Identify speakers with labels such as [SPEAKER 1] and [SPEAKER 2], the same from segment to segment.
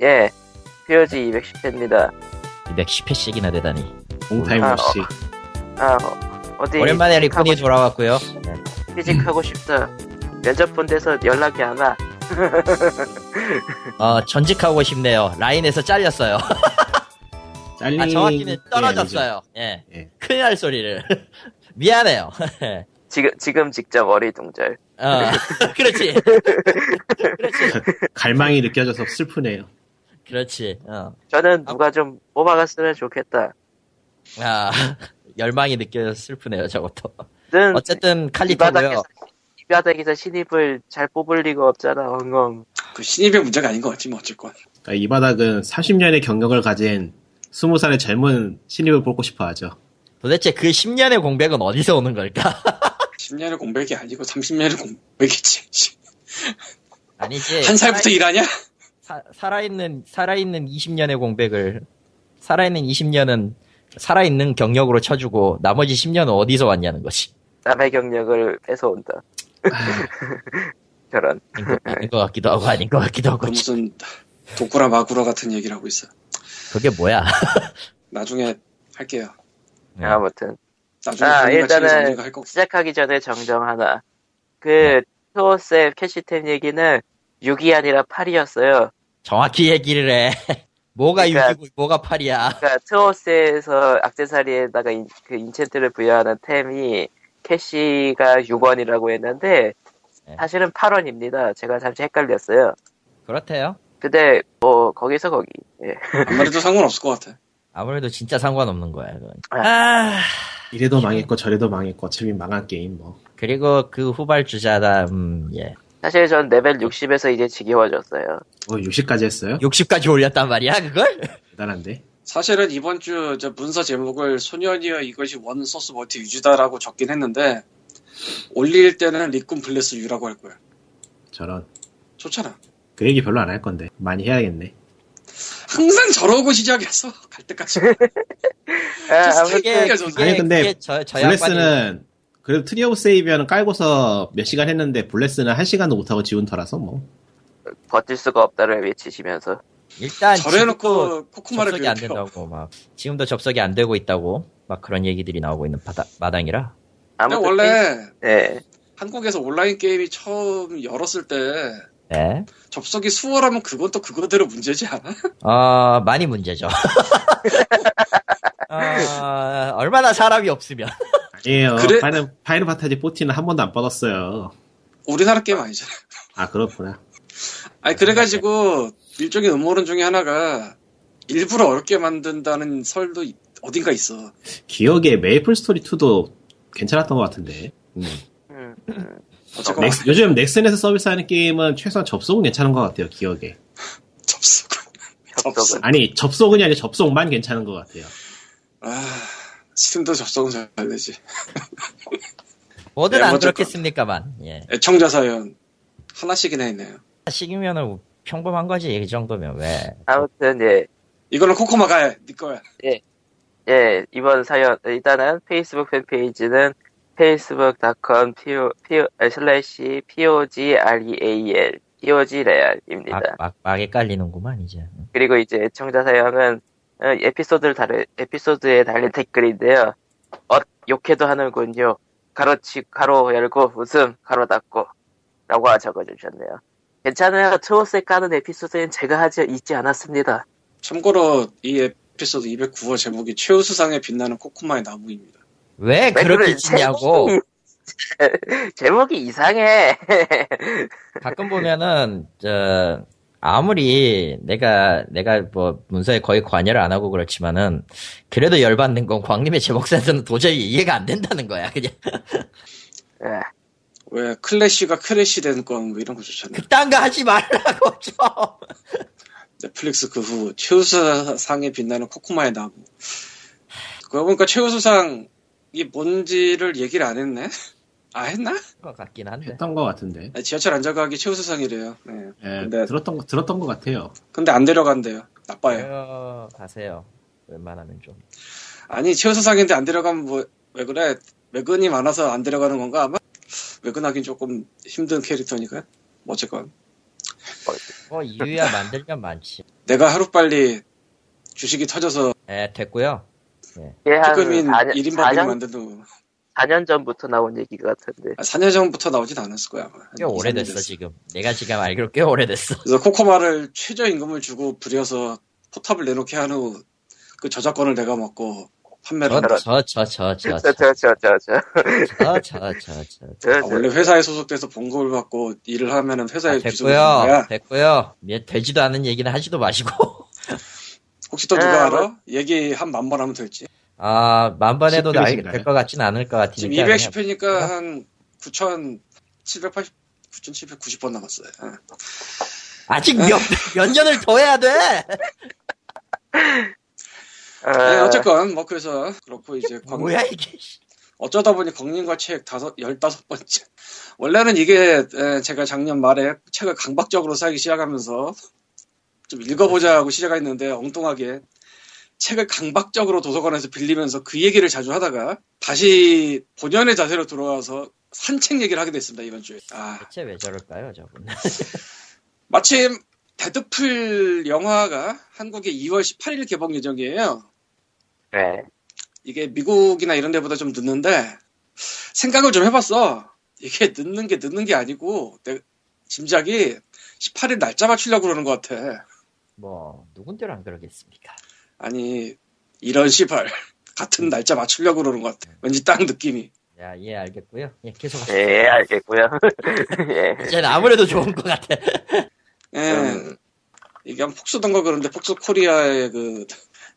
[SPEAKER 1] 예. POG 210회입니다.
[SPEAKER 2] 210회씩이나 되다니.
[SPEAKER 3] 롱타임
[SPEAKER 1] 아,
[SPEAKER 3] 없이.
[SPEAKER 1] 아, 어, 어디.
[SPEAKER 2] 오랜만에 음. 리콘이
[SPEAKER 1] 피직하고
[SPEAKER 2] 돌아왔고요.
[SPEAKER 1] 싶- 피직하고 싶다. 면접 본 데서 연락이 안 와.
[SPEAKER 2] 어, 전직하고 싶네요. 라인에서 잘렸어요.
[SPEAKER 3] 잘린
[SPEAKER 1] 네,
[SPEAKER 2] 아, 정확히는
[SPEAKER 3] 게
[SPEAKER 2] 떨어졌어요. 예.
[SPEAKER 3] 아니죠. 예.
[SPEAKER 2] 큰일 날 소리를. 미안해요.
[SPEAKER 1] 지금, 지금 직접 어리둥절.
[SPEAKER 2] 어, 그렇지. 그렇지.
[SPEAKER 3] 갈망이 느껴져서 슬프네요.
[SPEAKER 2] 그렇지. 어.
[SPEAKER 1] 저는 누가 좀 뽑아갔으면 좋겠다.
[SPEAKER 2] 아, 열망이 느껴져 슬프네요, 저것도.
[SPEAKER 1] 는
[SPEAKER 2] 어쨌든
[SPEAKER 1] 이
[SPEAKER 2] 칼리토고요.
[SPEAKER 1] 바닥에서, 이 바닥에서 신입을 잘 뽑을 리가 없잖아, 엉엉.
[SPEAKER 4] 그 신입의 문제가 아닌 것 같지 뭐 어쨌건
[SPEAKER 3] 그러니까 이 바닥은 30년의 경력을 가진 20살의 젊은 신입을 뽑고 싶어 하죠.
[SPEAKER 2] 도대체 그 10년의 공백은 어디서 오는 걸까?
[SPEAKER 4] 10년의 공백이 아니고 30년의 공백이지 씨,
[SPEAKER 2] 예. 아니지.
[SPEAKER 4] 한 살부터 일하냐?
[SPEAKER 2] 사- 살아있는 살아있는 20년의 공백을 살아있는 20년은 살아있는 경력으로 쳐주고 나머지 10년은 어디서 왔냐는 거지.
[SPEAKER 1] 남의 경력을 뺏어온다. 저런.
[SPEAKER 2] 아닌 것 같기도 하고 아닌 것 같기도 하고
[SPEAKER 4] 그 무슨 도쿠라 마구라 같은 얘기를 하고 있어
[SPEAKER 2] 그게 뭐야?
[SPEAKER 4] 나중에 할게요
[SPEAKER 2] 네.
[SPEAKER 1] 아무튼.
[SPEAKER 4] 나중에
[SPEAKER 1] 아,
[SPEAKER 4] 전문가 측에서
[SPEAKER 1] 일단은
[SPEAKER 4] 우리가 할 거고
[SPEAKER 1] 시작하기 전에 정정 하나. 그, 토어셉 캐시템 얘기는 6이 아니라 8이었어요.
[SPEAKER 2] 정확히 얘기를 해. 뭐가
[SPEAKER 1] 그러니까-
[SPEAKER 2] 6이고 뭐가 8이야.
[SPEAKER 1] 그러니까 트워스에서 악세사리에다가 인, 그 인챈트를 부여하는 템이 캐시가 6원이라고 했는데
[SPEAKER 2] 네.
[SPEAKER 1] 사실은 8원입니다. 제가 잠시 헷갈렸어요.
[SPEAKER 2] 그렇대요.
[SPEAKER 1] 근데 뭐 거기서 거기. 예.
[SPEAKER 4] 아무래도 상관없을 것 같아
[SPEAKER 2] 아무래도 진짜 상관없는 거야. 그건. 아,
[SPEAKER 3] 이래도
[SPEAKER 2] 예.
[SPEAKER 3] 망했고 저래도 망했고 어차피 망한 게임 뭐.
[SPEAKER 2] 그리고 그 후발 주자다. 음, 예.
[SPEAKER 1] 사실 전 레벨 60에서 이제 지겨워졌어요.
[SPEAKER 3] 어, 60까지 했어요?
[SPEAKER 2] 60까지 올렸단 말이야 그걸?
[SPEAKER 3] 대단한데?
[SPEAKER 4] 사실은 이번 주 저 문서 제목을 소년이여 이것이 원 소스 멀티 유즈다라고 적긴 했는데 올릴 때는 리꾼 블레스 유라고 할 거야
[SPEAKER 3] 저런.
[SPEAKER 4] 좋잖아
[SPEAKER 3] 그 얘기 별로 안 할 건데. 많이 해야겠네.
[SPEAKER 4] 항상 저러고 시작해서 갈 때까지
[SPEAKER 1] 아, 아무-
[SPEAKER 4] 스테이크
[SPEAKER 2] 그게
[SPEAKER 4] 저는.
[SPEAKER 2] 그게-
[SPEAKER 3] 아니, 근데
[SPEAKER 2] 그게 저, 저 양반이
[SPEAKER 3] 블레스는 그래도 트리오 세이비어는 깔고서 몇 시간 했는데 블레스는 한 시간도 못하고 지운 터라서 뭐.
[SPEAKER 1] 버틸 수가 없다를 외치시면서
[SPEAKER 2] 일단 지금도
[SPEAKER 4] 저래놓고 코코마를
[SPEAKER 2] 아, 접속이 안
[SPEAKER 4] 비롯해
[SPEAKER 2] 된다고 막 지금도 접속이 안 되고 있다고 막 그런 얘기들이 나오고 있는 바다, 마당이라
[SPEAKER 4] 근데
[SPEAKER 1] 아무튼
[SPEAKER 4] 원래
[SPEAKER 1] 예.
[SPEAKER 4] 한국에서 온라인 게임이 처음 열었을 때
[SPEAKER 2] 네.
[SPEAKER 4] 접속이 수월하면 그건 또 그거대로 문제지 않아?
[SPEAKER 2] 어, 많이 문제죠. 어, 얼마나 사람이 없으면
[SPEAKER 3] 아니에요.
[SPEAKER 4] 그래-
[SPEAKER 3] 파이널, 파이널 파타지 14는 한 번도 안 뻗었어요.
[SPEAKER 4] 우리나라 게임 아니잖아.
[SPEAKER 3] 아, 그렇구나.
[SPEAKER 4] 아니 그래가지고 일종의 음모론 중에 하나가 일부러 어렵게 만든다는 설도 있- 어딘가 있어.
[SPEAKER 3] 기억에 메이플 스토리 2도 괜찮았던 것 같은데. 음.
[SPEAKER 1] 음,
[SPEAKER 4] 어쨌거나
[SPEAKER 3] 넥스- 요즘 넥슨에서 서비스하는 게임은 최소한 접속은 괜찮은 것 같아요, 기억에.
[SPEAKER 4] 접속.
[SPEAKER 1] 접속은
[SPEAKER 3] 아니, 접속은 아니라 접속만 괜찮은 것 같아요.
[SPEAKER 4] 아 스팀도 접속은 잘 되지.
[SPEAKER 2] 뭐든
[SPEAKER 4] 네,
[SPEAKER 2] 안
[SPEAKER 4] 어쨌건.
[SPEAKER 2] 그렇겠습니까만 예.
[SPEAKER 4] 애청자 사연 하나씩이나 있네요.
[SPEAKER 2] 식이면은 뭐 평범한 거지 이 정도면 왜
[SPEAKER 1] 아무튼 예.
[SPEAKER 4] 이거는 코코마가 해. 네 거야.
[SPEAKER 1] 예, 이번 사연, 일단은 페이스북 팬페이지는 facebook.com po, po, 아, 슬래시 E pogreal, pogreal입니다.
[SPEAKER 2] 막, 막, 막 헷갈리는구만 이제
[SPEAKER 1] 그리고 이제 청자 사연은 어, 에피소드를 달에, 에피소드에 달린 댓글인데요. 어, 욕해도 하는군요. 가로치, 가로 열고 웃음, 가로 닫고. 라고 적어주셨네요. 괜찮아요. 트롯에 까는 에피소드엔 제가 하지 있지 않았습니다.
[SPEAKER 4] 참고로 이 에피소드 209호 제목이 최우수상에 빛나는 코코마의 나무입니다.
[SPEAKER 2] 왜 그렇게
[SPEAKER 1] 그래?
[SPEAKER 2] 짓냐고
[SPEAKER 1] 제목이 이상해.
[SPEAKER 2] 가끔 보면은 저 아무리 내가 내가 뭐 문서에 거의 관여를 안 하고 그렇지만은 그래도 열받는 건 광림의 제목사에서는 도저히 이해가 안 된다는 거야 그냥
[SPEAKER 1] 예.
[SPEAKER 4] 왜 클래시가 크래시 된건뭐 이런 거 좋잖아.
[SPEAKER 2] 그딴 거 하지 말라고 좀
[SPEAKER 4] 넷플릭스 그 후 최우수상에 빛나는 코코마의 나무. 그러고 보니까 최우수상이 뭔지를 얘기를 안 했네? 아, 했나?
[SPEAKER 2] 그거 같긴 한데
[SPEAKER 3] 했던 것 같은데.
[SPEAKER 4] 네, 지하철 안전가기 최우수상이래요. 네.
[SPEAKER 3] 예,
[SPEAKER 4] 근데-
[SPEAKER 3] 들었던, 거- 들었던 것 같아요.
[SPEAKER 4] 근데 안 데려간대요. 나빠요.
[SPEAKER 2] 어, 가세요 웬만하면 좀
[SPEAKER 4] 아니, 최우수상인데 안 데려가면 뭐, 왜 그래? 외근이 많아서 안 데려가는 건가, 아마? 외근하긴 조금 힘든 캐릭터니까. 뭐 어쨌건.
[SPEAKER 2] 뭐, 이유야 만들면 많지
[SPEAKER 4] 내가 하루빨리 주식이 터져서
[SPEAKER 2] 예, 됐고요.
[SPEAKER 1] 이게 한
[SPEAKER 4] 조금인 1인 바보를
[SPEAKER 1] 그 4년,
[SPEAKER 4] 만든
[SPEAKER 1] 4년 전부터 나온 얘기 같은데.
[SPEAKER 4] 아, 4년 전부터 나오진 않았을 거야 아마.
[SPEAKER 2] 꽤
[SPEAKER 4] 한 이,
[SPEAKER 2] 오래됐어
[SPEAKER 4] 삼 년 됐어.
[SPEAKER 2] 지금. 내가 지금 알기로 꽤 오래됐어.
[SPEAKER 4] 그래서 코코마를 최저임금을 주고 부려서 포탑을 내놓게 한 후 그 저작권을 내가 먹고 판매를 한다.
[SPEAKER 1] 저,
[SPEAKER 2] 저저저저저저저저저저
[SPEAKER 1] 저, 저, 저, 저. 저,
[SPEAKER 4] 아,
[SPEAKER 1] 저.
[SPEAKER 4] 원래 회사에 소속돼서 봉급을 받고 일을 하면은 회사에 주소를 주는
[SPEAKER 2] 아, 됐고요.
[SPEAKER 4] 거야.
[SPEAKER 2] 됐고요. 예, 되지도 않은 얘기는 하지도 마시고.
[SPEAKER 4] 혹시 또 누가
[SPEAKER 1] 아,
[SPEAKER 4] 알아? 얘기 한 만 번 하면 될지.
[SPEAKER 2] 아, 만번 해도
[SPEAKER 3] 집필이신가요?
[SPEAKER 2] 될것 같진 않을 것 같으니까.
[SPEAKER 4] 지금
[SPEAKER 2] 그냥
[SPEAKER 4] 210회니까 한 9,780, 9,790번 남았어요. 예.
[SPEAKER 2] 아직 몇, 몇 년을 더 해야 돼!
[SPEAKER 4] 네,
[SPEAKER 1] 어,
[SPEAKER 4] 어쨌건 뭐 그래서 그렇고 이제 광-
[SPEAKER 2] 뭐야, 이게. 씨.
[SPEAKER 4] 어쩌다 보니 광림과 책 다섯 열다섯 번째 원래는 이게 에, 제가 작년 말에 책을 강박적으로 사기 시작하면서 좀 읽어보자 하고 시작했는데 엉뚱하게 책을 강박적으로 도서관에서 빌리면서 그 얘기를 자주 하다가 다시 본연의 자세로 돌아와서 산책 얘기를 하게 됐습니다 이번 주에 아
[SPEAKER 2] 대체 왜 저럴까요, 저분?
[SPEAKER 4] 마침 데드풀 영화가 한국에 2월 18일 개봉 예정이에요
[SPEAKER 1] 네.
[SPEAKER 4] 이게 미국이나 이런 데보다 좀 늦는데 생각을 좀 해봤어. 이게 늦는 게 늦는 게 아니고 내 짐작이 18일 날짜 맞추려고 그러는 것 같아.
[SPEAKER 2] 뭐, 누군데로 안 그러겠습니까?
[SPEAKER 4] 아니 이런 시발 같은 날짜 맞추려고 그러는 것 같아. 왠지 딱 느낌이.
[SPEAKER 2] 야, 예, 알겠고요. 예, 계속 하세요.
[SPEAKER 1] 예, 알겠고요. 예.
[SPEAKER 2] 이젠 아무래도 좋은 것 같아.
[SPEAKER 4] 예.
[SPEAKER 1] 음.
[SPEAKER 4] 이게 한 폭소던가 그런데 폭소 코리아의 그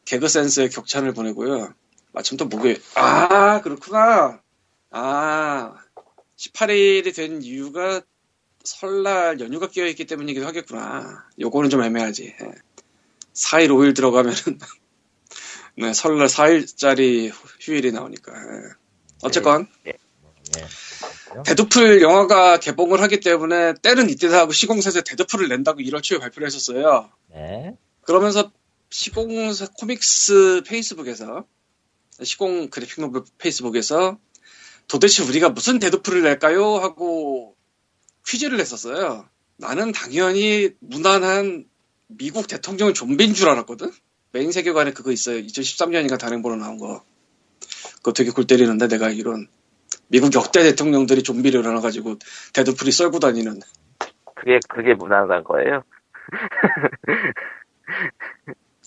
[SPEAKER 4] 개그 센스의 격찬을 보내고요. 마침 또 목요일. 아 그렇구나. 아 18일이 된 이유가 설날 연휴가 끼어있기 때문이기도 하겠구나. 요거는 좀 애매하지. 예. 4일 5일 들어가면은 네, 설날 4일짜리 휴일이 나오니까. 예. 어쨌건 데드풀 영화가 개봉을 하기 때문에 때는 이때다 하고 시공사에서 데드풀을 낸다고 1월 초에 발표를 했었어요.
[SPEAKER 2] 네.
[SPEAKER 4] 그러면서 시공사 코믹스 페이스북에서 시공 그래픽 노블 페이스북에서 도대체 우리가 무슨 데드풀을 낼까요? 하고 퀴즈를 냈었어요. 나는 당연히 무난한 미국 대통령 좀비인 줄 알았거든? 메인 세계관에 그거 있어요. 2013년인가 단행본으로 나온 거. 그거 되게 골 때리는데 내가 이런 미국 역대 대통령들이 좀비를 일어나가지고 데드풀이 썰고 다니는
[SPEAKER 1] 그게, 그게 무난한 거예요.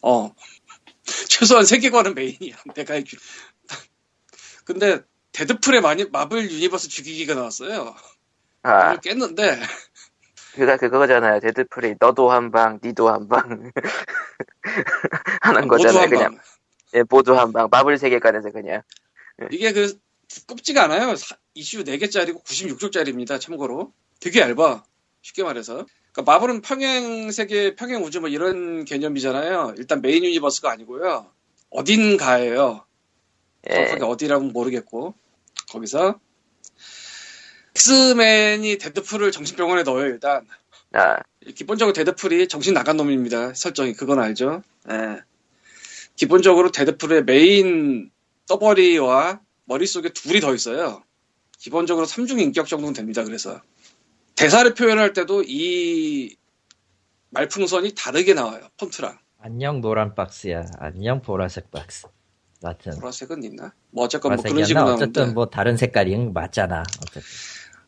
[SPEAKER 4] 어. 최소한 세계관은 메인이야. 내가 알기 근데, 데드풀에 많이 마블 유니버스 죽이기가 나왔어요.
[SPEAKER 1] 아,
[SPEAKER 4] 그걸 깼는데,
[SPEAKER 1] 그가 그거잖아요. 데드풀이 너도 한 방, 니도 한 방. 하는 거잖아요.
[SPEAKER 4] 한
[SPEAKER 1] 그냥
[SPEAKER 4] 방.
[SPEAKER 1] 예, 모두 한 방. 마블 세계관에서 그냥.
[SPEAKER 4] 이게 그, 두껍지가 않아요. 사- 이슈 4개짜리고 96쪽짜리입니다. 참고로. 되게 얇아. 쉽게 말해서. 그러니까 마블은 평행 세계, 평행 우주 뭐 이런 개념이잖아요. 일단 메인 유니버스가 아니고요. 어딘가예요.
[SPEAKER 1] 예.
[SPEAKER 4] 정확하게 어디라면 모르겠고 거기서 엑스맨이 데드풀을 정신병원에 넣어요 일단
[SPEAKER 1] 아,
[SPEAKER 4] 기본적으로 데드풀이 정신 나간 놈입니다 설정이 그건 알죠 예. 기본적으로 데드풀의 메인 떠버리와 머릿속에 둘이 더 있어요 기본적으로 3중 인격 정도는 됩니다 그래서 대사를 표현할 때도 이 말풍선이 다르게 나와요 폰트랑
[SPEAKER 2] 안녕, 노란 박스야. 안녕, 보라색 박스. 같은.
[SPEAKER 4] 보라색은 있나? 뭐 어쨌건 뭐 그런 식으로
[SPEAKER 2] 보라색이었나?
[SPEAKER 4] 나오는데
[SPEAKER 2] 어쨌든 뭐, 다른 색깔이 응, 맞잖아. 어쨌든.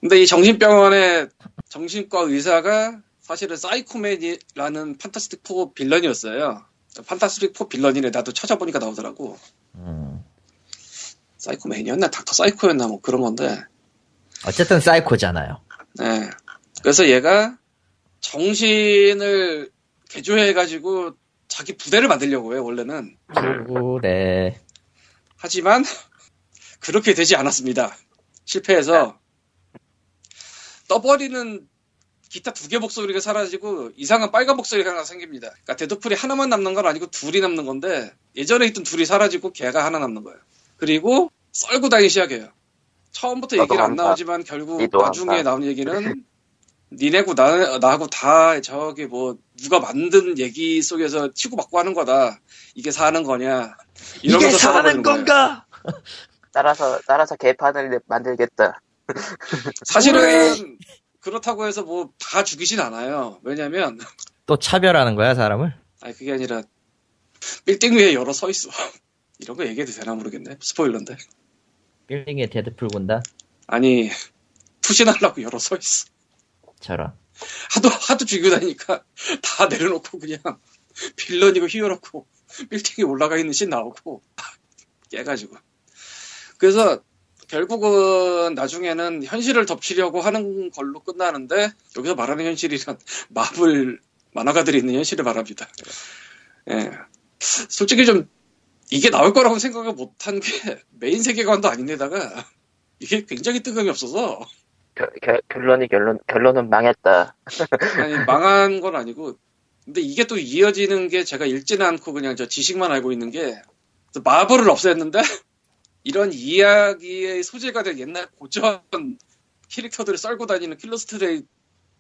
[SPEAKER 4] 근데 이 정신병원의 정신과 의사가 사실은 사이코맨이라는 판타스틱 4 빌런이었어요. 판타스틱 4 빌런이래. 나도 찾아보니까 나오더라고.
[SPEAKER 2] 음.
[SPEAKER 4] 사이코맨이었나? 닥터 사이코였나? 뭐 그런 건데.
[SPEAKER 2] 어쨌든 사이코잖아요.
[SPEAKER 4] 예. 그래서 얘가 정신을 개조해가지고 자기 부대를 만들려고 해요, 원래는.
[SPEAKER 2] 그래.
[SPEAKER 4] 하지만 그렇게 되지 않았습니다. 실패해서 네. 떠버리는 기타 두 개 목소리가 사라지고 이상한 빨간 목소리가 하나 생깁니다. 그러니까 데드풀이 하나만 남는 건 아니고 둘이 남는 건데 예전에 있던 둘이 사라지고 걔가 하나 남는 거예요. 그리고 썰고 다니기 시작해요. 처음부터
[SPEAKER 1] 나도
[SPEAKER 4] 얘기는 안
[SPEAKER 1] 한다.
[SPEAKER 4] 나오지만 결국
[SPEAKER 1] 니도
[SPEAKER 4] 나중에
[SPEAKER 1] 한다.
[SPEAKER 4] 나온 얘기는 니네고 나, 나하고 다 저기 뭐 누가 만든 얘기 속에서 치고받고 하는 거다. 이게 사는 거냐. 이러면서 썰어버리는 거예요.
[SPEAKER 1] 따라서, 따라서 개판을 만들겠다.
[SPEAKER 4] 사실은 그렇다고 해서 뭐 다 죽이진 않아요. 왜냐면
[SPEAKER 2] 또 차별하는 거야, 사람을?
[SPEAKER 4] 아 아니 그게 아니라 빌딩 위에 열어 서 있어. 이런 거 얘기해도 되나 모르겠네. 스포일러인데.
[SPEAKER 2] 빌딩에 데드풀 군다?
[SPEAKER 4] 아니 투신하려고 열어 서 있어.
[SPEAKER 2] 저런.
[SPEAKER 4] 하도 하도 죽이고 다니까 다 내려놓고 그냥 빌런이고 휘어놓고 빌딩에 올라가 있는 씬 나오고 깨가지고 그래서 결국은 나중에는 현실을 덮치려고 하는 걸로 끝나는데 여기서 말하는 현실이란 마블 만화가들이 있는 현실을 말합니다. 예, 솔직히 좀 이게 나올 거라고 생각을 못한 게 메인 세계관도 아닌데다가 이게 굉장히 뜨거움이 없어서
[SPEAKER 1] 결, 결, 결론이 결론 결론은 망했다.
[SPEAKER 4] 아니 망한 건 아니고 근데 이게 또 이어지는 게 제가 읽지는 않고 그냥 저 지식만 알고 있는 게 마블을 없앴는데 이런 이야기의 소재가 된 옛날 고전 캐릭터들을 썰고 다니는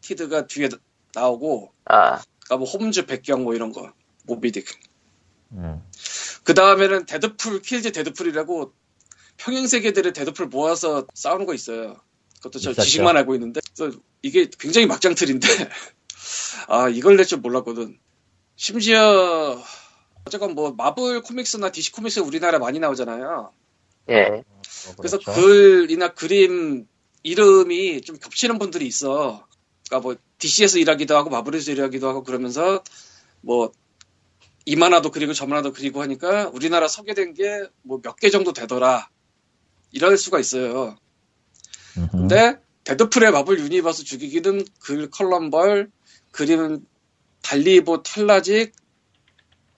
[SPEAKER 4] 킬러스트레이티드가 뒤에 나오고
[SPEAKER 1] 아
[SPEAKER 4] 그러니까 뭐 홈즈 백경 뭐 이런 거 모비딕
[SPEAKER 2] 음.
[SPEAKER 4] 그 다음에는 데드풀 킬즈 데드풀이라고 평행 세계들의 데드풀 모아서 싸우는 거 있어요. 그것도 저
[SPEAKER 2] 있었죠.
[SPEAKER 4] 지식만 알고 있는데 그래서 이게 굉장히 막장틀인데 아 이걸 낼 줄 몰랐거든. 심지어 어쨌건 뭐 마블 코믹스나 DC 코믹스 우리나라 많이 나오잖아요.
[SPEAKER 1] 예.
[SPEAKER 2] 뭐
[SPEAKER 4] 그래서
[SPEAKER 2] 그렇죠.
[SPEAKER 4] 글이나 그림 이름이 좀 겹치는 분들이 있어. 그러니까 뭐 DC에서 일하기도 하고 마블에서 일하기도 하고 그러면서 뭐 이만화도 그리고 저만화도 그리고 하니까 우리나라 소개된 게 뭐 몇 개 정도 되더라. 이럴 수가 있어요.
[SPEAKER 2] 음흠.
[SPEAKER 4] 근데 데드풀의 마블 유니버스 죽이기는 글 컬럼벌 그림은 달리보 뭐 탈라직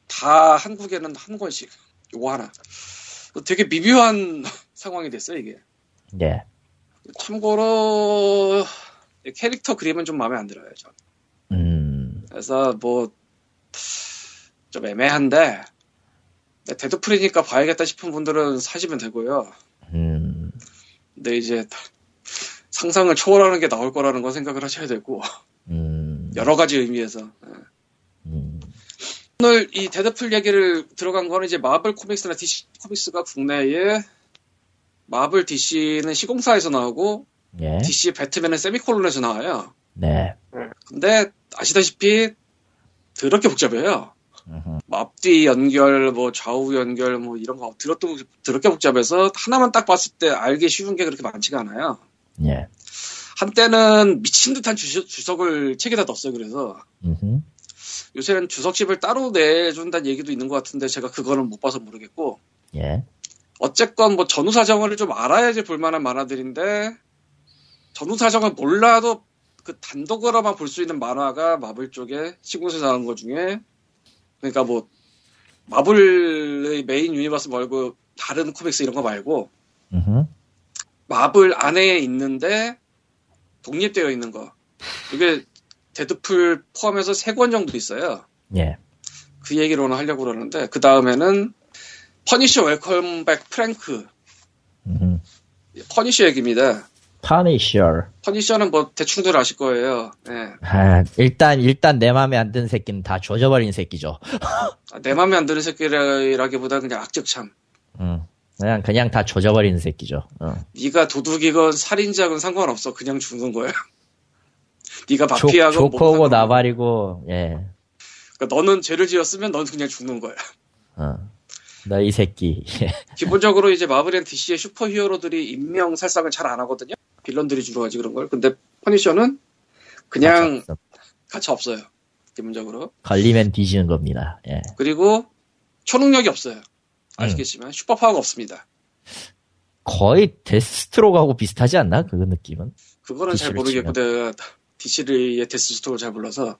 [SPEAKER 4] 다 한국에는 한 권씩 요거 하나 되게 미묘한 상황이 됐어요 이게
[SPEAKER 2] 예.
[SPEAKER 4] 참고로 캐릭터 그림은 좀 마음에 안 들어요 전.
[SPEAKER 2] 음.
[SPEAKER 4] 그래서 뭐 좀 애매한데 근데 데드풀이니까 봐야겠다 싶은 분들은 사시면 되고요
[SPEAKER 2] 음.
[SPEAKER 4] 근데 이제 상상을 초월하는 게 나올 거라는 건 생각을 하셔야 되고
[SPEAKER 2] 음.
[SPEAKER 4] 여러 가지 의미에서
[SPEAKER 2] 음.
[SPEAKER 4] 오늘 이 데드풀 얘기를 들어간 거는 이제 마블 코믹스나 DC 코믹스가 국내에 마블 DC는 시공사에서 나오고
[SPEAKER 2] 예.
[SPEAKER 4] DC 배트맨은 세미콜론에서 나와요.
[SPEAKER 2] 네.
[SPEAKER 4] 근데 아시다시피 더럽게 복잡해요.
[SPEAKER 2] 음흠.
[SPEAKER 4] 뭐 앞뒤 연결, 뭐 좌우 연결, 뭐 이런 거 더럽게, 복- 더럽게 복잡해서 하나만 딱 봤을 때 알기 쉬운 게 그렇게 많지가 않아요.
[SPEAKER 2] 예.
[SPEAKER 4] 한때는 미친 듯한 주석, 주석을 책에다 넣었어요. 그래서
[SPEAKER 2] 음흠.
[SPEAKER 4] 요새는 주석집을 따로 내준다는 얘기도 있는 것 같은데 제가 그거는 못 봐서 모르겠고
[SPEAKER 2] 예.
[SPEAKER 4] 어쨌건 뭐 전후 사정을 좀 알아야지 볼만한 만화들인데 전후 사정을 몰라도 그 단독으로만 볼 수 있는 만화가 마블 쪽에 시공에서 나온 것 중에 그러니까 뭐 마블의 메인 유니버스 말고 다른 코믹스 이런 거 말고
[SPEAKER 2] 음흠.
[SPEAKER 4] 마블 안에 있는데 독립되어 있는 거 이게 데드풀 포함해서 세 권 정도 있어요.
[SPEAKER 2] 예.
[SPEAKER 4] 그 얘기를 오늘 하려고 그러는데 그 다음에는 퍼니셔 웰컴백 프랭크
[SPEAKER 2] 음흠.
[SPEAKER 4] 퍼니셔 얘기입니다.
[SPEAKER 2] 파니셔.
[SPEAKER 4] 퍼니셔는 뭐 대충들 아실 거예요. 예.
[SPEAKER 2] 아, 일단 일단 내 마음에 안 든 새끼는 다 조져버린 새끼죠.
[SPEAKER 4] 아, 내 맘에 안 드는 새끼라기보다 그냥 악적참.
[SPEAKER 2] 음. 그냥 그냥 다 조져버린 새끼죠. 어.
[SPEAKER 4] 네가 도둑이건 살인자건 상관없어. 그냥 죽는 거야. 네가
[SPEAKER 2] 조,
[SPEAKER 4] 마피아건 뭐
[SPEAKER 2] 조커고
[SPEAKER 4] 상관없어.
[SPEAKER 2] 나발이고 예.
[SPEAKER 4] 그러니까 너는 죄를 지었으면 너는 그냥 죽는 거야.
[SPEAKER 2] 어. 너 이 새끼. 예.
[SPEAKER 4] 기본적으로 이제 마블 앤 DC의 슈퍼히어로들이 인명 살상을 잘 안 하거든요. 빌런들이 주로 하지 그런 걸. 근데 퍼니셔는 그냥 가차 없어요. 기본적으로.
[SPEAKER 2] 걸리면 뒤지는 겁니다. 예.
[SPEAKER 4] 그리고 초능력이 없어요. 아시겠지만 슈퍼 파워가 없습니다.
[SPEAKER 2] 거의 데스스트로크하고 비슷하지 않나? 그 느낌은.
[SPEAKER 4] 그거는
[SPEAKER 2] DC를
[SPEAKER 4] 잘 모르겠고 내가 DC의 데스스토를 잘 몰라서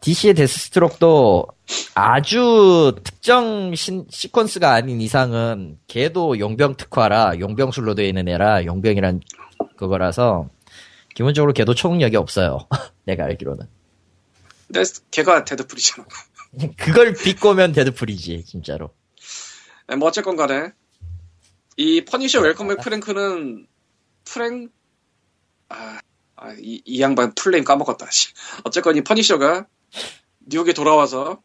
[SPEAKER 2] DC의 데스스트로크도 아주 특정 신, 시퀀스가 아닌 이상은 걔도 용병 특화라 용병술로 되어 있는 애라 용병이란 그거라서 기본적으로 걔도 초능력이 없어요. 내가 알기로는.
[SPEAKER 4] 근데 걔가 데드풀이잖아.
[SPEAKER 2] 그걸 비꼬면 데드풀이지 진짜로.
[SPEAKER 4] 네, 뭐 어쨌건 간에 이 퍼니셔 웰컴백 프랭크는 프랭 아, 아, 이, 이 양반 풀네임 까먹었다. 씨. 어쨌건 이 퍼니셔가 뉴욕에 돌아와서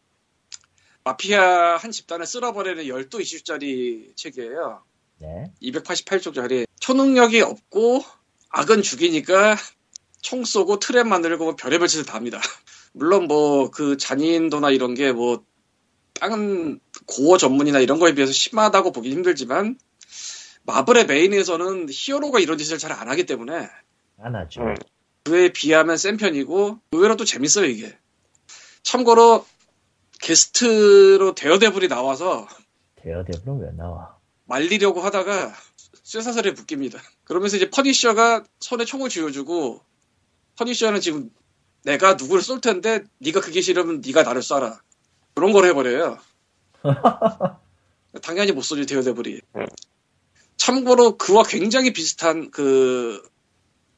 [SPEAKER 4] 마피아 한 집단을 쓸어버리는 12, 20짜리 책이에요.
[SPEAKER 2] 네.
[SPEAKER 4] 288쪽짜리 초능력이 없고 악은 죽이니까 총 쏘고 트랩 만들고 별의별 짓을 다 합니다. 물론 뭐 그 잔인도나 이런 게 뭐 다른 고어 전문이나 이런 거에 비해서 심하다고 보기 힘들지만 마블의 메인에서는 히어로가 이런 짓을 잘 안 하기 때문에
[SPEAKER 2] 안 하죠.
[SPEAKER 1] 음.
[SPEAKER 4] 그에 비하면 센 편이고 의외로 또 재밌어요 이게. 참고로 게스트로 대여대불이 나와서
[SPEAKER 2] 대여대불은 왜 나와?
[SPEAKER 4] 말리려고 하다가 쇠사슬에 묶입니다. 그러면서 이제 퍼니셔가 손에 총을 쥐어주고 퍼니셔는 지금 내가 누구를 쏠 텐데 네가 그게 싫으면 네가 나를 쏴라. 그런 걸 해버려요. 당연히 못 쏘지 대여대불이.
[SPEAKER 1] 응.
[SPEAKER 4] 참고로 그와 굉장히 비슷한 그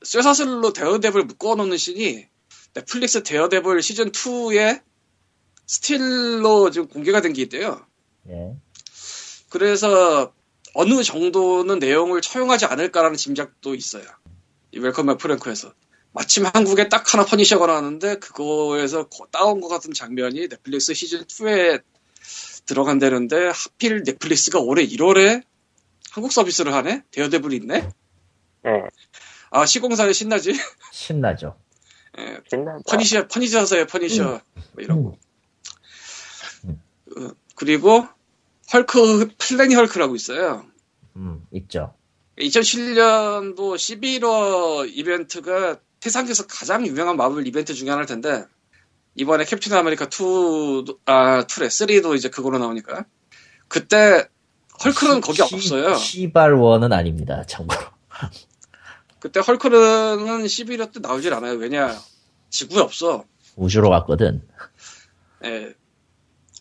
[SPEAKER 4] 쇠사슬로 대여대불 묶어놓는 씬이 넷플릭스 대여대불 시즌 2에 스틸로 지금 공개가 된 게 있대요.
[SPEAKER 2] 예.
[SPEAKER 4] 그래서 어느 정도는 내용을 처용하지 않을까라는 짐작도 있어요. 이 웰컴 앤 프랭크에서. 마침 한국에 딱 하나 퍼니셔가 나왔는데 그거에서 고- 따온 것 같은 장면이 넷플릭스 시즌2에 들어간다는데 하필 넷플릭스가 올해 1월에 한국 서비스를 하네? 대여대불이 있네?
[SPEAKER 1] 예,
[SPEAKER 4] 아 시공사에 신나지?
[SPEAKER 2] 신나죠.
[SPEAKER 4] 예,
[SPEAKER 1] 신난다.
[SPEAKER 4] 퍼니셔, 퍼니셔서요 퍼니셔 뭐 이러고 어, 그리고 헐크, 플래닛 헐크라고 있어요
[SPEAKER 2] 음, 있죠.
[SPEAKER 4] 2007년도 11월 이벤트가 세상에서 가장 유명한 마블 이벤트 중에 하나일 텐데 이번에 캡틴 아메리카 2, 아 2래 3도 이제 그걸로 나오니까 그때 헐크는 거기
[SPEAKER 2] 시-
[SPEAKER 4] 없어요.
[SPEAKER 2] 시발원은 아닙니다, 참고로.
[SPEAKER 4] 그때 헐크는 11월 때 나오질 않아요. 왜냐 지구에 없어.
[SPEAKER 2] 우주로 갔거든.
[SPEAKER 4] 예.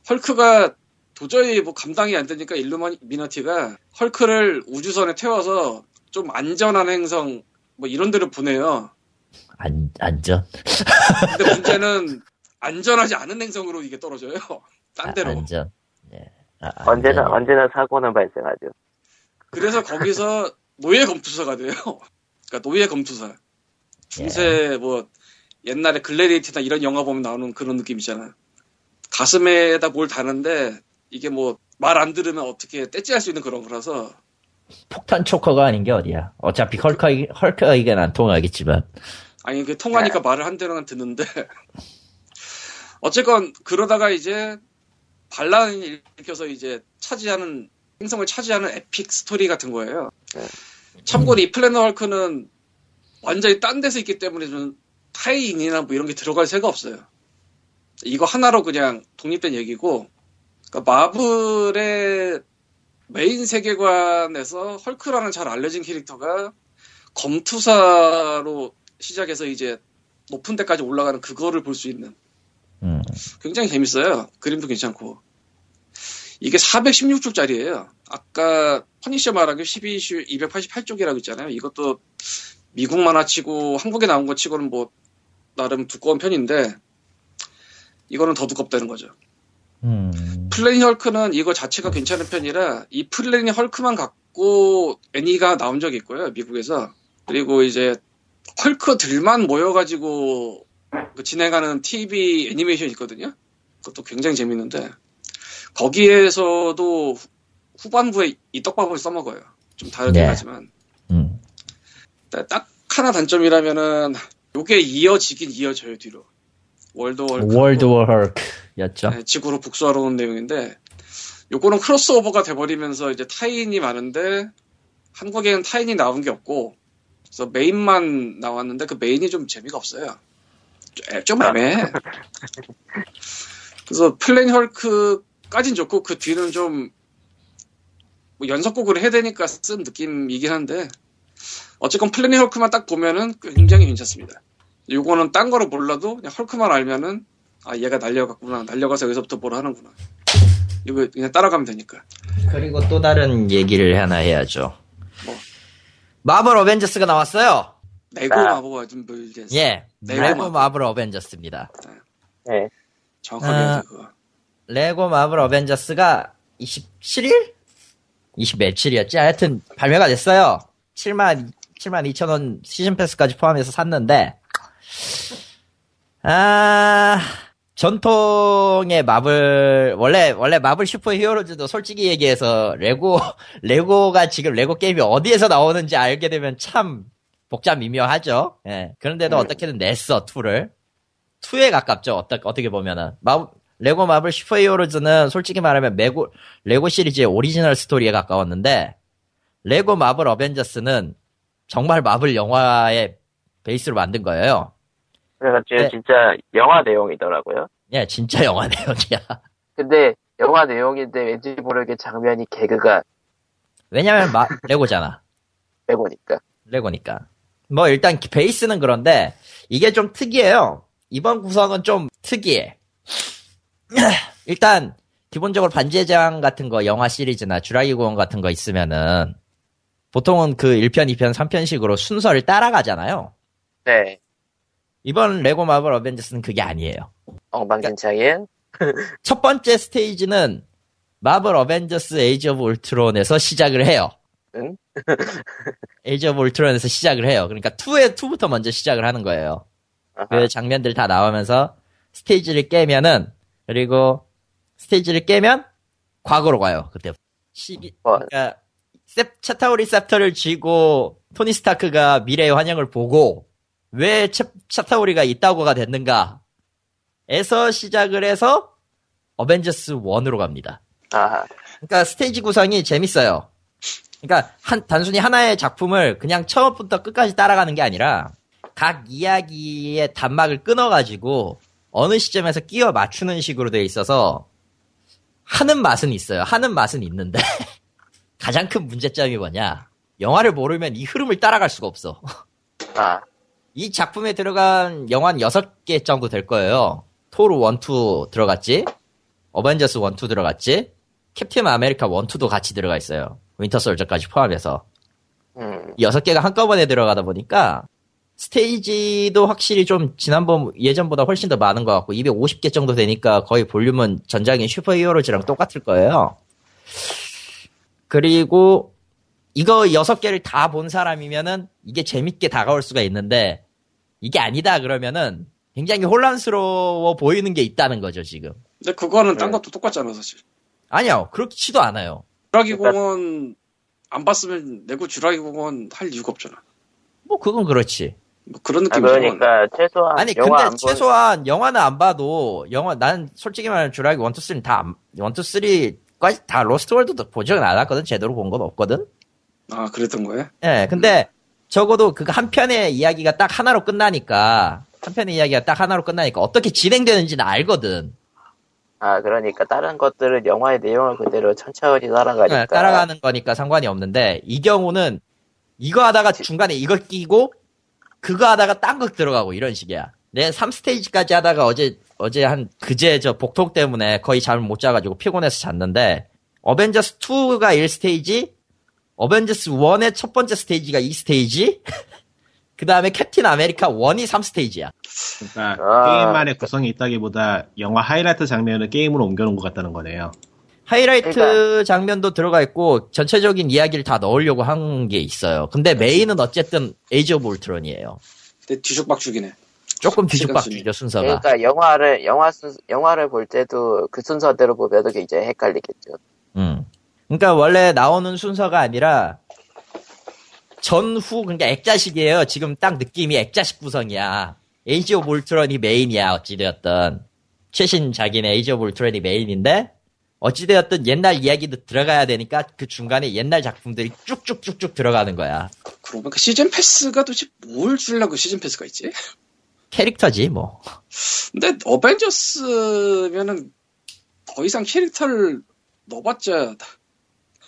[SPEAKER 4] 헐크가 도저히 뭐 감당이 안 되니까 일루미나티가 헐크를 우주선에 태워서 좀 안전한 행성 뭐 이런 데로 보내요.
[SPEAKER 2] 안, 안전?
[SPEAKER 4] 근데 문제는 안전하지 않은 행성으로 이게 떨어져요. 딴
[SPEAKER 2] 아,
[SPEAKER 4] 데로.
[SPEAKER 2] 안전. 예. 아, 안전.
[SPEAKER 1] 언제나 언제나 사고는 발생하죠.
[SPEAKER 4] 그래서 거기서 노예 검투사가 돼요. 그러니까 노예 검투사. 중세 뭐 옛날에 글래디에이트나 이런 영화 보면 나오는 그런 느낌이잖아. 가슴에다 뭘 다는데 이게 뭐 말 안 들으면 어떻게 떼찌할 수 있는 그런 거라서
[SPEAKER 2] 폭탄 초커가 아닌 게 어디야. 어차피 헐크, 헐크 의견 안 통하겠지만.
[SPEAKER 4] 아니 그 통하니까 말을 한 대로는 듣는데 어쨌건 그러다가 이제 반란이 일으켜서 이제 차지하는 행성을 차지하는 에픽 스토리 같은 거예요.
[SPEAKER 1] 네.
[SPEAKER 4] 참고로 이 플래너 헐크는 완전히 딴 데서 있기 때문에 좀 타이인이나 뭐 이런 게 들어갈 새가 없어요. 이거 하나로 그냥 독립된 얘기고 그러니까 마블의 메인 세계관에서 헐크라는 잘 알려진 캐릭터가 검투사로 시작해서 이제 높은 데까지 올라가는 그거를 볼 수 있는
[SPEAKER 2] 음.
[SPEAKER 4] 굉장히 재밌어요. 그림도 괜찮고. 이게 416쪽짜리예요. 아까 퍼니셔 말하기 12슈 288쪽이라고 있잖아요. 이것도 미국 만화치고 한국에 나온 거 치고는 뭐 나름 두꺼운 편인데 이거는 더 두껍다는 거죠.
[SPEAKER 2] 음.
[SPEAKER 4] 플래닛 헐크는 이거 자체가 괜찮은 편이라 이 플래닛 헐크만 갖고 애니가 나온 적이 있고요 미국에서 그리고 이제 헐크들만 모여가지고 그 진행하는 TV 애니메이션 있거든요 그것도 굉장히 재밌는데 거기에서도 후- 후반부에 이 떡밥을 써먹어요 좀 다르긴
[SPEAKER 2] 네.
[SPEAKER 4] 하지만
[SPEAKER 2] 음.
[SPEAKER 4] 딱- 딱 하나 단점이라면은 요게 이어지긴 이어져요 뒤로 월드 헐크
[SPEAKER 2] 월드 워 헐크였죠.
[SPEAKER 4] 네, 지구로 복수하러 온 내용인데 요거는 크로스오버가 돼버리면서 이제 타인이 많은데 한국에는 타인이 나온 게 없고 그래서 메인만 나왔는데 그 메인이 좀 재미가 없어요 좀- 좀 애매해 그래서 플랜 헐크까진 좋고 그 뒤는 좀뭐 연속곡으로 해야 되니까 쓴 느낌이긴 한데 어쨌건 플랜 헐크만 딱 보면은 굉장히 괜찮습니다 요거는 딴 거로 몰라도 그냥 헐크만 알면은 아 얘가 날려갔구나 날려가서 여기서부터 뭘 하는구나 이거 그냥 따라가면 되니까
[SPEAKER 2] 그리고 또 다른 얘기를 하나 해야죠.
[SPEAKER 4] 네. 뭐?
[SPEAKER 2] 마블 어벤져스가 나왔어요.
[SPEAKER 4] 레고 뭐
[SPEAKER 1] 아.
[SPEAKER 4] 마법과 좀 물리지
[SPEAKER 2] 예,
[SPEAKER 4] 네,
[SPEAKER 2] 레고
[SPEAKER 4] 마블.
[SPEAKER 2] 마블 어벤져스입니다.
[SPEAKER 1] 예,
[SPEAKER 4] 정확하게
[SPEAKER 2] 아.
[SPEAKER 4] 해야 돼, 그거
[SPEAKER 2] 레고 마블 어벤져스가 27일? 20 며칠이었지? 하여튼 발매가 됐어요. 7만 7만 2천 원 시즌 패스까지 포함해서 샀는데 아 전통의 마블 원래 원래 마블 슈퍼 히어로즈도 솔직히 얘기해서 레고 레고가 지금 레고 게임이 어디에서 나오는지 알게 되면 참 복잡 미묘하죠. 예. 그런데도 어떻게든 냈어 2를 2에 가깝죠. 어떻게 어떻게 보면은 마 레고 마블 슈퍼히어로즈는 솔직히 말하면 레고, 레고 시리즈의 오리지널 스토리에 가까웠는데 레고 마블 어벤져스는 정말 마블 영화의 베이스로 만든 거예요.
[SPEAKER 1] 그래가지고
[SPEAKER 2] 네.
[SPEAKER 1] 진짜 영화 내용이더라고요.
[SPEAKER 2] 예, 진짜 영화 내용이야.
[SPEAKER 1] 근데 영화 내용인데 왠지 모르게 장면이 개그가
[SPEAKER 2] 왜냐면 마, 레고잖아.
[SPEAKER 1] 빼고니까.
[SPEAKER 2] 레고니까. 뭐 일단 베이스는 그런데 이게 좀 특이해요. 이번 구성은 좀 특이해. 일단 기본적으로 반지의 제왕 같은 거 영화 시리즈나 주라기 공원 같은 거 있으면은 보통은 그 1편, 2편, 3편식으로 순서를 따라가잖아요.
[SPEAKER 1] 네.
[SPEAKER 2] 이번 레고 마블 어벤져스는 그게 아니에요. 네.
[SPEAKER 1] 엉망진창인
[SPEAKER 2] 첫 번째 스테이지는 마블 어벤져스 에이지 오브 울트론에서 시작을 해요.
[SPEAKER 1] 응?
[SPEAKER 2] 에이지 오브 울트론에서 시작을 해요. 그러니까 2에 2부터 먼저 시작을 하는 거예요. 그 장면들 다 나오면서 스테이지를 깨면은 그리고 스테이지를 깨면 과거로 가요. 그때 시기
[SPEAKER 1] 어.
[SPEAKER 2] 그러니까 셉- 차타우리 셉터를 쥐고 토니 스타크가 미래의 환영을 보고 왜 차, 차타우리가 있다고가 됐는가 에서 시작을 해서 어벤져스 1으로 갑니다.
[SPEAKER 1] 아하.
[SPEAKER 2] 그러니까 스테이지 구성이 재밌어요. 그러니까 한- 단순히 하나의 작품을 그냥 처음부터 끝까지 따라가는 게 아니라 각 이야기의 단막을 끊어가지고 어느 시점에서 끼워 맞추는 식으로 돼 있어서 하는 맛은 있어요. 하는 맛은 있는데 가장 큰 문제점이 뭐냐? 영화를 모르면 이 흐름을 따라갈 수가 없어.
[SPEAKER 1] 아.
[SPEAKER 2] 이 작품에 들어간 영화는 6개 정도 될 거예요. 토르 1, 2 들어갔지? 어벤져스 1, 2 들어갔지? 캡틴 아메리카 1, 2도 같이 들어가 있어요. 윈터 솔저까지 포함해서.
[SPEAKER 1] 음.
[SPEAKER 2] 6개가 한꺼번에 들어가다 보니까 스테이지도 확실히 좀 지난번 예전보다 훨씬 더 많은 것 같고 250개 정도 되니까 거의 볼륨은 전작인 슈퍼히어로즈랑 똑같을 거예요. 그리고 이거 6개를 다 본 사람이면은 이게 재밌게 다가올 수가 있는데 이게 아니다 그러면은 굉장히 혼란스러워 보이는 게 있다는 거죠 지금.
[SPEAKER 4] 근데 그거는 딴
[SPEAKER 1] 네.
[SPEAKER 4] 것도 똑같잖아 사실.
[SPEAKER 2] 아니요 그렇지도 않아요.
[SPEAKER 4] 주라기
[SPEAKER 1] 그러니까-
[SPEAKER 4] 공원 안 봤으면 내고 주라기 공원 할 이유가 없잖아.
[SPEAKER 2] 뭐 그건 그렇지.
[SPEAKER 4] 뭐 그런
[SPEAKER 1] 아,
[SPEAKER 4] 느낌이
[SPEAKER 1] 그러니까 최소한
[SPEAKER 2] 아니
[SPEAKER 1] 영화
[SPEAKER 2] 근데
[SPEAKER 1] 안 본-
[SPEAKER 2] 최소한 영화는 안 봐도 영화 난 솔직히 말하면 주라기 1, 2, 3는 다 안- 1, 2, 3까지 다 로스트 월드도 보지는 않았거든 제대로 본 건 없거든
[SPEAKER 4] 아 그랬던 거야?
[SPEAKER 2] 예 근데
[SPEAKER 1] 음.
[SPEAKER 2] 적어도 그 한 편의 이야기가 딱 하나로 끝나니까 한 편의 이야기가 딱 하나로 끝나니까 어떻게 진행되는지는 알거든
[SPEAKER 1] 아 그러니까 다른 것들은 영화의 내용을 그대로 천천히 따라가니까
[SPEAKER 2] 예, 따라가는 거니까 상관이 없는데 이 경우는 이거 하다가 중간에 이거 끼고 그거 하다가 딴 거 들어가고 이런 식이야. 내 3스테이지까지 하다가 어제 어제 한 그제 저 복통 때문에 거의 잠을 못 자가지고 피곤해서 잤는데 어벤져스 2가 1스테이지, 어벤져스 1의 첫 번째 스테이지가 2스테이지, 그 다음에 캡틴 아메리카 1이 3스테이지야.
[SPEAKER 3] 그러니까
[SPEAKER 1] 아.
[SPEAKER 3] 게임 안에 구성이 있다기보다 영화 하이라이트 장면을 게임으로 옮겨놓은 것 같다는 거네요.
[SPEAKER 2] 하이라이트
[SPEAKER 1] 그러니까.
[SPEAKER 2] 장면도 들어가 있고 전체적인 이야기를 다 넣으려고 한 게 있어요. 근데 메인은 어쨌든 에이지 오브 울트론이에요.
[SPEAKER 4] 근데 뒤죽박죽이네.
[SPEAKER 2] 조금 뒤죽박죽이죠
[SPEAKER 4] 시간순위.
[SPEAKER 2] 순서가.
[SPEAKER 1] 그러니까 영화를 영화 순, 영화를 볼 때도 그 순서대로 보면 이게 이제 헷갈리겠죠.
[SPEAKER 2] 음. 그러니까 원래 나오는 순서가 아니라 전후 그러니까 액자식이에요. 지금 딱 느낌이 액자식 구성이야. 에이지 오브 울트론이 메인이야 어찌되었든 최신 작인 에이지 오브 울트론이 메인인데 어찌되었든 옛날 이야기도 들어가야 되니까 그 중간에 옛날 작품들이 쭉쭉쭉쭉 들어가는 거야.
[SPEAKER 4] 그러면 그 시즌 패스가 도대체 뭘 주려고 그 시즌 패스가 있지?
[SPEAKER 2] 캐릭터지 뭐.
[SPEAKER 4] 근데 어벤져스면은 더 이상 캐릭터를 넣어봤자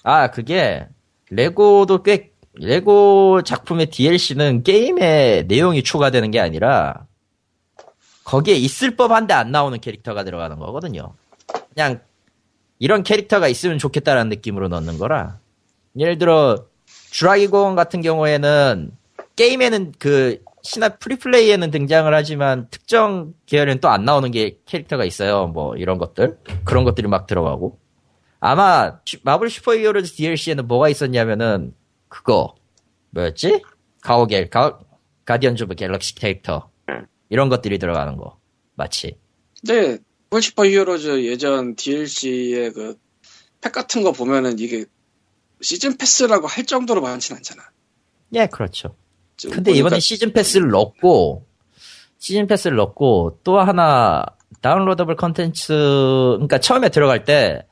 [SPEAKER 2] 아, 그게, 레고도 꽤, 레고 작품의 DLC는 게임에 내용이 추가되는 게 아니라, 거기에 있을 법한데 안 나오는 캐릭터가 들어가는 거거든요. 그냥, 이런 캐릭터가 있으면 좋겠다라는 느낌으로 넣는 거라. 예를 들어, 주라기 공원 같은 경우에는, 게임에는 그, 신화 프리플레이에는 등장을 하지만, 특정 계열에는 또 안 나오는 게 캐릭터가 있어요. 뭐, 이런 것들. 그런 것들이 막 들어가고. 아마 슈- 마블 슈퍼 히어로즈 DLC에는 뭐가 있었냐면은 그거 뭐였지? 가오갤 가 가디언즈 오브 갤럭시 캐릭터 이런 것들이 들어가는 거 마치
[SPEAKER 4] 근데 월슈퍼 히어로즈 예전 DLC의 그 팩 같은 거 보면은 이게 시즌 패스라고 할 정도로 많진 않잖아.
[SPEAKER 2] 예 그렇죠
[SPEAKER 4] 지금
[SPEAKER 2] 근데 이번에
[SPEAKER 4] 보니까
[SPEAKER 2] 시즌 패스를 넣고 시즌 패스를 넣고 또 하나 다운로더블 컨텐츠, 그러니까 처음에 들어갈 때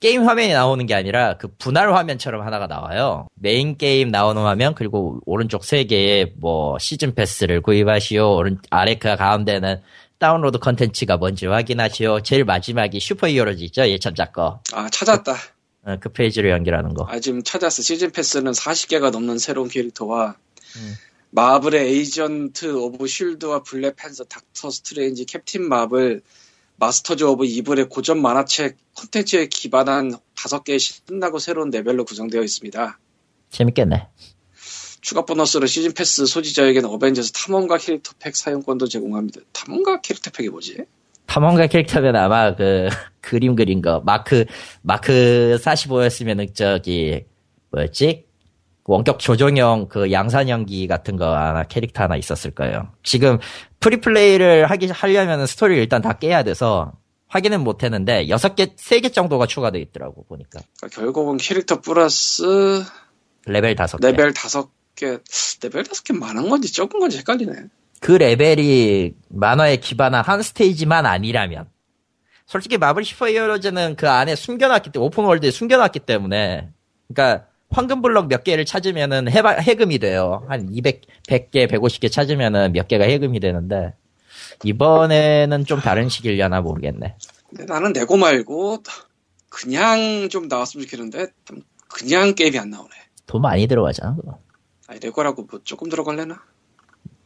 [SPEAKER 2] 게임 화면이 나오는 게 아니라 그 분할 화면처럼 하나가 나와요. 메인 게임 나오는 화면 그리고 오른쪽 세 개의 뭐 시즌 패스를 구입하시오. 오른 아래 그 가운데는 다운로드 컨텐츠가 뭔지 확인하시오. 제일 마지막이 슈퍼히어로즈 있죠? 예참자 거.
[SPEAKER 4] 아, 찾았다.
[SPEAKER 2] 어, 그 페이지로 연결하는 거.
[SPEAKER 4] 아, 지금 찾았어. 시즌 패스는 40개가 넘는 새로운 캐릭터와
[SPEAKER 2] 음.
[SPEAKER 4] 마블의 에이전트 오브 쉴드와 블랙 팬서, 닥터 스트레인지, 캡틴 마블, 마스터즈 오브 이블의 고전 만화책 콘텐츠에 기반한 5개의 신나고 새로운 레벨로 구성되어 있습니다.
[SPEAKER 2] 재밌겠네.
[SPEAKER 4] 추가 보너스로 시즌 패스 소지자에게는 어벤져스 탐험가 캐릭터 팩 사용권도 제공합니다. 탐험가 캐릭터 팩이 뭐지?
[SPEAKER 2] 탐험가 캐릭터면 아마 그 그림 그린 거 마크 마크 45였으면은 저기 뭐였지 원격 조정형 그 양산 연기 같은 거 하나 캐릭터 하나 있었을 거예요. 지금 프리플레이를 하기 하려면 스토리를 일단 다 깨야 돼서 확인은 못 했는데 여섯 개 세 개 정도가 추가돼 있더라고 보니까
[SPEAKER 4] 그러니까 결국은 캐릭터 플러스
[SPEAKER 2] 레벨 다섯 개.
[SPEAKER 4] 레벨 5개, 레벨 5개 많은 건지 적은 건지 헷갈리네.
[SPEAKER 2] 그 레벨이 만화에 기반한 한 스테이지만 아니라면 솔직히 마블 슈퍼히어로즈는 그 안에 숨겨놨기 때문에 오픈월드에 숨겨놨기 때문에 그러니까 황금블럭 몇 개를 찾으면은 해바, 해금이 돼요 한 200, 100개, 150개 찾으면은 몇 개가 해금이 되는데 이번에는 좀 다른 식이려나 모르겠네
[SPEAKER 4] 근데 나는 내고 말고 그냥 좀 나왔으면 좋겠는데 참 그냥 게임이 안 나오네.
[SPEAKER 2] 돈 많이 들어가잖아 그거
[SPEAKER 4] 아니 내거라고 뭐 조금 들어갈래나?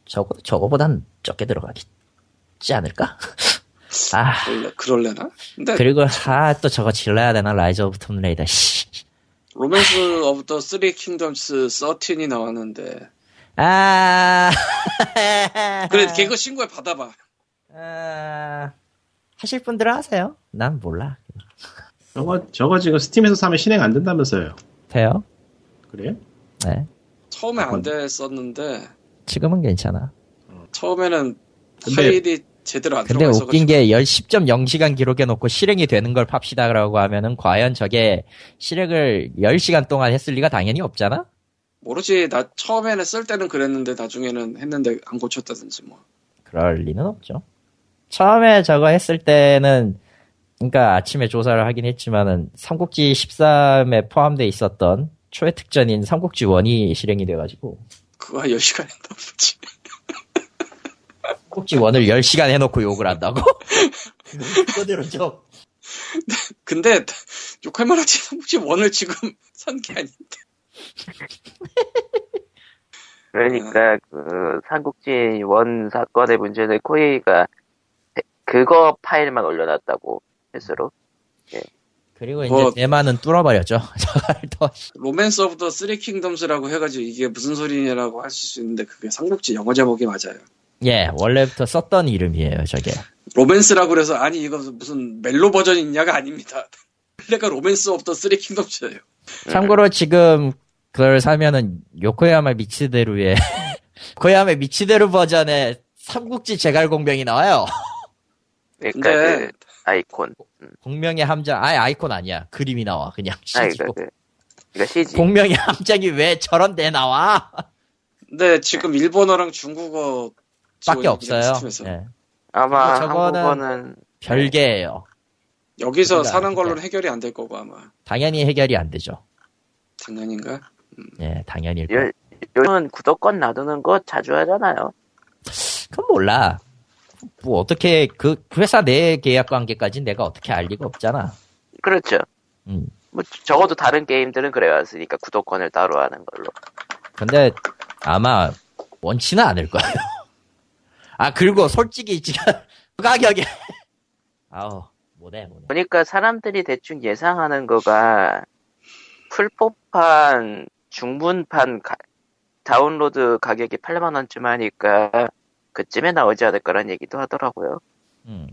[SPEAKER 2] 저거, 저거보단 적게 들어가겠지 않을까? 아
[SPEAKER 4] 그럴래, 그럴래나? 근데
[SPEAKER 2] 그리고 아또 저거 질러야 되나 라이즈 오브 톰레이더 씨
[SPEAKER 4] 로맨스 오브 더 쓰리 킹덤스 13이 나왔는데
[SPEAKER 2] 아.
[SPEAKER 4] 그래 개그 신고해 받아봐.
[SPEAKER 2] 아, 하실 분들은 하세요. 난 몰라.
[SPEAKER 3] 저거, 저거 지금 스팀에서 사면 실행 안 된다면서요.
[SPEAKER 2] 돼요?
[SPEAKER 3] 그래요?
[SPEAKER 2] 네.
[SPEAKER 4] 처음에 안 됐었는데
[SPEAKER 2] 지금은 괜찮아.
[SPEAKER 4] 처음에는
[SPEAKER 3] 근데-
[SPEAKER 4] 파일이 제대로 안
[SPEAKER 2] 근데
[SPEAKER 4] 들어가서
[SPEAKER 2] 웃긴 게 10.0시간 기록해놓고 실행이 되는 걸 팝시다라고 하면은 과연 저게 실행을 10시간 동안 했을 리가 당연히 없잖아?
[SPEAKER 4] 모르지 나 처음에는 쓸 때는 그랬는데 나중에는 했는데 안 고쳤다든지 뭐
[SPEAKER 2] 그럴 리는 없죠. 처음에 저거 했을 때는, 그러니까 아침에 조사를 하긴 했지만은 삼국지 13에 포함돼 있었던 초회 특전인 삼국지 1이 실행이 돼가지고
[SPEAKER 4] 그거 한 10시간 했나 보지.
[SPEAKER 2] 꼭지 원을 10시간 해놓고 욕을 한다고? 그대로 죠
[SPEAKER 4] 근데 욕할 만한 지금 혹시 원을 지금 산 게 아니
[SPEAKER 1] 그러니까 그 삼국지 원 사건의 문제는 코에이가 그거 파일만 올려놨다고 실수로
[SPEAKER 2] 그리고
[SPEAKER 4] 뭐-
[SPEAKER 2] 이제 대만은 뚫어버렸죠. 저걸 또
[SPEAKER 4] 로맨스 오브 더 쓰리 킹덤스라고 해가지고 이게 무슨 소리냐라고 하실 수 있는데 그게 삼국지 영어 제목이 맞아요.
[SPEAKER 2] 예, 원래부터 썼던 이름이에요, 저게.
[SPEAKER 4] 로맨스라고 그래서 아니 이거 무슨 멜로 버전 있냐가 아닙니다. 그러니까 원래가 로맨스 오브 더 쓰리 킹덤스예요.
[SPEAKER 2] 참고로 지금 그걸 사면은 요코야마 미치데루의 코야마 미치데루 버전의 삼국지 제갈 공명이 나와요.
[SPEAKER 1] 그러니까
[SPEAKER 4] 근데
[SPEAKER 1] 그 아이콘
[SPEAKER 2] 공명의 함장, 아예 아이콘 아니야. 그림이 나와, 그냥.
[SPEAKER 1] 아이
[SPEAKER 2] CG 로.
[SPEAKER 1] 그 그러니까 CG
[SPEAKER 2] 공명의 함장이 왜 저런 데 나와?
[SPEAKER 4] 근데 지금 일본어랑 중국어
[SPEAKER 2] 밖에
[SPEAKER 4] 지원이
[SPEAKER 2] 없어요.
[SPEAKER 4] 스팀에서.
[SPEAKER 2] 예.
[SPEAKER 1] 아마
[SPEAKER 2] 그리고 저거는-
[SPEAKER 1] 한국어는
[SPEAKER 2] 별개예요.
[SPEAKER 4] 여기서
[SPEAKER 2] 그러니까,
[SPEAKER 4] 사는 걸로는
[SPEAKER 2] 그러니까.
[SPEAKER 4] 해결이 안 될 거고 아마
[SPEAKER 2] 당연히 해결이 안 되죠.
[SPEAKER 4] 당연인가?
[SPEAKER 2] 예, 당연히.
[SPEAKER 1] 요- 요즘은 구독권 놔두는 거 자주 하잖아요.
[SPEAKER 2] 그건 몰라. 뭐 어떻게 그 회사 내 계약 관계까지 내가 어떻게 알 리가 없잖아.
[SPEAKER 1] 그렇죠.
[SPEAKER 2] 음.
[SPEAKER 1] 뭐 적어도 다른 게임들은 그래왔으니까 구독권을 따로 하는 걸로.
[SPEAKER 2] 근데 아마 원치는 않을 거예요. 아 그리고 솔직히 지금 그 가격에 아우 못해 못해.
[SPEAKER 1] 그러니까 사람들이 대충 예상하는 거가 풀포판 중문판 가- 다운로드 가격이 8만 원쯤 하니까 그쯤에 나오지 않을 거란 얘기도 하더라고요.
[SPEAKER 2] 음.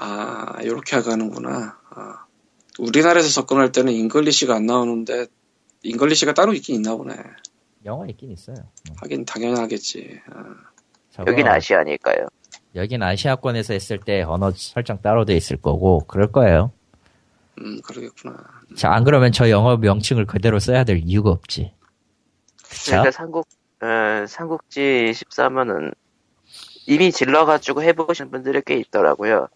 [SPEAKER 4] 아 이렇게 가는구나. 아. 우리나라에서 접근할 때는 잉글리시가 안 나오는데 잉글리시가 따로 있긴 있나 보네.
[SPEAKER 2] 영어 있긴 있어요. 음,
[SPEAKER 4] 하긴 당연하겠지. 아.
[SPEAKER 2] 저거-
[SPEAKER 1] 여긴 아시아니까요.
[SPEAKER 2] 여긴 아시아권에서 했을 때 언어 설정 따로 돼 있을 거고 그럴 거예요.
[SPEAKER 4] 음, 그러겠구나.
[SPEAKER 2] 자, 안 그러면 저 영어 명칭을 그대로 써야 될 이유가 없지. 그쵸?
[SPEAKER 1] 그러니까 삼국 어, 삼국지 13화는 이미 질러가지고 해보신 분들이 꽤 있더라고요.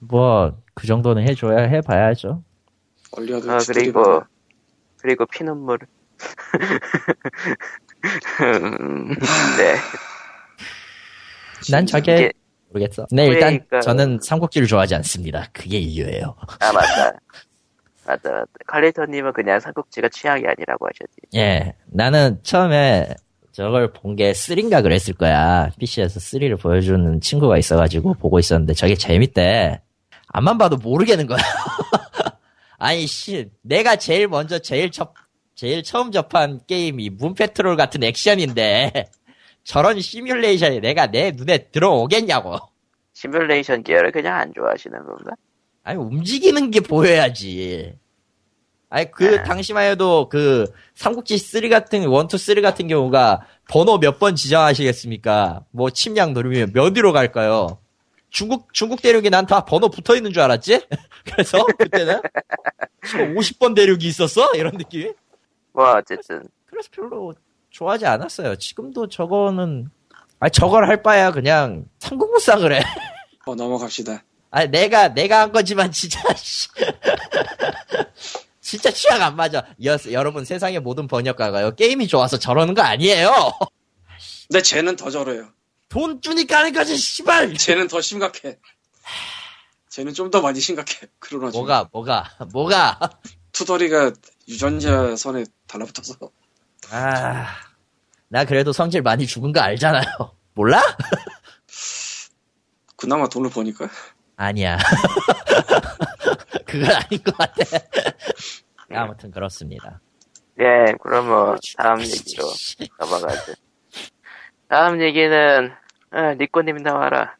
[SPEAKER 5] 뭐 그 정도는 해줘야 해봐야죠.
[SPEAKER 4] 얼리어드
[SPEAKER 1] 아, 그리고, 그리고 피눈물. 음, 네.
[SPEAKER 2] 난 저게
[SPEAKER 1] 이게-
[SPEAKER 2] 모르겠어. 네 일단
[SPEAKER 1] 그러니까.
[SPEAKER 2] 저는 삼국지를 좋아하지 않습니다. 그게 이유예요.
[SPEAKER 1] 아, 맞다. 맞다, 맞다. 칼리터님은 그냥 삼국지가 취향이 아니라고 하셨지.
[SPEAKER 2] 예, 나는 처음에 저걸 본 게 3인가 그랬을 거야. PC에서 3를 보여주는 친구가 있어가지고 보고 있었는데 저게 재밌대. 안만 봐도 모르겠는 거야. 아니, 씨, 내가 제일 먼저, 제일 첫, 제일 처음 접한 게임이 문페트롤 같은 액션인데 저런 시뮬레이션이 내가 내 눈에 들어오겠냐고.
[SPEAKER 1] 시뮬레이션 계열을 그냥 안 좋아하시는 건가?
[SPEAKER 2] 아니 움직이는 게 보여야지. 아니 그 당시만 해도 그 삼국지 3 같은 1, 2, 3 같은 경우가 번호 몇 번 지정하시겠습니까? 뭐 침략 누르면 몇 위로 갈까요? 중국 중국 대륙이 난 다 번호 붙어 있는 줄 알았지? 그래서 그때는 50번 대륙이 있었어 이런 느낌.
[SPEAKER 1] 뭐, 어쨌든.
[SPEAKER 2] 그래서 별로 좋아하지 않았어요. 지금도 저거는 아 저걸 할 바야 그냥 삼국무쌍을 해.
[SPEAKER 4] 어, 넘어갑시다.
[SPEAKER 2] 아 내가 내가 한 거지만 진짜 씨. 진짜 취향 안 맞아. 여, 여러분 세상의 모든 번역가가요 게임이 좋아서 저러는 거 아니에요.
[SPEAKER 4] 근데 쟤는 더 저래요.
[SPEAKER 2] 돈 주니까 하는 거지 씨발.
[SPEAKER 4] 쟤는 더 심각해. 쟤는 좀 더 많이 심각해. 그러나 지금
[SPEAKER 2] 뭐가 뭐가 뭐가
[SPEAKER 4] 투덜이가 유전자 선에 달라붙어서
[SPEAKER 2] 아 나 그래도 성질 많이 죽은 거 알잖아요. 몰라?
[SPEAKER 4] 그나마 돈을 버니까
[SPEAKER 2] 아니야. 그건 아닌 것 같아. 아무튼 그렇습니다.
[SPEAKER 1] 예, 그럼 뭐, 다음 얘기로 넘어가죠. 다음 얘기는, 아, 니꼬님 나와라.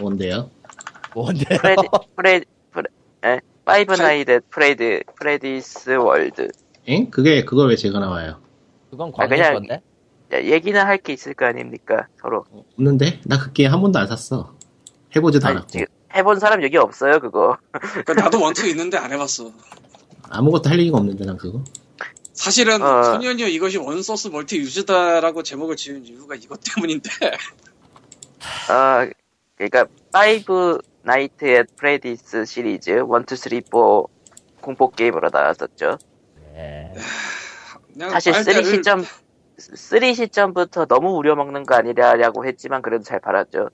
[SPEAKER 3] 뭔데요?
[SPEAKER 2] 뭔데요?
[SPEAKER 1] 프레디, 프레디, 프레, 에? 파이브
[SPEAKER 4] 잘-
[SPEAKER 1] 나이드 프레디, 프레디스 월드.
[SPEAKER 3] 엥? 그게 그걸 왜 제가 나와요?
[SPEAKER 2] 그건
[SPEAKER 1] 아,
[SPEAKER 2] 광고
[SPEAKER 1] 그냥-
[SPEAKER 2] 건데.
[SPEAKER 1] 야, 얘기는 할 게 있을 거 아닙니까? 서로.
[SPEAKER 3] 없는데 나 그게 한 번도 안 샀어. 해보지도
[SPEAKER 1] 아니,
[SPEAKER 3] 않았고
[SPEAKER 1] 지금 해본 사람 여기 없어요, 그거.
[SPEAKER 4] 그러니까 나도 원투 있는데 안 해봤어
[SPEAKER 3] 아무것도 할 얘기가 없는데 난 그거.
[SPEAKER 4] 사실은
[SPEAKER 1] 어.
[SPEAKER 4] 소년이여 이것이 원소스 멀티 유즈다라고 제목을 지은 이유가 이것 때문인데
[SPEAKER 1] 아, 그러니까 파이브 나이트 의 프레디스 시리즈 1, 2, 3, 4 공포 게임으로 나왔었죠.
[SPEAKER 2] 예.
[SPEAKER 4] 아, 그냥
[SPEAKER 1] 사실
[SPEAKER 4] 빨대를
[SPEAKER 1] 3 시점 3 시점부터 너무 우려먹는 거 아니냐라고 했지만 그래도 잘 팔았죠.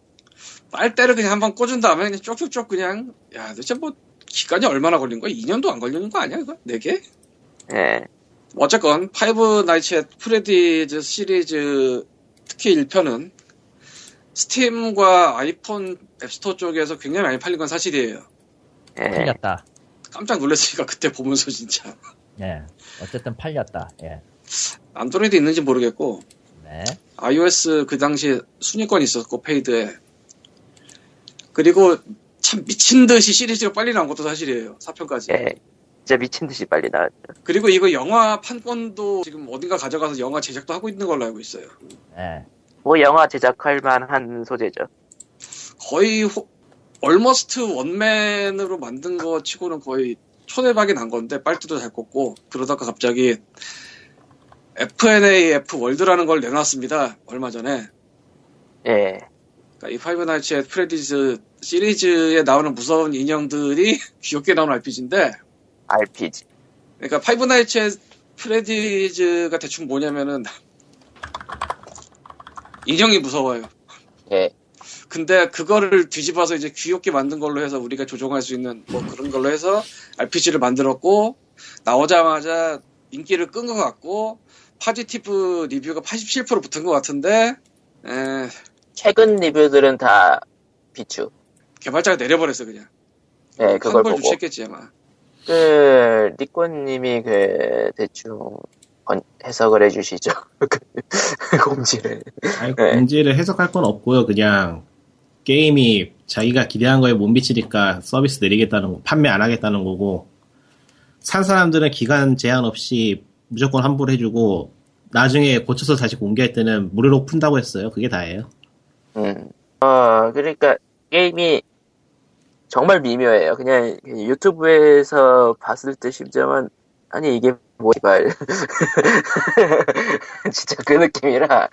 [SPEAKER 4] 빨대를 그냥 한번 꽂은 다음에 그냥 쪽쪽쪽 그냥 야 도대체 뭐 기간이 얼마나 걸린 거야? 2년도 안 걸리는 거 아니야 이거? 4개?
[SPEAKER 1] 예.
[SPEAKER 4] 어쨌건 파이브 나이츠 앳 프레디즈 시리즈 특히 1편은 스팀과 아이폰 앱스토어 쪽에서 굉장히 많이 팔린 건 사실이에요.
[SPEAKER 1] 예.
[SPEAKER 2] 팔렸다.
[SPEAKER 4] 깜짝 놀랐으니까 그때 보면서 진짜
[SPEAKER 1] 네.
[SPEAKER 2] 예. 어쨌든 팔렸다. 예.
[SPEAKER 4] 안드로이드 있는지 모르겠고
[SPEAKER 2] 네.
[SPEAKER 4] iOS 그 당시 순위권이 있었고 페이드에 그리고 참 미친 듯이 시리즈가 빨리 나온 것도 사실이에요. 4편까지.
[SPEAKER 1] 예. 진짜 미친 듯이 빨리 나왔죠.
[SPEAKER 4] 그리고 이거 영화 판권도 지금 어딘가 가져가서 영화 제작도 하고 있는 걸로 알고 있어요.
[SPEAKER 2] 예.
[SPEAKER 1] 뭐 영화 제작할 만한 소재죠.
[SPEAKER 4] 거의 호- 얼머스트 원맨으로 만든 거 치고는 거의 초대박이 난 건데 빨대도 잘 꽂고 그러다가 갑자기 FNAF 월드라는 걸 내놨습니다. 얼마 전에.
[SPEAKER 1] 예.
[SPEAKER 4] 그러니까 이 파이브 나이츠의 프레디즈 시리즈에 나오는 무서운 인형들이 귀엽게 나오는 RPG인데
[SPEAKER 1] RPG.
[SPEAKER 4] 그러니까 파이브 나이츠의 프레디즈가 대충 뭐냐면은 인형이 무서워요.
[SPEAKER 1] 예.
[SPEAKER 4] 근데 그거를 뒤집어서 이제 귀엽게 만든 걸로 해서 우리가 조종할 수 있는 뭐 그런 걸로 해서 RPG를 만들었고 나오자마자 인기를 끈 것 같고 파지티브 리뷰가 87% 붙은 것 같은데 에,
[SPEAKER 1] 최근 리뷰들은 다 비추.
[SPEAKER 4] 개발자가 내려버렸어 그냥
[SPEAKER 1] 예, 그걸
[SPEAKER 4] 한걸
[SPEAKER 1] 보고.
[SPEAKER 4] 주시했겠지 아마
[SPEAKER 1] 그, 니꼬님이 그, 대충, 건- 해석을 해주시죠. 그 공지를.
[SPEAKER 3] 아니,
[SPEAKER 1] 네.
[SPEAKER 3] 공지를 해석할 건 없고요. 그냥 게임이 자기가 기대한 거에 못 미치니까 서비스 내리겠다는 거, 판매 안 하겠다는 거고, 산 사람들은 기간 제한 없이 무조건 환불해주고, 나중에 고쳐서 다시 공개할 때는 무료로 푼다고 했어요. 그게 다예요.
[SPEAKER 1] 음. 어, 그러니까, 게임이 정말 미묘해요. 그냥, 그냥 유튜브에서 봤을 때 심정은, 아니, 이게 뭐, 이발. 진짜 그 느낌이라.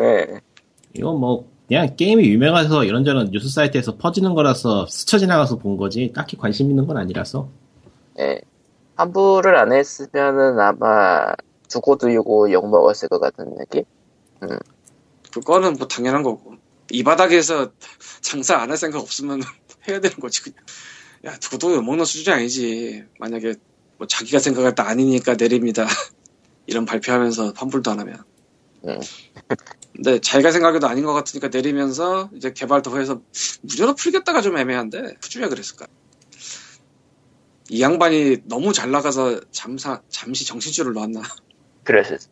[SPEAKER 1] 예.
[SPEAKER 3] 이건 뭐 그냥 게임이 유명해서 이런저런 뉴스 사이트에서 퍼지는 거라서 스쳐 지나가서 본 거지 딱히 관심 있는 건 아니라서
[SPEAKER 1] 예. 환불을 안 했으면은 아마 두고 두고 욕 먹었을 것 같은 느낌?
[SPEAKER 4] 그거는 뭐 당연한 거고 이 바닥에서 장사 안 할 생각 없으면 해야 되는 거지 그냥 야 도도 먹는 수준이 아니지 만약에 뭐 자기가 생각할 때 아니니까 내립니다 이런 발표하면서 환불도 안 하면
[SPEAKER 1] 음.
[SPEAKER 4] 근데 자기가 생각해도 아닌 것 같으니까 내리면서 이제 개발도에서 무료로 풀겠다가 좀 애매한데 푸주야 그랬을까 이 양반이 너무 잘 나가서 잠사 잠시 정신줄을 놨나
[SPEAKER 1] 그랬을 수.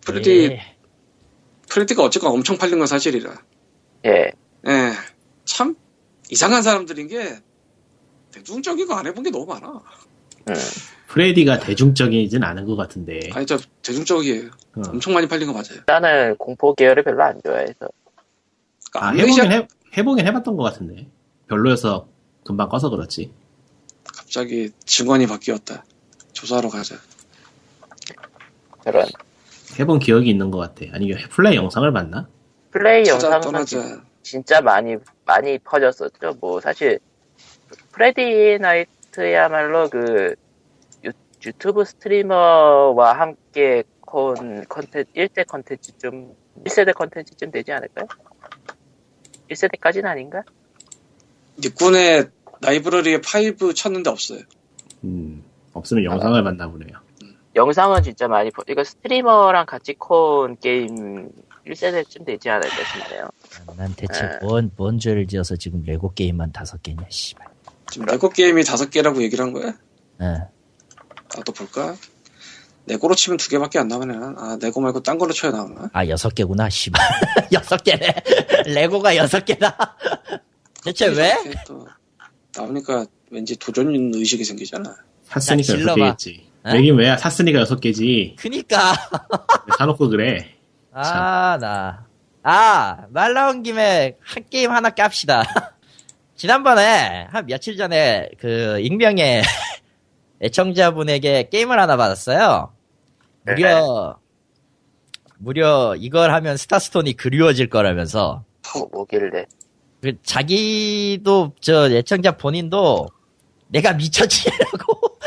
[SPEAKER 4] 프레디
[SPEAKER 2] 예.
[SPEAKER 4] 프레디가 어쨌건 엄청 팔린 건 사실이라
[SPEAKER 1] 예.
[SPEAKER 4] 예, 참 이상한 사람들인 게 대중적인 거 안 해본 게 너무 많아.
[SPEAKER 3] 프레디가 대중적이진 않은 것 같은데
[SPEAKER 4] 아니 저 대중적이에요.
[SPEAKER 3] 어.
[SPEAKER 4] 엄청 많이 팔린 거 맞아요.
[SPEAKER 1] 나는 공포 계열을 별로 안 좋아해서.
[SPEAKER 4] 그러니까
[SPEAKER 3] 아,
[SPEAKER 4] 암네시아
[SPEAKER 3] 해보긴, 해, 해보긴 해봤던 것 같은데 별로여서 금방 꺼서 그렇지
[SPEAKER 4] 갑자기 증언이 바뀌었다. 조사하러 가자.
[SPEAKER 1] 그런.
[SPEAKER 3] 해본 기억이 있는 것 같아 아니 플레이 영상을 봤나?
[SPEAKER 1] 플레이
[SPEAKER 4] 찾아
[SPEAKER 1] 영상은
[SPEAKER 4] 떠나자.
[SPEAKER 1] 진짜 많이, 많이 퍼졌었죠. 뭐, 사실, 프레디 나이트야말로 그, 유, 유튜브 스트리머와 함께 콘, 컨텐츠, 1대 컨텐츠쯤, 1세대 컨텐츠쯤 되지 않을까요? 1세대까지는 아닌가?
[SPEAKER 4] 니꾼의 라이브러리에 파이브 쳤는데 없어요.
[SPEAKER 3] 음, 없으면 영상을 봤나 보네요
[SPEAKER 1] 영상은 진짜 많이 보, 이거 스트리머랑 같이 콘 게임 1세대쯤 되지 않을까 싶네요.
[SPEAKER 2] 난 대체
[SPEAKER 1] 예.
[SPEAKER 2] 뭔, 뭔 죄를 지어서 지금 레고 게임만 다섯 개냐, 씨발.
[SPEAKER 4] 지금 레고 게임이 다섯 개라고 얘기를 한 거야?
[SPEAKER 2] 예.
[SPEAKER 4] 나도 볼까? 네고로 치면 두 개밖에 안 나오네. 아 네고 말고 딴 거로 쳐야 나오나?
[SPEAKER 2] 아, 여섯 개구나, 씨발. 여섯 개네. 레고가 여섯 개다. 대체 네, 왜?
[SPEAKER 4] 이렇게 또 나오니까 왠지 도전 의식이 생기잖아.
[SPEAKER 3] 샀으니까
[SPEAKER 2] 야,
[SPEAKER 3] 여섯
[SPEAKER 2] 질러봐.
[SPEAKER 3] 개겠지
[SPEAKER 2] 어?
[SPEAKER 3] 왜긴 왜야 샀으니까 여섯 개지
[SPEAKER 2] 그니까.
[SPEAKER 3] 사놓고 그래
[SPEAKER 2] 아, 나. 아, 말 나온 김에 한 게임 하나 깝시다. 지난번에, 한 며칠 전에, 그, 익명의 애청자분에게 게임을 하나 받았어요. 무려,
[SPEAKER 4] 네.
[SPEAKER 2] 무려 이걸 하면 스타스톤이 그리워질 거라면서.
[SPEAKER 1] 뭐, 뭐길래.
[SPEAKER 2] 그 자기도 저 애청자 본인도 내가 미쳤지라고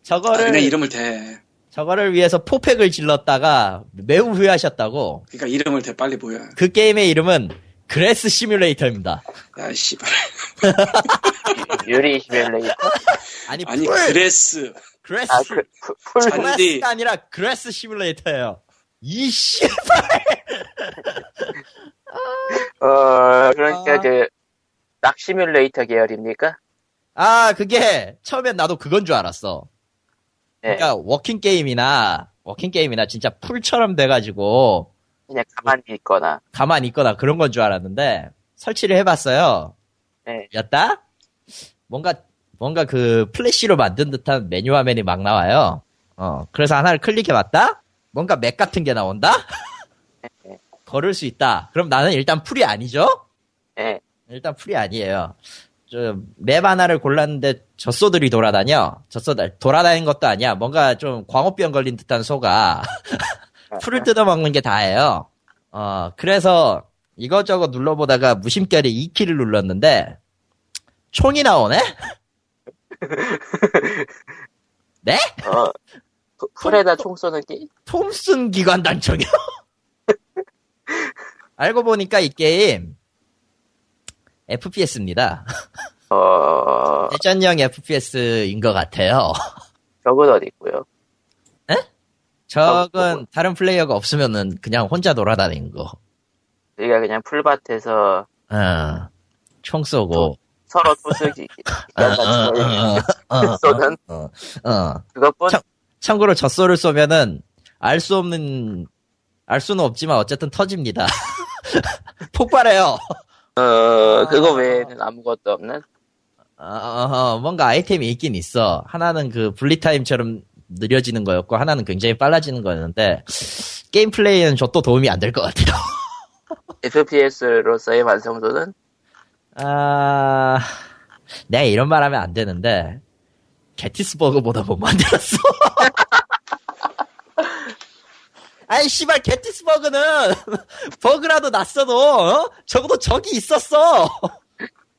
[SPEAKER 2] 저거를
[SPEAKER 4] 그냥 이름을 대.
[SPEAKER 2] 저거를 위해서 포팩을 질렀다가 매우 후회하셨다고
[SPEAKER 4] 그러니까 이름을 대 빨리 뭐야.
[SPEAKER 2] 그 게임의 이름은 그레스 시뮬레이터입니다.
[SPEAKER 4] 야 아, 씨발.
[SPEAKER 1] 유리 시뮬레이터?
[SPEAKER 2] 아니,
[SPEAKER 4] 아니
[SPEAKER 2] 풀
[SPEAKER 4] 그레스
[SPEAKER 2] 그레스
[SPEAKER 1] 아, 그, 풀, 풀-
[SPEAKER 4] 잔디.
[SPEAKER 2] 그레스가 아니라 그레스 시뮬레이터예요. 이 씨발
[SPEAKER 1] 어, 그러니까
[SPEAKER 2] 아.
[SPEAKER 1] 그, 낙 시뮬레이터 계열입니까?
[SPEAKER 2] 아 그게 처음엔 나도 그건 줄 알았어.
[SPEAKER 1] 예.
[SPEAKER 2] 그러니까 워킹 게임이나 워킹 게임이나 진짜 풀처럼 돼가지고
[SPEAKER 1] 그냥 가만히 있거나.
[SPEAKER 2] 가만히 있거나 그런 건 줄 알았는데 설치를 해봤어요.
[SPEAKER 1] 네.
[SPEAKER 2] 였다? 뭔가 뭔가 그 플래시로 만든 듯한 메뉴 화면이 막 나와요. 어 그래서 하나를 클릭해봤다. 뭔가 맵 같은 게 나온다. 걸을 수 있다. 그럼 나는 일단 풀이 아니죠?
[SPEAKER 1] 예.
[SPEAKER 2] 일단 풀이 아니에요. 저맵 하나를 골랐는데 젖소들이 돌아다녀. 젖소 돌아다니는 것도 아니야. 뭔가 좀 광우병 걸린 듯한 소가 풀을 뜯어먹는 게 다예요. 어, 그래서 이것저것 눌러보다가 무심결에 2키를 눌렀는데 총이 나오네? 네?
[SPEAKER 1] 어,
[SPEAKER 2] 그
[SPEAKER 1] 푸- 풀에다 총 쏘는 게?
[SPEAKER 2] 톰슨 기관단총이요? 알고 보니까 이 게임 FPS입니다.
[SPEAKER 1] 어,
[SPEAKER 2] 대전형 FPS인 것 같아요.
[SPEAKER 1] 저건 어디 있고요
[SPEAKER 2] 저건 다른 플레이어가 없으면은 그냥 혼자 돌아다니는 거.
[SPEAKER 1] 우리가 그냥 풀밭에서
[SPEAKER 2] 어, 총 쏘고.
[SPEAKER 1] 서로 토스기,
[SPEAKER 2] 어, 어, 어, 어,
[SPEAKER 1] 쏘는
[SPEAKER 2] 어, 어.
[SPEAKER 1] 그것뿐?
[SPEAKER 2] 참. 참고로 젖소를 쏘면은 알 수 없는 알 수는 없지만 어쨌든 터집니다. 폭발해요.
[SPEAKER 1] 어, 그거 외에는 아무것도 없는?
[SPEAKER 2] 어, 어, 어, 뭔가 아이템이 있긴 있어. 하나는 그 분리타임처럼 느려지는 거였고 하나는 굉장히 빨라지는 거였는데 게임 플레이는 저 또 도움이 안 될 것 같아요.
[SPEAKER 1] FPS로서의 완성도는?
[SPEAKER 2] 아, 내가 이런 말하면 안 되는데 게티스버그보다 못 만들었어. 아이 씨발 게티스버그는 버그라도 났어도 어? 적어도 적이 있었어.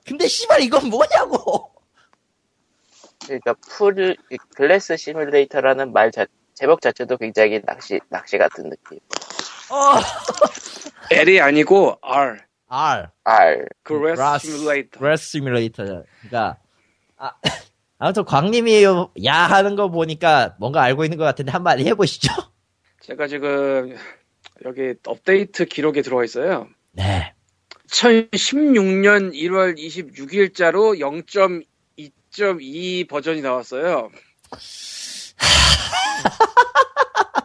[SPEAKER 2] 근데 씨발 이건 뭐냐고.
[SPEAKER 1] 그러니까 풀 글래스 시뮬레이터라는 말 자, 제목 자체도 굉장히 낚시 낚시 같은 느낌.
[SPEAKER 2] 어.
[SPEAKER 4] L이 아니고 R.
[SPEAKER 2] R.
[SPEAKER 1] R.
[SPEAKER 4] 그레스 시뮬레이터.
[SPEAKER 2] 그레스 시뮬레이터. 그러니까 아, 아무튼 광님이 야 하는 거 보니까 뭔가 알고 있는 것 같은데 한마디 해보시죠.
[SPEAKER 4] 제가 지금 여기 업데이트 기록에 들어와 있어요.
[SPEAKER 2] 네.
[SPEAKER 4] 2016년 1월 26일자로 0.2.2 버전이 나왔어요.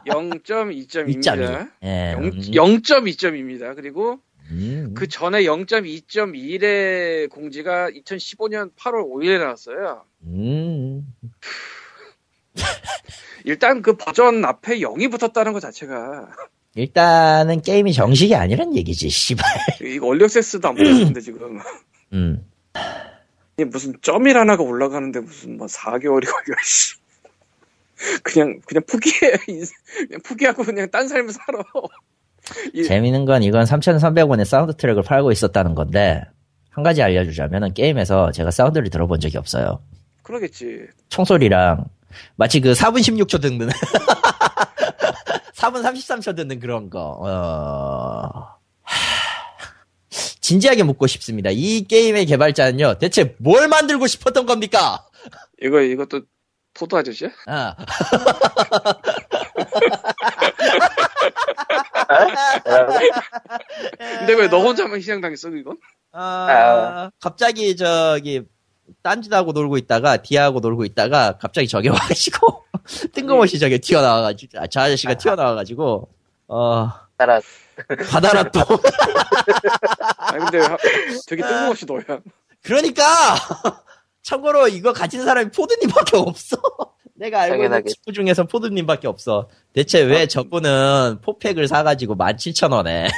[SPEAKER 4] 0.2.2입니다.
[SPEAKER 2] 2.2. 예.
[SPEAKER 4] 0.2.2입니다. 그리고
[SPEAKER 2] 음.
[SPEAKER 4] 그 전에 0.2.1의 공지가 2015년 8월 5일에 나왔어요.
[SPEAKER 2] 음.
[SPEAKER 4] 일단 그 버전 앞에 0이 붙었다는 것 자체가
[SPEAKER 2] 일단은 게임이 정식이 아니란 얘기지, 씨발.
[SPEAKER 4] 이거 얼리액세스도 안 받았는데 지금
[SPEAKER 2] 음.
[SPEAKER 4] 이게 무슨 점일 하나가 올라가는데 무슨 뭐 4개월이 걸려 씨. 그냥 그냥 포기해 인생- 그냥 포기하고 그냥 딴 삶을 살아 예.
[SPEAKER 2] 재밌는 건 이건 3,300원에 사운드 트랙을 팔고 있었다는 건데, 한 가지 알려주자면은 게임에서 제가 사운드를 들어본 적이 없어요.
[SPEAKER 4] 그러겠지
[SPEAKER 2] 총소리랑, 마치 그 4분 16초 듣는, 4분 33초 듣는 그런 거, 어. 하, 진지하게 묻고 싶습니다. 이 게임의 개발자는요, 대체 뭘 만들고 싶었던 겁니까?
[SPEAKER 4] 이거 이것도 포도 아저씨야?
[SPEAKER 2] 아.
[SPEAKER 4] 근데 왜 너 혼자만 희생당했어 이건?
[SPEAKER 2] 아, 갑자기 저기 딴짓하고 놀고 있다가 디아하고 놀고 있다가 갑자기 저게 와가지고 뜬금없이 저게 튀어나와가지고 아, 저 아저씨가 튀어나와가지고 어
[SPEAKER 1] 따라
[SPEAKER 2] 바다라 또
[SPEAKER 4] 아 근데 하- 되게 뜬금없이 너야
[SPEAKER 2] 그러니까 참고로 이거 가진 사람이 포드님밖에 없어 내가 알고 있는
[SPEAKER 1] 당연하겠지.
[SPEAKER 2] 친구 중에서 포드님밖에 없어 대체 왜 저분은 포팩을 사가지고 17,000원에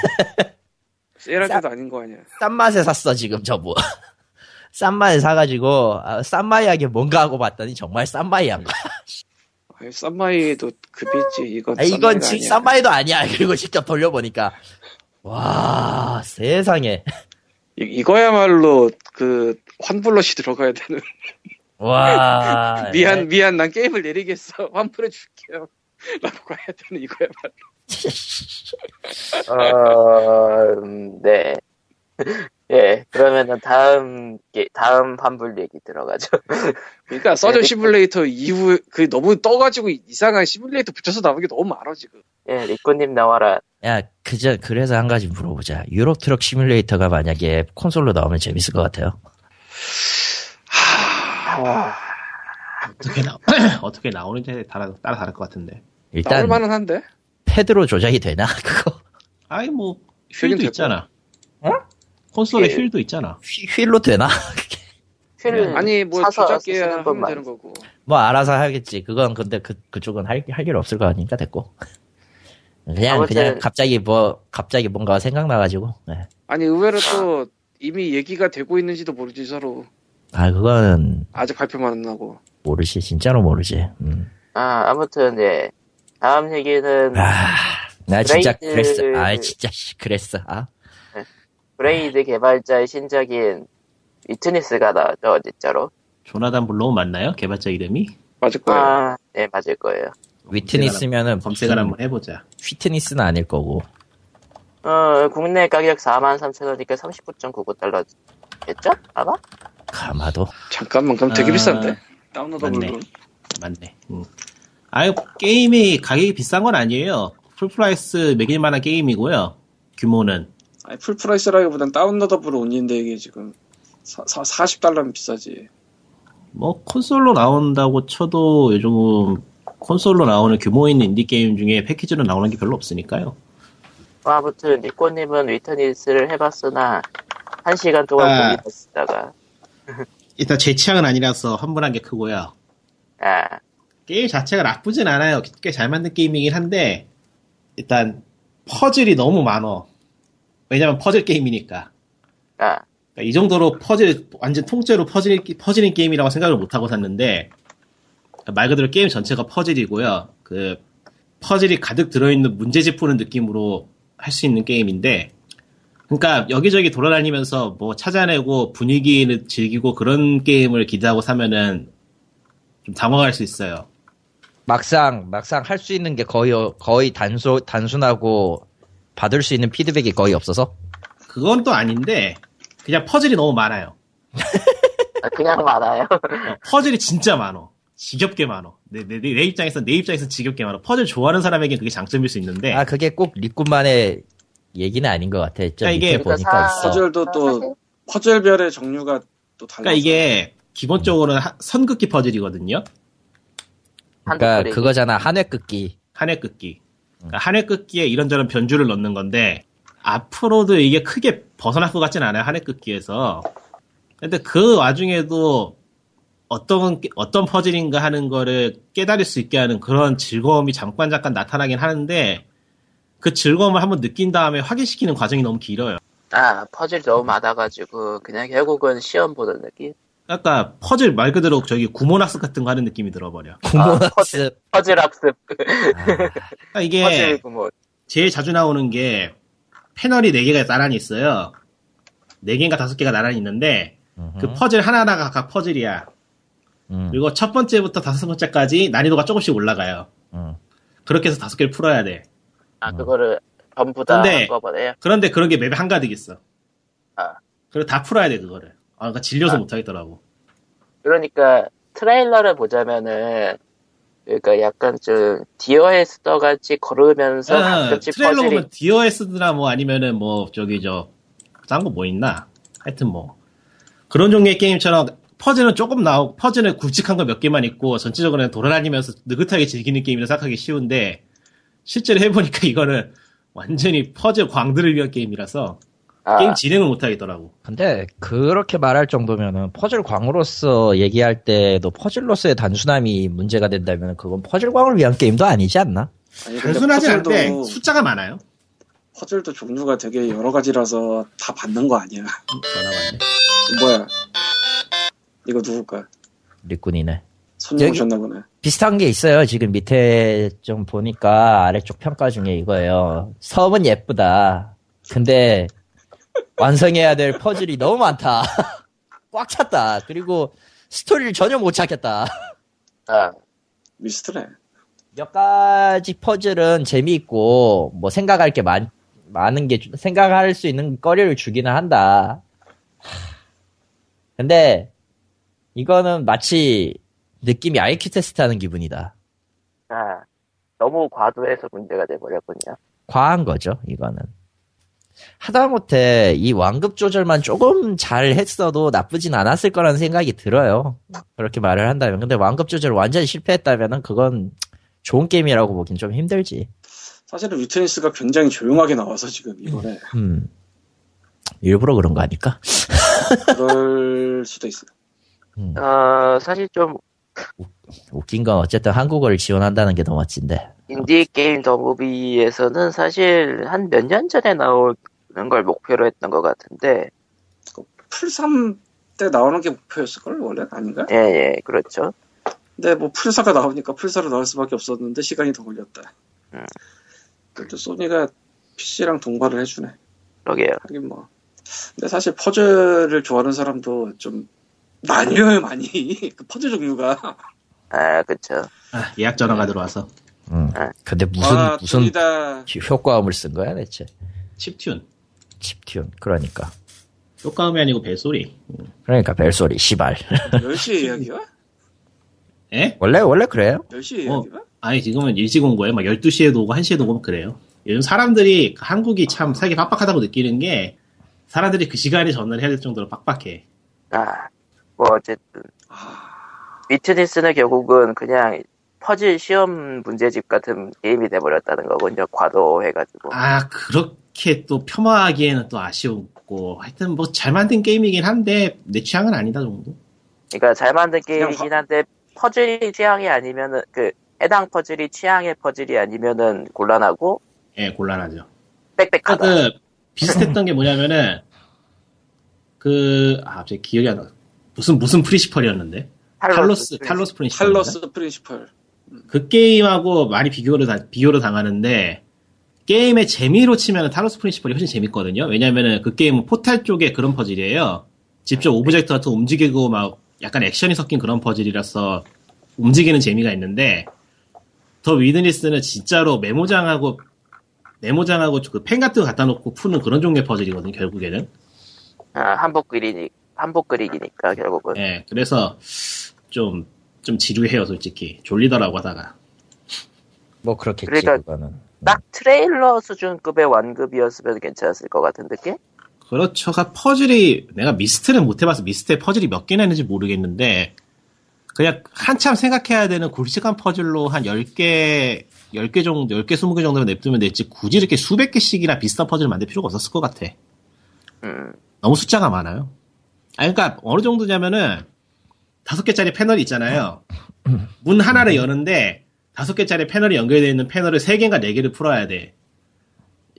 [SPEAKER 4] 세일할 때도 아닌 거 아니야
[SPEAKER 2] 싼 맛에 샀어 지금 저분 싼 맛에 사가지고 아, 싼 맛이 하게 뭔가 하고 봤더니 정말 싼 맛이 한 거야
[SPEAKER 4] 아니, 쌈마이도 그 급이지 이건
[SPEAKER 2] 아, 이건
[SPEAKER 4] 쌈마이가
[SPEAKER 2] 지금
[SPEAKER 4] 아니야.
[SPEAKER 2] 쌈바이도 아니야. 그리고 직접 돌려보니까. 와, 세상에.
[SPEAKER 4] 이, 이거야말로 그 환불러시 들어가야 되는
[SPEAKER 3] 아,
[SPEAKER 2] 와.
[SPEAKER 3] 네.
[SPEAKER 4] 미안 미안 난 게임을 내리겠어 환불해 줄게요 라고 가야 되는 이거야말로
[SPEAKER 1] 어, 음, 네. 예, 그러면은 다음, 게- 다음 환불 얘기 들어가죠.
[SPEAKER 3] 네,
[SPEAKER 4] 그러니까 서전 시뮬레이터 이후 그 너무 떠가지고 이상한 시뮬레이터 붙여서 나온 게 너무 많아 지금
[SPEAKER 1] 예, 리코님 나와라.
[SPEAKER 2] 야, 그저, 그래서 한 가지 물어보자. 유럽 트럭 시뮬레이터가 만약에 콘솔로 나오면 재밌을 것 같아요.
[SPEAKER 3] 어떻게 나 어떻게 나오는지 따라 따라 다를 것 같은데.
[SPEAKER 2] 일단,
[SPEAKER 4] 나올 만은 한데
[SPEAKER 2] 패드로 조작이 되나? 그거.
[SPEAKER 3] 아이 뭐
[SPEAKER 4] 되긴
[SPEAKER 3] 휠도
[SPEAKER 4] 될
[SPEAKER 3] 있잖아.
[SPEAKER 2] 어?
[SPEAKER 3] 콘솔에
[SPEAKER 1] 예.
[SPEAKER 3] 휠도 있잖아.
[SPEAKER 2] 휠, 휠로 되나? 그게.
[SPEAKER 1] 휠
[SPEAKER 4] 아니 뭐
[SPEAKER 1] 사서
[SPEAKER 4] 조작해야
[SPEAKER 1] 쓰시는
[SPEAKER 4] 하면
[SPEAKER 1] 분만.
[SPEAKER 4] 되는 거고
[SPEAKER 2] 뭐, 알아서 하겠지. 그건 근데 그, 그쪽은 할, 할 일 없을 거니까 됐고. 그냥,
[SPEAKER 1] 아무튼-
[SPEAKER 2] 그냥 갑자기 뭐, 갑자기 뭔가 생각나가지고. 네.
[SPEAKER 4] 아니 의외로 또 이미 얘기가 되고 있는지도 모르지 서로
[SPEAKER 2] 아, 그거는
[SPEAKER 4] 아직 발표만 안 하고
[SPEAKER 2] 모르지. 진짜로 모르지. 음.
[SPEAKER 1] 아, 아무튼, 예. 다음 얘기는
[SPEAKER 2] 아, 나 진짜
[SPEAKER 1] 브레이드-
[SPEAKER 2] 그랬어. 아, 진짜 씨, 그랬어. 아,
[SPEAKER 1] 브레이드 개발자의 신작인 위트니스가 나왔죠, 진짜로.
[SPEAKER 3] 조나단 블로우 맞나요? 개발자 이름이?
[SPEAKER 4] 맞을 거예요
[SPEAKER 1] 아, 네, 맞을 거예요.
[SPEAKER 2] 위트니스면은
[SPEAKER 3] 검색을 한번 해보자.
[SPEAKER 2] 휘트니스는 아닐 거고.
[SPEAKER 1] 어, 국내 가격 43,000원이니까 39.99달러겠죠? 아마?
[SPEAKER 2] 가마도.
[SPEAKER 4] 잠깐만 그럼 되게
[SPEAKER 3] 아,
[SPEAKER 4] 비싼데 다운로드
[SPEAKER 3] 맞네.
[SPEAKER 4] 물론
[SPEAKER 3] 맞네. 음. 아유 게임이 가격이 비싼 건 아니에요. 풀프라이스 매길 만한 게임이고요. 규모는
[SPEAKER 4] 아니 풀프라이스라기보단 다운로드업으로 온인데 이게 지금 사, 사, 40달러면 비싸지
[SPEAKER 3] 뭐 콘솔로 나온다고 쳐도 요즘 콘솔로 나오는 규모 있는 인디 게임 중에 패키지로 나오는 게 별로 없으니까요.
[SPEAKER 1] 뭐 아무튼 니꼬님은 위트니스를 해봤으나 한 시간
[SPEAKER 3] 아.
[SPEAKER 1] 동안 고민을 쓰다가
[SPEAKER 3] 일단 제 취향은 아니라서 환불한 게 크고요.
[SPEAKER 1] 아,
[SPEAKER 3] 게임 자체가 나쁘진 않아요. 꽤 잘 만든 게임이긴 한데 일단 퍼즐이 너무 많어. 왜냐면 퍼즐 게임이니까.
[SPEAKER 1] 아,
[SPEAKER 3] 그러니까 이 정도로 퍼즐 완전 통째로 퍼즐 퍼즐인 게임이라고 생각을 못 하고 샀는데 말 그대로 게임 전체가 퍼즐이고요. 그 퍼즐이 가득 들어있는 문제집 푸는 느낌으로 할 수 있는 게임인데, 그러니까 여기저기 돌아다니면서 뭐 찾아내고 분위기를 즐기고 그런 게임을 기대하고 사면은 좀 당황할 수 있어요.
[SPEAKER 2] 막상 막상 할 수 있는 게 거의 어- 거의 단소 단순하고 받을 수 있는 피드백이 거의 없어서
[SPEAKER 3] 그건 또 아닌데, 그냥 퍼즐이 너무 많아요.
[SPEAKER 1] 아, 그냥 많아요.
[SPEAKER 3] 어, 퍼즐이 진짜 많어. 지겹게 많어. 내, 내, 내, 내 입장에서, 내 입장에서 지겹게 많어. 퍼즐 좋아하는 사람에겐 그게 장점일 수 있는데,
[SPEAKER 2] 아 그게 꼭 리꾼만의 얘기는 아닌 것 같아. 좀
[SPEAKER 3] 그러니까 이게
[SPEAKER 2] 밑에 보니까
[SPEAKER 1] 사-
[SPEAKER 2] 있어.
[SPEAKER 4] 퍼즐도 또 퍼즐별의 종류가 또 달라.
[SPEAKER 3] 그러니까 이게 기본적으로는 하- 선긋기 퍼즐이거든요.
[SPEAKER 2] 그러니까 그거잖아 한회 끄기.
[SPEAKER 3] 한 해 끝기. 그러니까 한 해 끝기에 이런저런 변주를 넣는 건데, 앞으로도 이게 크게 벗어날 것 같진 않아요, 한 해 끝기에서. 근데 그 와중에도 어떤, 게- 어떤 퍼즐인가 하는 거를 깨달을 수 있게 하는 그런 즐거움이 잠깐 잠깐 나타나긴 하는데, 그 즐거움을 한번 느낀 다음에 확인시키는 과정이 너무 길어요.
[SPEAKER 1] 아, 퍼즐 너무 많아가지고, 그냥 결국은 시험 보는 느낌?
[SPEAKER 3] 아까 퍼즐 말 그대로 저기 구몬학습 같은 거 하는 느낌이 들어버려.
[SPEAKER 2] 공모학습. 아,
[SPEAKER 1] 퍼즐 학습,
[SPEAKER 3] 그러니까 이게
[SPEAKER 1] 퍼즐 구몬.
[SPEAKER 3] 제일 자주 나오는 게 패널이 4개가 나란히 있어요. 4개인가 5개가 나란히 있는데 그 퍼즐 하나하나가 각각 퍼즐이야.
[SPEAKER 2] 음.
[SPEAKER 3] 그리고 첫 번째부터 다섯 번째까지 난이도가 조금씩 올라가요.
[SPEAKER 2] 음.
[SPEAKER 3] 그렇게 해서 다섯 개를 풀어야 돼.
[SPEAKER 1] 아, 그거를 전부 다
[SPEAKER 3] 근데-
[SPEAKER 1] 한꺼번에요?
[SPEAKER 3] 그런데 그런 게 맵에 한가득 있어.
[SPEAKER 1] 아.
[SPEAKER 3] 그리고 다 풀어야 돼, 그거를. 아, 그러니까 질려서 못하겠더라고.
[SPEAKER 1] 그러니까 트레일러를 보자면은 그러니까 약간 좀 디어에스터 같이 걸으면서
[SPEAKER 3] 아,
[SPEAKER 1] 가끔씩
[SPEAKER 3] 트레일러
[SPEAKER 1] 퍼즐이
[SPEAKER 3] 보면 DOS나 뭐 아니면은 뭐 저기 저, 딴 거 뭐 있나? 하여튼 뭐. 그런 종류의 게임처럼 퍼즐은 조금 나오고, 퍼즐은 굵직한 거 몇 개만 있고, 전체적으로 그냥 돌아다니면서 느긋하게 즐기는 게임이라 생각하기 쉬운데, 실제로 해보니까 이거는 완전히 퍼즐 광들을 위한 게임이라서,
[SPEAKER 1] 아,
[SPEAKER 3] 게임 진행을 못 하겠더라고.
[SPEAKER 2] 근데 그렇게 말할 정도면은 퍼즐 광으로서 얘기할 때도 퍼즐로서의 단순함이 문제가 된다면 그건 퍼즐 광을 위한 게임도 아니지 않나?
[SPEAKER 4] 아니, 근데
[SPEAKER 3] 단순하지
[SPEAKER 4] 퍼즐도-
[SPEAKER 3] 않은데, 숫자가 많아요.
[SPEAKER 4] 퍼즐도 종류가 되게 여러 가지라서 다 받는 거 아니야.
[SPEAKER 3] 전화 왔네.
[SPEAKER 4] 뭐야? 이거 누굴까?
[SPEAKER 2] 리꾼이네.
[SPEAKER 4] 손님
[SPEAKER 2] 여기-
[SPEAKER 4] 오셨나 보네.
[SPEAKER 2] 비슷한 게 있어요. 지금 밑에 좀 보니까 아래쪽 평가 중에 이거예요. 섬은 예쁘다. 근데 완성해야 될 퍼즐이 너무 많다. 꽉 찼다. 그리고 스토리를 전혀 못 찾겠다.
[SPEAKER 1] 아,
[SPEAKER 4] 미스트래.
[SPEAKER 2] 몇 가지 퍼즐은 재미있고 뭐 생각할 게 많, 많은 게 주- 생각할 수 있는 거리를 주기는 한다. 하, 근데 이거는 마치 느낌이 IQ 테스트하는 기분이다.
[SPEAKER 1] 아, 너무 과도해서 문제가 돼버렸군요.
[SPEAKER 2] 과한 거죠, 이거는. 하다못해 이 완급 조절만 조금 잘 했어도 나쁘진 않았을 거라는 생각이 들어요. 그렇게 말을 한다면. 근데 완급 조절 완전히 실패했다면 그건 좋은 게임이라고 보긴 좀 힘들지.
[SPEAKER 4] 사실은 위트니스가 굉장히 조용하게 나와서 지금 이번에
[SPEAKER 2] 음. 일부러 그런 거 아닐까?
[SPEAKER 4] 그럴 수도 있어.
[SPEAKER 1] 어, 사실 좀
[SPEAKER 2] 웃긴 건 어쨌든 한국어를 지원한다는 게 더 멋진데.
[SPEAKER 1] 인디 게임 더 무비에서는 사실 한 몇 년 전에 나오는 걸 목표로 했던 것 같은데,
[SPEAKER 4] 풀삼 때 나오는 게 목표였을걸 원래 아닌가?
[SPEAKER 1] 예, 예, 그렇죠.
[SPEAKER 4] 근데 뭐 풀사가 나오니까 풀사로 나올 수밖에 없었는데 시간이 더 걸렸다. 그래도 소니가 PC랑 동반을 해주네.
[SPEAKER 1] 그러게요.
[SPEAKER 4] 하긴 뭐. 근데 사실 퍼즐을 좋아하는 사람도 좀
[SPEAKER 3] 네.
[SPEAKER 4] 나뉘어요 많이. 그 퍼즐 종류가.
[SPEAKER 1] 아, 그쵸.
[SPEAKER 3] 아, 예약 전화가 들어와서.
[SPEAKER 2] 음. 근데 무슨,
[SPEAKER 4] 아,
[SPEAKER 2] 무슨
[SPEAKER 4] 둘이 다
[SPEAKER 2] 효과음을 쓴 거야, 대체?
[SPEAKER 3] 칩튠. 효
[SPEAKER 2] 칩튠. 그러니까.
[SPEAKER 3] 효과음이 아니고 벨소리.
[SPEAKER 2] 그러니까 벨소리, 시발.
[SPEAKER 4] 10시 이야기야?
[SPEAKER 3] 에?
[SPEAKER 2] 원래, 원래 그래요?
[SPEAKER 4] 10시
[SPEAKER 3] 어,
[SPEAKER 4] 이야기야?
[SPEAKER 3] 아니, 지금은 일찍 온 거예요. 막 12시에도 오고 1시에도 오고 막 그래요. 요즘 사람들이 한국이 참 살기 빡빡하다고 느끼는 게 사람들이 그 시간에 전화를 해야 될 정도로 빡빡해.
[SPEAKER 1] 아, 뭐, 어쨌든.
[SPEAKER 3] 아.
[SPEAKER 1] 위트니스는 결국은 그냥 퍼즐 시험 문제집 같은 게임이 돼버렸다는 거군요. 과도해가지고.
[SPEAKER 3] 아, 그렇게 또 폄하하기에는 또 아쉬웠고 하여튼 뭐 잘 만든 게임이긴 한데 내 취향은 아니다 정도.
[SPEAKER 1] 그러니까 잘 만든
[SPEAKER 4] 그냥
[SPEAKER 1] 게임이긴 한데, 퍼즐이 취향이 아니면은, 그, 해당 퍼즐이 취향의 퍼즐이 아니면은 곤란하고,
[SPEAKER 3] 예, 곤란하죠. 아,
[SPEAKER 1] 빽빽하다.
[SPEAKER 3] 그 비슷했던 게 뭐냐면은 그 아, 갑자기 그 기억이 안 나. 무슨 무슨 프리시펄이었는데? 탈로스 탈로스 프리시펄.
[SPEAKER 4] 탈러스 프린시펄.
[SPEAKER 3] 그 게임하고 많이 비교를, 다- 비교를 당하는데, 게임의 재미로 치면 타로스 프린시플이 훨씬 재밌거든요. 왜냐면은 그 게임은 포탈 쪽에 그런 퍼즐이에요. 직접 오브젝트 같은 거 움직이고 막 약간 액션이 섞인 그런 퍼즐이라서 움직이는 재미가 있는데, 더 위드니스는 진짜로 메모장하고, 메모장하고 그펜 같은 거 갖다 놓고 푸는 그런 종류의 퍼즐이거든, 결국에는.
[SPEAKER 1] 아, 한복 그리니 한복 그리기니까 결국은
[SPEAKER 3] 예, 그래서 좀, 좀 지루해요, 솔직히. 졸리더라고 하다가.
[SPEAKER 2] 뭐 그렇겠지
[SPEAKER 1] 그러니까-
[SPEAKER 2] 그거는
[SPEAKER 1] 딱 트레일러 수준급의 완급이었으면 괜찮았을 것 같은 느낌?
[SPEAKER 3] 그렇죠. 가 퍼즐이, 내가 미스트는 못 해봐서 미스트에 퍼즐이 몇 개나 있는지 모르겠는데, 그냥 한참 생각해야 되는 굵직한 퍼즐로 한 10개, 10개 정도, 10개, 20개 정도면 냅두면 됐지, 굳이 이렇게 수백 개씩이나 비슷한 퍼즐을 만들 필요가 없었을 것 같아.
[SPEAKER 1] 음,
[SPEAKER 3] 너무 숫자가 많아요. 아, 그러니까 어느 정도냐면은 다섯 개짜리 패널이 있잖아요. 문 하나를 여는데 다섯 개짜리 패널이 연결되어 있는 패널을 세 개인가 네 개를 풀어야 돼.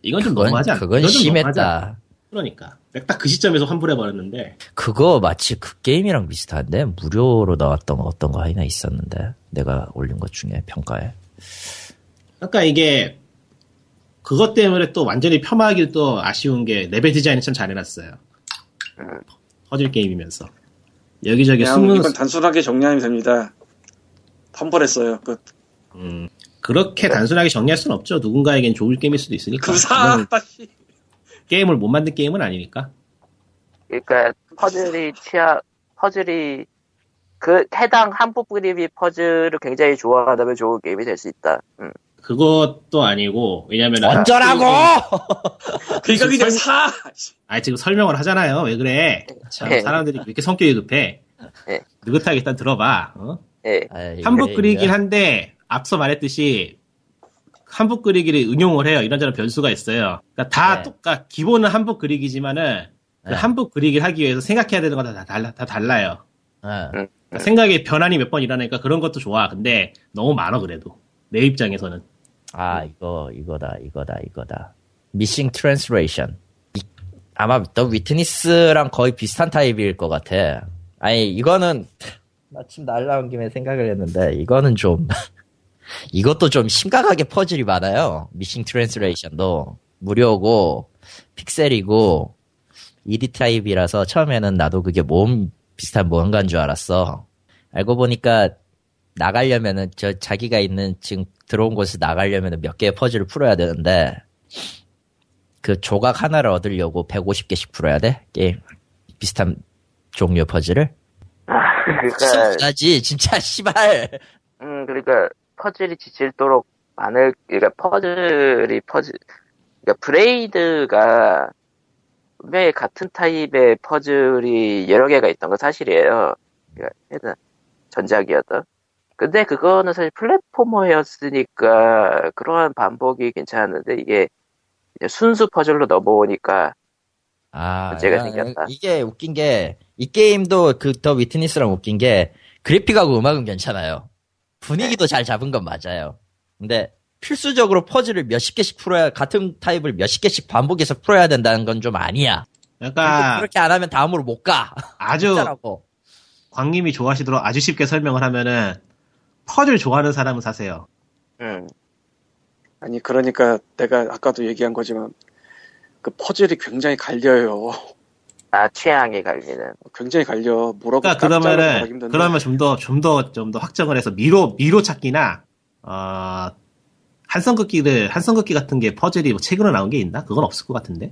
[SPEAKER 3] 이건 좀
[SPEAKER 2] 그건,
[SPEAKER 3] 너무하지 않나?
[SPEAKER 2] 그건
[SPEAKER 3] 이건 좀 너무하지 않나?
[SPEAKER 2] 심했다.
[SPEAKER 3] 그러니까 딱 그 시점에서 환불해 버렸는데
[SPEAKER 2] 그거 마치 그 게임이랑 비슷한데 무료로 나왔던 거 어떤 거 하나 있었는데 내가 올린 것 중에 평가에
[SPEAKER 3] 그러니까 이게 그것 때문에 또 완전히 폄하하기 또 아쉬운 게 레벨 디자인이 참 잘해놨어요. 퍼즐 게임이면서 여기저기
[SPEAKER 4] 네. 그냥
[SPEAKER 3] 숨은
[SPEAKER 4] 이건 단순하게 정리하면 됩니다. 환불했어요. 그, 끝.
[SPEAKER 3] 그렇게
[SPEAKER 4] 네.
[SPEAKER 3] 단순하게 정리할 수는 없죠. 누군가에겐 좋을 게임일 수도 있으니까.
[SPEAKER 4] 그 금사 아,
[SPEAKER 3] 이건
[SPEAKER 4] 다시.
[SPEAKER 3] 게임을 못 만든 게임은 아니니까.
[SPEAKER 1] 그러니까 퍼즐이 취하 퍼즐이 그 해당 한복 그리기 퍼즐을 굉장히 좋아한다면 좋은 게임이 될 수 있다. 음.
[SPEAKER 3] 그것도 아니고 왜냐면 아,
[SPEAKER 2] 어쩌라고!
[SPEAKER 4] 그러니까 그냥 사. 씨.
[SPEAKER 3] 아 지금 설명을 하잖아요. 왜 그래?
[SPEAKER 4] 네.
[SPEAKER 3] 참
[SPEAKER 1] 예.
[SPEAKER 3] 사람들이 이렇게 성격이 급해.
[SPEAKER 1] 예.
[SPEAKER 3] 느긋하게 일단 들어봐. 어?
[SPEAKER 1] 예.
[SPEAKER 2] 아이,
[SPEAKER 3] 한복
[SPEAKER 2] 그래,
[SPEAKER 3] 그리긴
[SPEAKER 2] 이제.
[SPEAKER 3] 한데 앞서 말했듯이 한복 그리기를 응용을 해요. 이런저런 변수가 있어요. 그러니까 다
[SPEAKER 2] 네.
[SPEAKER 3] 똑같. 기본은 한복 그리기지만은 그
[SPEAKER 2] 네.
[SPEAKER 3] 한복 그리기를 하기 위해서 생각해야 되는 거다 다 달라 다 달라요.
[SPEAKER 2] 어.
[SPEAKER 3] 그러니까 생각의 변환이 몇 번 일어나니까 그런 것도 좋아. 근데 너무 많아 그래도 내 입장에서는.
[SPEAKER 2] 아 이거 이거다 이거다 이거다 미싱 트랜스레이션 아마 더 위트니스랑 거의 비슷한 타입일 것 같아 아니 이거는 마침 날라온 김에 생각을 했는데 이거는 좀 이것도 좀 심각하게 퍼즐이 많아요 미싱 트랜스레이션도 무료고 픽셀이고 ED 타입이라서 처음에는 나도 그게 몸 비슷한 뭔가인 줄 알았어 알고 보니까 나가려면은 저 자기가 있는 지금 들어온 곳에 나가려면은 몇 개의 퍼즐을 풀어야 되는데 그 조각 하나를 얻으려고 150개씩 풀어야 돼 게임 비슷한 종류 퍼즐을
[SPEAKER 1] 아, 그러니까
[SPEAKER 2] 심하지 진짜 씨발
[SPEAKER 1] 음, 그러니까 퍼즐이 지칠도록 많을, 그러니까 퍼즐이 퍼즐, 그러니까 브레이드가 분명히 같은 타입의 퍼즐이 여러 개가 있던 건 사실이에요. 그러니까 일단 전작이었던. 근데 그거는 사실 플랫포머였으니까 그러한 반복이 괜찮았는데 이게 이제 순수 퍼즐로 넘어오니까
[SPEAKER 2] 아
[SPEAKER 1] 문제가
[SPEAKER 2] 이거-
[SPEAKER 1] 생겼다.
[SPEAKER 2] 이게 웃긴 게 이 게임도 그 더 위트니스랑 웃긴 게 그래픽하고 음악은 괜찮아요 분위기도 잘 잡은 건 맞아요 근데 필수적으로 퍼즐을 몇십 개씩 풀어야 같은 타입을 몇십 개씩 반복해서 풀어야 된다는 건 좀 아니야
[SPEAKER 3] 그러니까
[SPEAKER 2] 그렇게 안 하면 다음으로 못 가.
[SPEAKER 3] 아주
[SPEAKER 2] 진짜라고.
[SPEAKER 3] 광님이 좋아하시도록 아주 쉽게 설명을 하면은 퍼즐 좋아하는 사람은 사세요.
[SPEAKER 1] 음,
[SPEAKER 4] 아니 그러니까 내가 아까도 얘기한 거지만 그 퍼즐이 굉장히 갈려요.
[SPEAKER 1] 아 취향이 갈리는.
[SPEAKER 4] 굉장히 갈려. 뭐라고
[SPEAKER 3] 그러니까
[SPEAKER 4] 깜짝
[SPEAKER 3] 그러면은
[SPEAKER 4] 놀라기 힘든데.
[SPEAKER 3] 그러면 좀 더 좀 더 좀 더 확정을 해서 미로 미로 찾기나 어, 한성극기를 한성극기 같은 게 퍼즐이 뭐 책으로 나온 게 있나? 그건 없을 것 같은데.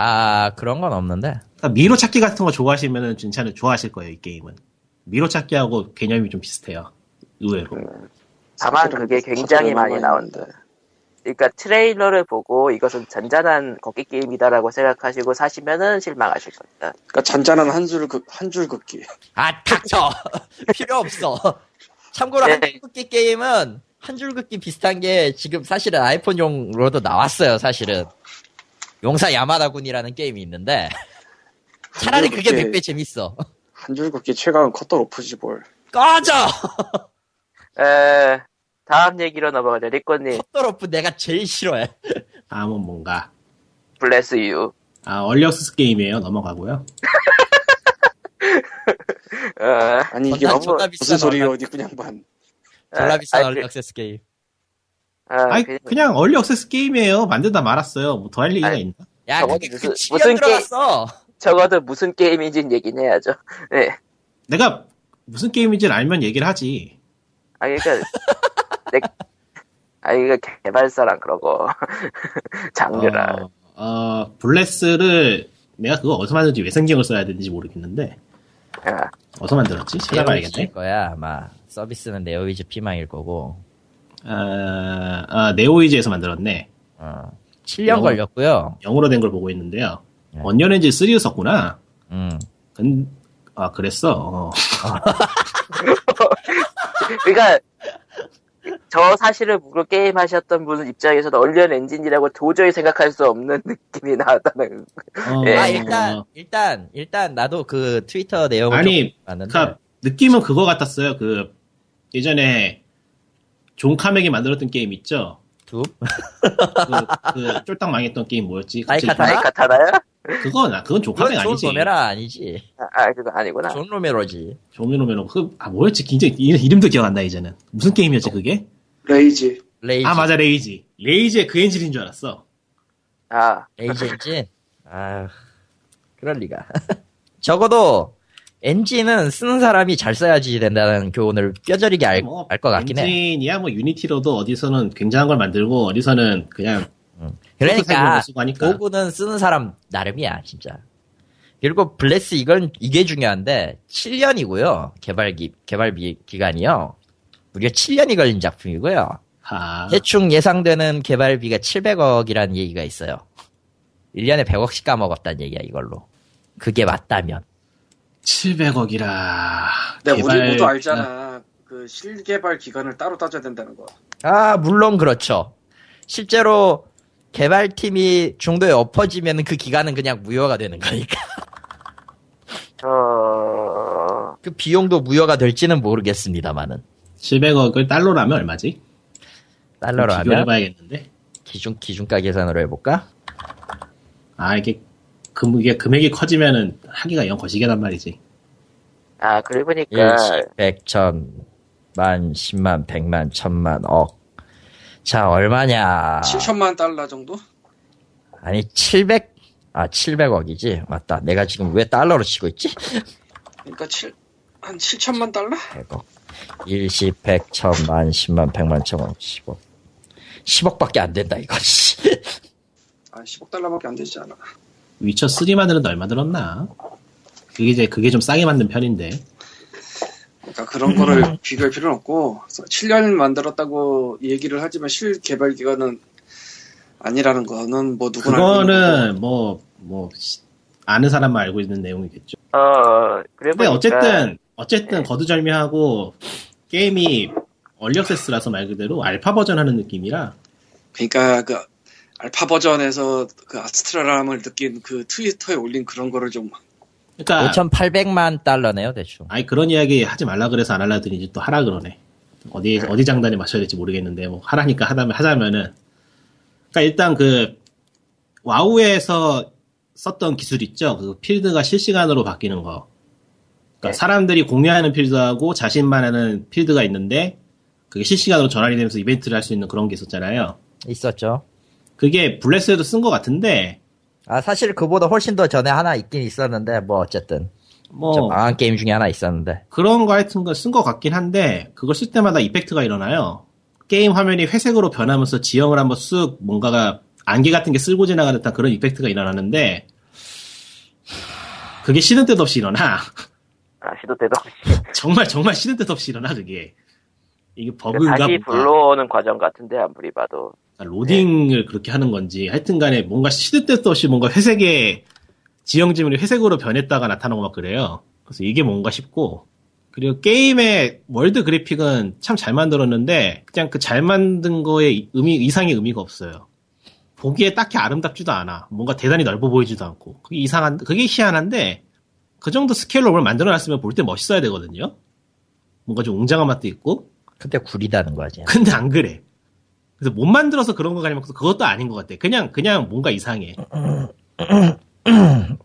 [SPEAKER 2] 아 그런 건 없는데.
[SPEAKER 3] 그러니까 미로 찾기 같은 거 좋아하시면은 괜찮은 좋아하실 거예요 이 게임은. 미로 찾기하고 개념이 좀 비슷해요. 의외로.
[SPEAKER 4] 네.
[SPEAKER 1] 다만 그게 굉장히
[SPEAKER 4] 퍼즐이
[SPEAKER 1] 많이 나온다. 그러니까 트레일러를 보고 이것은 잔잔한 걷기 게임이다라고 생각하시고 사시면은 실망하실 겁니다.
[SPEAKER 4] 그러니까 잔잔한 한 줄 한줄 긋기.
[SPEAKER 2] 아 닥쳐. 필요 없어. 참고로
[SPEAKER 1] 네.
[SPEAKER 2] 한줄 긋기 게임은 한줄 긋기 비슷한 게 지금 사실은 아이폰용으로도 나왔어요. 사실은 용사 야마다 군이라는 게임이 있는데
[SPEAKER 4] 네.
[SPEAKER 2] 차라리 그게 100배 재밌어.
[SPEAKER 4] 한줄 긋기 최강은 컷더 오프지 볼.
[SPEAKER 2] 꺼져.
[SPEAKER 1] 에, 다음 얘기로 넘어가죠. 리코님,
[SPEAKER 2] 헛더러프 내가 제일 싫어해.
[SPEAKER 3] 다음은 뭔가
[SPEAKER 1] 블레스 유.
[SPEAKER 3] 아 얼리어스 게임이에요. 넘어가고요.
[SPEAKER 1] 어,
[SPEAKER 4] 아니 이게
[SPEAKER 2] 존나-
[SPEAKER 4] 뭐-
[SPEAKER 2] 존나
[SPEAKER 4] 무슨
[SPEAKER 2] 비싸다,
[SPEAKER 4] 소리요? 니꾼 양반.
[SPEAKER 2] 졸라 비싼
[SPEAKER 1] 아,
[SPEAKER 2] 얼리
[SPEAKER 1] 그-
[SPEAKER 2] 액세스 게임.
[SPEAKER 1] 아,
[SPEAKER 3] 아니
[SPEAKER 1] 그냥-
[SPEAKER 3] 그냥 얼리 억세스 게임이에요. 만들다 말았어요. 뭐 더 할 얘기가
[SPEAKER 1] 아니,
[SPEAKER 3] 있나?
[SPEAKER 2] 야,
[SPEAKER 1] 저거
[SPEAKER 2] 그게
[SPEAKER 1] 무슨-
[SPEAKER 2] 그
[SPEAKER 1] 무슨
[SPEAKER 2] 7년 들어갔어.
[SPEAKER 1] 적어도 무슨 게임인지는 얘기는 해야죠. 네.
[SPEAKER 3] 내가 무슨 게임인지를 알면 얘기를 하지.
[SPEAKER 1] 아, 그러니까. 내, 아, 그러니까 개발사랑 그러고. 장르랑.
[SPEAKER 3] 어, 어, 블레스를 내가 그거 어디서 만든지 왜 신경을 써야 되는지 모르겠는데
[SPEAKER 1] 아,
[SPEAKER 3] 어디서 만들었지?
[SPEAKER 2] 네오위즈일
[SPEAKER 3] 찾아봐야겠네.
[SPEAKER 2] 거야, 아마. 서비스는 네오위즈 피망일 거고.
[SPEAKER 3] 아, 아, 네오이즈에서 만들었네.
[SPEAKER 2] 어. 7년
[SPEAKER 3] 영어.
[SPEAKER 2] 걸렸고요.
[SPEAKER 3] 영어로 된 걸 보고 있는데요.
[SPEAKER 2] 네.
[SPEAKER 3] 언리얼 엔진 3를 썼구나.
[SPEAKER 2] 음.
[SPEAKER 3] 근, 아 그랬어. 어.
[SPEAKER 1] 그러니까 저 사실을 모르고 게임 하셨던 분 입장에서는 얼리언 엔진이라고 도저히 생각할 수 없는 느낌이 나왔다는
[SPEAKER 3] 어,
[SPEAKER 1] 예.
[SPEAKER 2] 아, 일단, 일단, 일단, 나도 그 트위터 내용을
[SPEAKER 3] 아니,
[SPEAKER 2] 좀 봤는데.
[SPEAKER 3] 그러니까 느낌은 그거 같았어요. 그 예전에 존 카맥이 만들었던 게임 있죠.
[SPEAKER 2] 두?
[SPEAKER 3] 그, 그 쫄딱 망했던 게임 뭐였지? 갑자기
[SPEAKER 2] 다이카타나?
[SPEAKER 1] 나이 같아나요?
[SPEAKER 3] 그건 아, 그건 존
[SPEAKER 2] 그건
[SPEAKER 3] 카맥
[SPEAKER 2] 존
[SPEAKER 3] 아니지.
[SPEAKER 2] 로메라 아니지.
[SPEAKER 1] 아, 아, 그거 아니구나.
[SPEAKER 2] 존 로메로지.
[SPEAKER 3] 조미노메노 그아 뭐였지? 굉장히 이- 이름도 기억 안 나 이제는. 무슨 게임이었지 그게?
[SPEAKER 4] 레이지.
[SPEAKER 2] 어, 레이지.
[SPEAKER 3] 아 맞아 레이지. 레이지의 그 엔진인 줄 알았어.
[SPEAKER 1] 아,
[SPEAKER 2] 레이지 엔진? 아 그럴리가. 적어도, 엔진은 쓰는 사람이 잘 써야지 된다는 교훈을 뼈저리게 알,
[SPEAKER 3] 뭐,
[SPEAKER 2] 알 것 같긴 해.
[SPEAKER 3] 엔진이야 뭐 유니티로도 어디서는 굉장한 걸 만들고 어디서는 그냥
[SPEAKER 2] 그러니까,
[SPEAKER 3] 쓰고 하니까.
[SPEAKER 2] 도구는 쓰는 사람 나름이야, 진짜. 그리고 블레스 이건, 이게 중요한데, 7년이고요. 개발 기, 개발 비- 기간이요. 무려 7년이 걸린 작품이고요.
[SPEAKER 3] 하.
[SPEAKER 2] 대충 예상되는 개발비가 700억이라는 얘기가 있어요. 1년에 100억씩 까먹었다는 얘기야, 이걸로. 그게 맞다면.
[SPEAKER 3] 700억이라.
[SPEAKER 4] 근데 네, 우리 모두
[SPEAKER 2] 어.
[SPEAKER 4] 알잖아. 그 실개발 기간을 따로 따져야 된다는 거.
[SPEAKER 2] 아, 물론 그렇죠. 실제로 개발팀이 중도에 엎어지면 그 기간은 그냥 무효가 되는 거니까.
[SPEAKER 1] 어,
[SPEAKER 2] 그 비용도 무효가 될지는 모르겠습니다만은.
[SPEAKER 3] 700억을 달러로 하면 얼마지?
[SPEAKER 2] 달러로 하면
[SPEAKER 3] 비교해봐야겠는데.
[SPEAKER 2] 기준, 기준가 계산으로 해볼까?
[SPEAKER 3] 아 이게 금 이게 금액이 커지면은 하기가 영 거시기란 말이지.
[SPEAKER 1] 아, 그러고
[SPEAKER 2] 1, 1
[SPEAKER 1] 보니까,
[SPEAKER 2] 100, 1000, 만, 10만, 100만, 1000만, 억. 자, 얼마냐.
[SPEAKER 4] 7천만 달러 정도?
[SPEAKER 2] 아니 700 아, 700억이지? 맞다. 내가 지금 왜 달러로 치고 있지?
[SPEAKER 4] 그러니까 7, 한 7천만 달러?
[SPEAKER 2] 100억. 1, 10, 100, 1000, 만, 10만, 100만, 1000만, 10억. 10억밖에 안 된다, 이거. 씨.
[SPEAKER 4] 아, 10억 달러밖에 안 되지 않아.
[SPEAKER 3] 위쳐 3 만드는데 얼마 들었나? 그게 이제 그게 좀 싸게 만든 편인데.
[SPEAKER 4] 그러니까 그런 거를
[SPEAKER 2] 음.
[SPEAKER 4] 비교할 필요는 없고 7년 만들었다고 얘기를 하지만 실 개발 기간은 아니라는 거는 뭐 누구나 알고 있는
[SPEAKER 3] 그거는 뭐, 뭐, 시- 아는 사람만 알고 있는 내용이겠죠.
[SPEAKER 1] 어, 그래
[SPEAKER 3] 근데
[SPEAKER 1] 보니까. 네.
[SPEAKER 3] 어쨌든, 어쨌든 거두절미하고 게임이 얼리억세스라서 말 그대로 알파 버전 하는 느낌이라
[SPEAKER 4] 거고. 그러니까 그 알파 버전에서 그 아스트라람을 느낀 그 트위터에 올린 그런 거를 좀
[SPEAKER 3] 그러니까
[SPEAKER 2] 5,800만 달러네요, 대충.
[SPEAKER 3] 아이 그런 이야기 하지 말라 그래서 안 하려 드리지 또 하라 그러네 어디 어디 장단에 맞춰야 될지 모르겠는데 뭐 하라니까 하다면 하자면은 그러니까 일단 그 와우에서 썼던 기술 있죠 그 필드가 실시간으로 바뀌는 거 그러니까
[SPEAKER 1] 네.
[SPEAKER 3] 사람들이 공유하는 필드하고 자신만 하는 필드가 있는데 그게 실시간으로 전환이 되면서 이벤트를 할 수 있는 그런 게 있었잖아요
[SPEAKER 2] 있었죠.
[SPEAKER 3] 그게 블레스에도 쓴 것 같은데
[SPEAKER 2] 아, 사실 그보다 훨씬 더 전에 하나 있긴 있었는데, 뭐, 어쨌든. 저
[SPEAKER 3] 뭐
[SPEAKER 2] 망한 게임 중에 하나 있었는데.
[SPEAKER 3] 그런 거 하여튼 쓴 것 같긴 한데 그걸 쓸 때마다 이펙트가 일어나요. 게임 화면이 회색으로 변하면서 지형을 한번 쓱 뭔가가 안개 같은 게 쓸고 지나가는 듯한 그런 이펙트가 일어나는데 그게 시든 뜻 없이 일어나.
[SPEAKER 1] 아, 시도 때도.
[SPEAKER 3] 정말 정말 시든 뜻 없이 일어나 그게. 이게 버그인가
[SPEAKER 1] 다시
[SPEAKER 3] 뭔가.
[SPEAKER 1] 불러오는 과정 같은데, 아무리 봐도.
[SPEAKER 3] 그러니까 로딩을 그렇게 하는 건지 하여튼 간에 뭔가 시든 뜻 없이 뭔가 회색의 지형 지문이 회색으로 변했다가 나타나고 막 그래요. 그래서 이게 뭔가 싶고 그리고 게임의 월드 그래픽은 참 잘 만들었는데 그냥 그 잘 만든 거에 의미 이상의 의미가 없어요. 보기에 딱히 아름답지도 않아. 뭔가 대단히 넓어 보이지도 않고 그게 이상한 그게 희한한데 그 정도 스케일로 뭘 만들어놨으면 볼 때 멋있어야 되거든요. 뭔가 좀 웅장한 맛도 있고
[SPEAKER 2] 근데 구리다는 거지.
[SPEAKER 3] 근데 안 그래. 그래서 못 만들어서 그런 거 아니면 그것도 아닌 것 같아. 그냥 그냥 뭔가 이상해.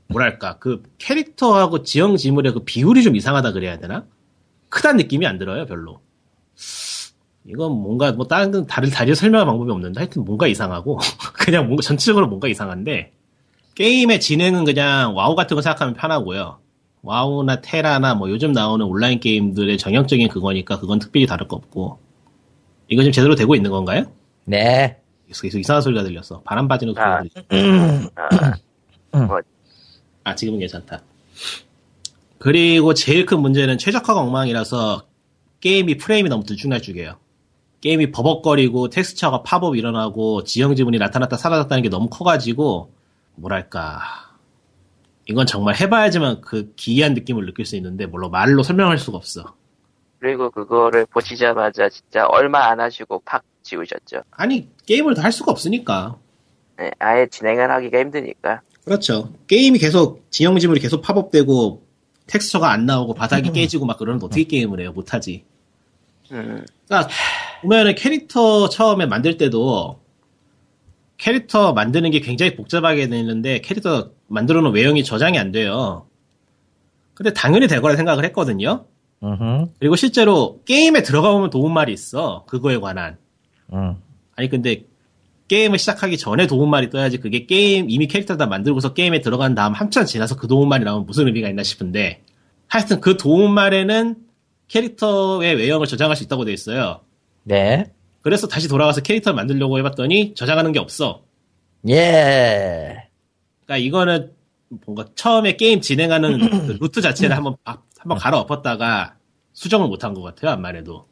[SPEAKER 3] 뭐랄까 그 캐릭터하고 지형 지물의 그 비율이 좀 이상하다 그래야 되나? 크다는 느낌이 안 들어요 별로. 이건 뭔가 뭐 다른 건 다른 다리 설명할 방법이 없는데 하여튼 뭔가 이상하고 그냥 뭔가 전체적으로 뭔가 이상한데 게임의 진행은 그냥 와우 같은 거 생각하면 편하고요. 와우나 테라나 뭐 요즘 나오는 온라인 게임들의 정형적인 그거니까 그건 특별히 다를 거 없고 이거 지금 제대로 되고 있는 건가요?
[SPEAKER 2] 네.
[SPEAKER 3] 계속 이상한 소리가 들렸어. 바람 빠지는 소리가
[SPEAKER 1] 아.
[SPEAKER 3] 들리죠.
[SPEAKER 1] 뭐,
[SPEAKER 3] 아, 지금은 괜찮다. 그리고 제일 큰 문제는 최적화가 엉망이라서 게임이 프레임이 너무 들쭉날쭉해요. 게임이 버벅거리고 텍스처가 팝업 일어나고 지형 지문이 나타났다 사라졌다는 게 너무 커가지고 뭐랄까 이건 정말 해봐야지만 그 기이한 느낌을 느낄 수 있는데 물론 말로 설명할 수가 없어.
[SPEAKER 1] 그리고 그거를 보시자마자 진짜 얼마 안 하시고 팍 지우셨죠.
[SPEAKER 3] 아니 게임을 다 할 수가 없으니까
[SPEAKER 1] 네, 아예 진행을 하기가 힘드니까.
[SPEAKER 3] 그렇죠. 게임이 계속 지형 지물이 계속 팝업되고 텍스처가 안 나오고 바닥이 깨지고 막 그러면 어떻게 게임을 해요? 못하지.
[SPEAKER 1] 음,
[SPEAKER 3] 그러니까 보면은 캐릭터 처음에 만들 때도 캐릭터 만드는 게 굉장히 복잡하게 되는데 캐릭터 만들어 놓은 외형이 저장이 안 돼요. 근데 당연히 될 거라 생각을 했거든요.
[SPEAKER 2] 음.
[SPEAKER 3] 그리고 실제로 게임에 들어가 보면 도움말이 있어. 그거에 관한.
[SPEAKER 2] 음.
[SPEAKER 3] 아니 근데 게임을 시작하기 전에 도움말이 떠야지 그게 게임 이미 캐릭터 다 만들고서 게임에 들어간 다음 한참 지나서 그 도움말이 나오면 무슨 의미가 있나 싶은데 하여튼 그 도움말에는 캐릭터의 외형을 저장할 수 있다고 돼 있어요.
[SPEAKER 2] 네.
[SPEAKER 3] 그래서 다시 돌아가서 캐릭터를 만들려고 해봤더니 저장하는 게 없어.
[SPEAKER 2] 예.
[SPEAKER 3] 그러니까 이거는 뭔가 처음에 게임 진행하는 그 루트 자체를 한번 바- 한번 갈아엎었다가 수정을 못한 것 같아요. 안만 해도.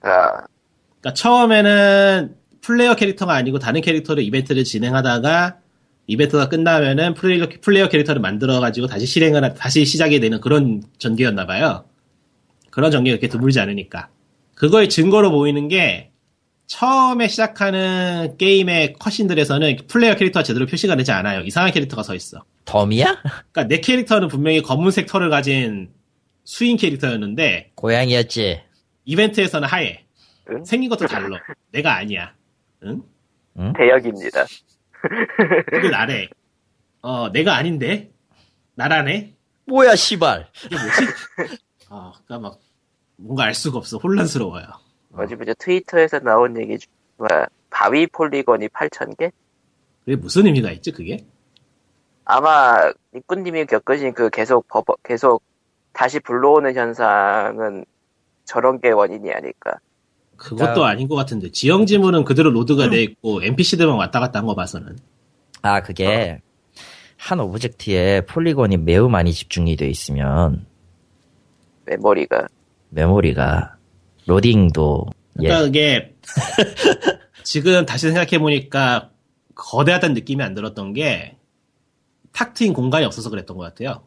[SPEAKER 1] 아,
[SPEAKER 3] 그러니까 처음에는 플레이어 캐릭터가 아니고 다른 캐릭터로 이벤트를 진행하다가 이벤트가 끝나면은 플레이어, 플레이어 캐릭터를 만들어가지고 다시 실행을 하- 다시 시작이 되는 그런 전개였나 봐요. 그런 전개가 이렇게 드물지 않으니까. 그거의 증거로 보이는 게 처음에 시작하는 게임의 컷신들에서는 플레이어 캐릭터가 제대로 표시가 되지 않아요. 이상한 캐릭터가 서 있어.
[SPEAKER 2] 덤이야?
[SPEAKER 3] 그러니까 내 캐릭터는 분명히 검은색 털을 가진 수인 캐릭터였는데
[SPEAKER 2] 고양이였지.
[SPEAKER 3] 이벤트에서는 하얘.
[SPEAKER 1] 응?
[SPEAKER 3] 생긴 것도 달라. 내가 아니야. 응?
[SPEAKER 1] 대역입니다.
[SPEAKER 3] 음. 근데 나래. 어, 내가 아닌데? 나라네?
[SPEAKER 2] 뭐야, 씨발.
[SPEAKER 3] 이게 뭐지? 아, 그니까 막, 뭔가 알 수가 없어. 혼란스러워요.
[SPEAKER 1] 어제부터 트위터에서 나온 얘기 중 뭐야, 바위 폴리건이 8,000개?
[SPEAKER 3] 그게 무슨 의미가 있지, 그게?
[SPEAKER 1] 아마 니꾼님이 겪으신 그 계속 버버, 계속 다시 불러오는 현상은 저런 게 원인이 아닐까.
[SPEAKER 2] 그러니까
[SPEAKER 3] 그것도 아닌 것 같은데. 지형지물은 그대로 로드가
[SPEAKER 2] 음.
[SPEAKER 3] 돼 있고, NPC들만 왔다 갔다 한 거 봐서는.
[SPEAKER 2] 아, 그게 한 오브젝트에 폴리곤이 매우 많이 집중이 돼 있으면
[SPEAKER 1] 메모리가.
[SPEAKER 2] 메모리가 로딩도
[SPEAKER 3] 그러니까
[SPEAKER 2] 예.
[SPEAKER 3] 이게, 지금 다시 생각해보니까, 거대하다는 느낌이 안 들었던 게, 탁 트인 공간이 없어서 그랬던 것 같아요.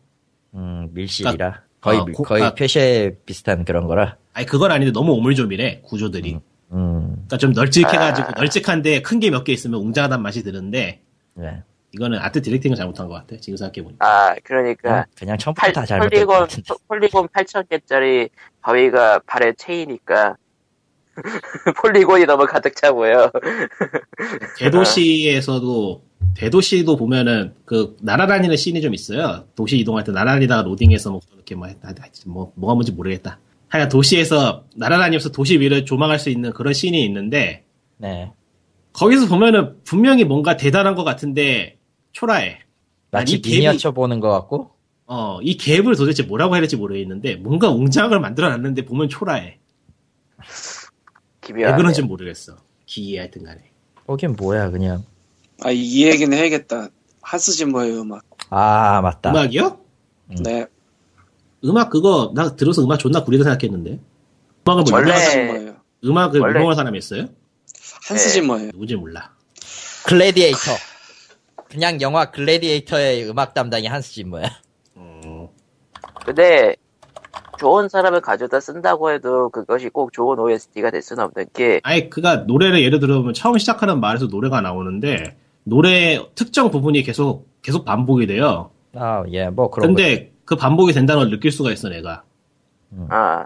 [SPEAKER 2] 음, 밀실이라 거의
[SPEAKER 3] 아,
[SPEAKER 2] 밀-
[SPEAKER 3] 고-
[SPEAKER 2] 거의
[SPEAKER 3] 아.
[SPEAKER 2] 표시에 비슷한 그런 거라.
[SPEAKER 3] 아니, 그건 아닌데 너무 오물조밀해, 구조들이.
[SPEAKER 2] 음.
[SPEAKER 3] 그러니까 좀 널찍해가지고 널찍한데 큰 게 몇 개 있으면 웅장하단 맛이 드는데
[SPEAKER 2] 네.
[SPEAKER 3] 이거는 아트 디렉팅을 잘못한 것 같아 지금 생각해보니
[SPEAKER 1] 아, 그러니까.
[SPEAKER 2] 그냥 처음부터
[SPEAKER 1] 팔-
[SPEAKER 2] 다 잘못된 것
[SPEAKER 1] 폴리곤,
[SPEAKER 2] 같은데.
[SPEAKER 1] 폴리곤 8,000개짜리 바위가 발에 채이니까. 폴리곤이 너무 가득 차고요.
[SPEAKER 3] 대도시에서도 대도시도 보면은 그 날아다니는 씬이 좀 있어요 도시 이동할 때 날아다니다가 로딩해서 뭐 그렇게 뭐, 했다, 하여튼 뭐 뭐가 뭔지 모르겠다 하여간 도시에서 날아다니면서 도시 위를 조망할 수 있는 그런 씬이 있는데
[SPEAKER 2] 네.
[SPEAKER 3] 거기서 보면은 분명히 뭔가 대단한 것 같은데 초라해
[SPEAKER 2] 마치
[SPEAKER 3] 아니, 개미-
[SPEAKER 2] 미니어처 보는 것 같고.
[SPEAKER 3] 어, 이 갭을 도대체 뭐라고 해야 될지 모르겠는데 뭔가 웅장을 만들어놨는데 보면 초라해 왜
[SPEAKER 1] 기묘하네.
[SPEAKER 3] 그런지 모르겠어. 기이해 하여튼 간에.
[SPEAKER 2] 거긴 뭐야, 그냥.
[SPEAKER 4] 아, 이 얘기는 해야겠다. 하스지머의 음악.
[SPEAKER 2] 아, 맞다.
[SPEAKER 3] 음악이요?
[SPEAKER 4] 네.
[SPEAKER 3] 음악 그거, 나 들어서 음악 존나 구리다 생각했는데. 음악을 뭐,
[SPEAKER 1] 원래-
[SPEAKER 3] 유명한, 사람-
[SPEAKER 4] 하스지머예요.
[SPEAKER 3] 음악을
[SPEAKER 1] 원래-
[SPEAKER 3] 유명한 사람이 있어요?
[SPEAKER 4] 한스지머예요.
[SPEAKER 3] 누군지 몰라.
[SPEAKER 2] 글래디에이터. 그냥 영화 글래디에이터의 음악 담당이 한스지 뭐야.
[SPEAKER 3] 어,
[SPEAKER 1] 근데 좋은 사람을 가져다 쓴다고 해도 그것이 꼭 좋은 OST가 될 수는 없는 게
[SPEAKER 3] 아예 그가 노래를 예를 들어보면 처음 시작하는 말에서 노래가 나오는데, 노래 특정 부분이 계속, 계속 반복이 돼요.
[SPEAKER 2] 아, 예, 뭐 그런 거.
[SPEAKER 3] 근데 그 반복이 된다는 걸 느낄 수가 있어, 내가.
[SPEAKER 1] 아,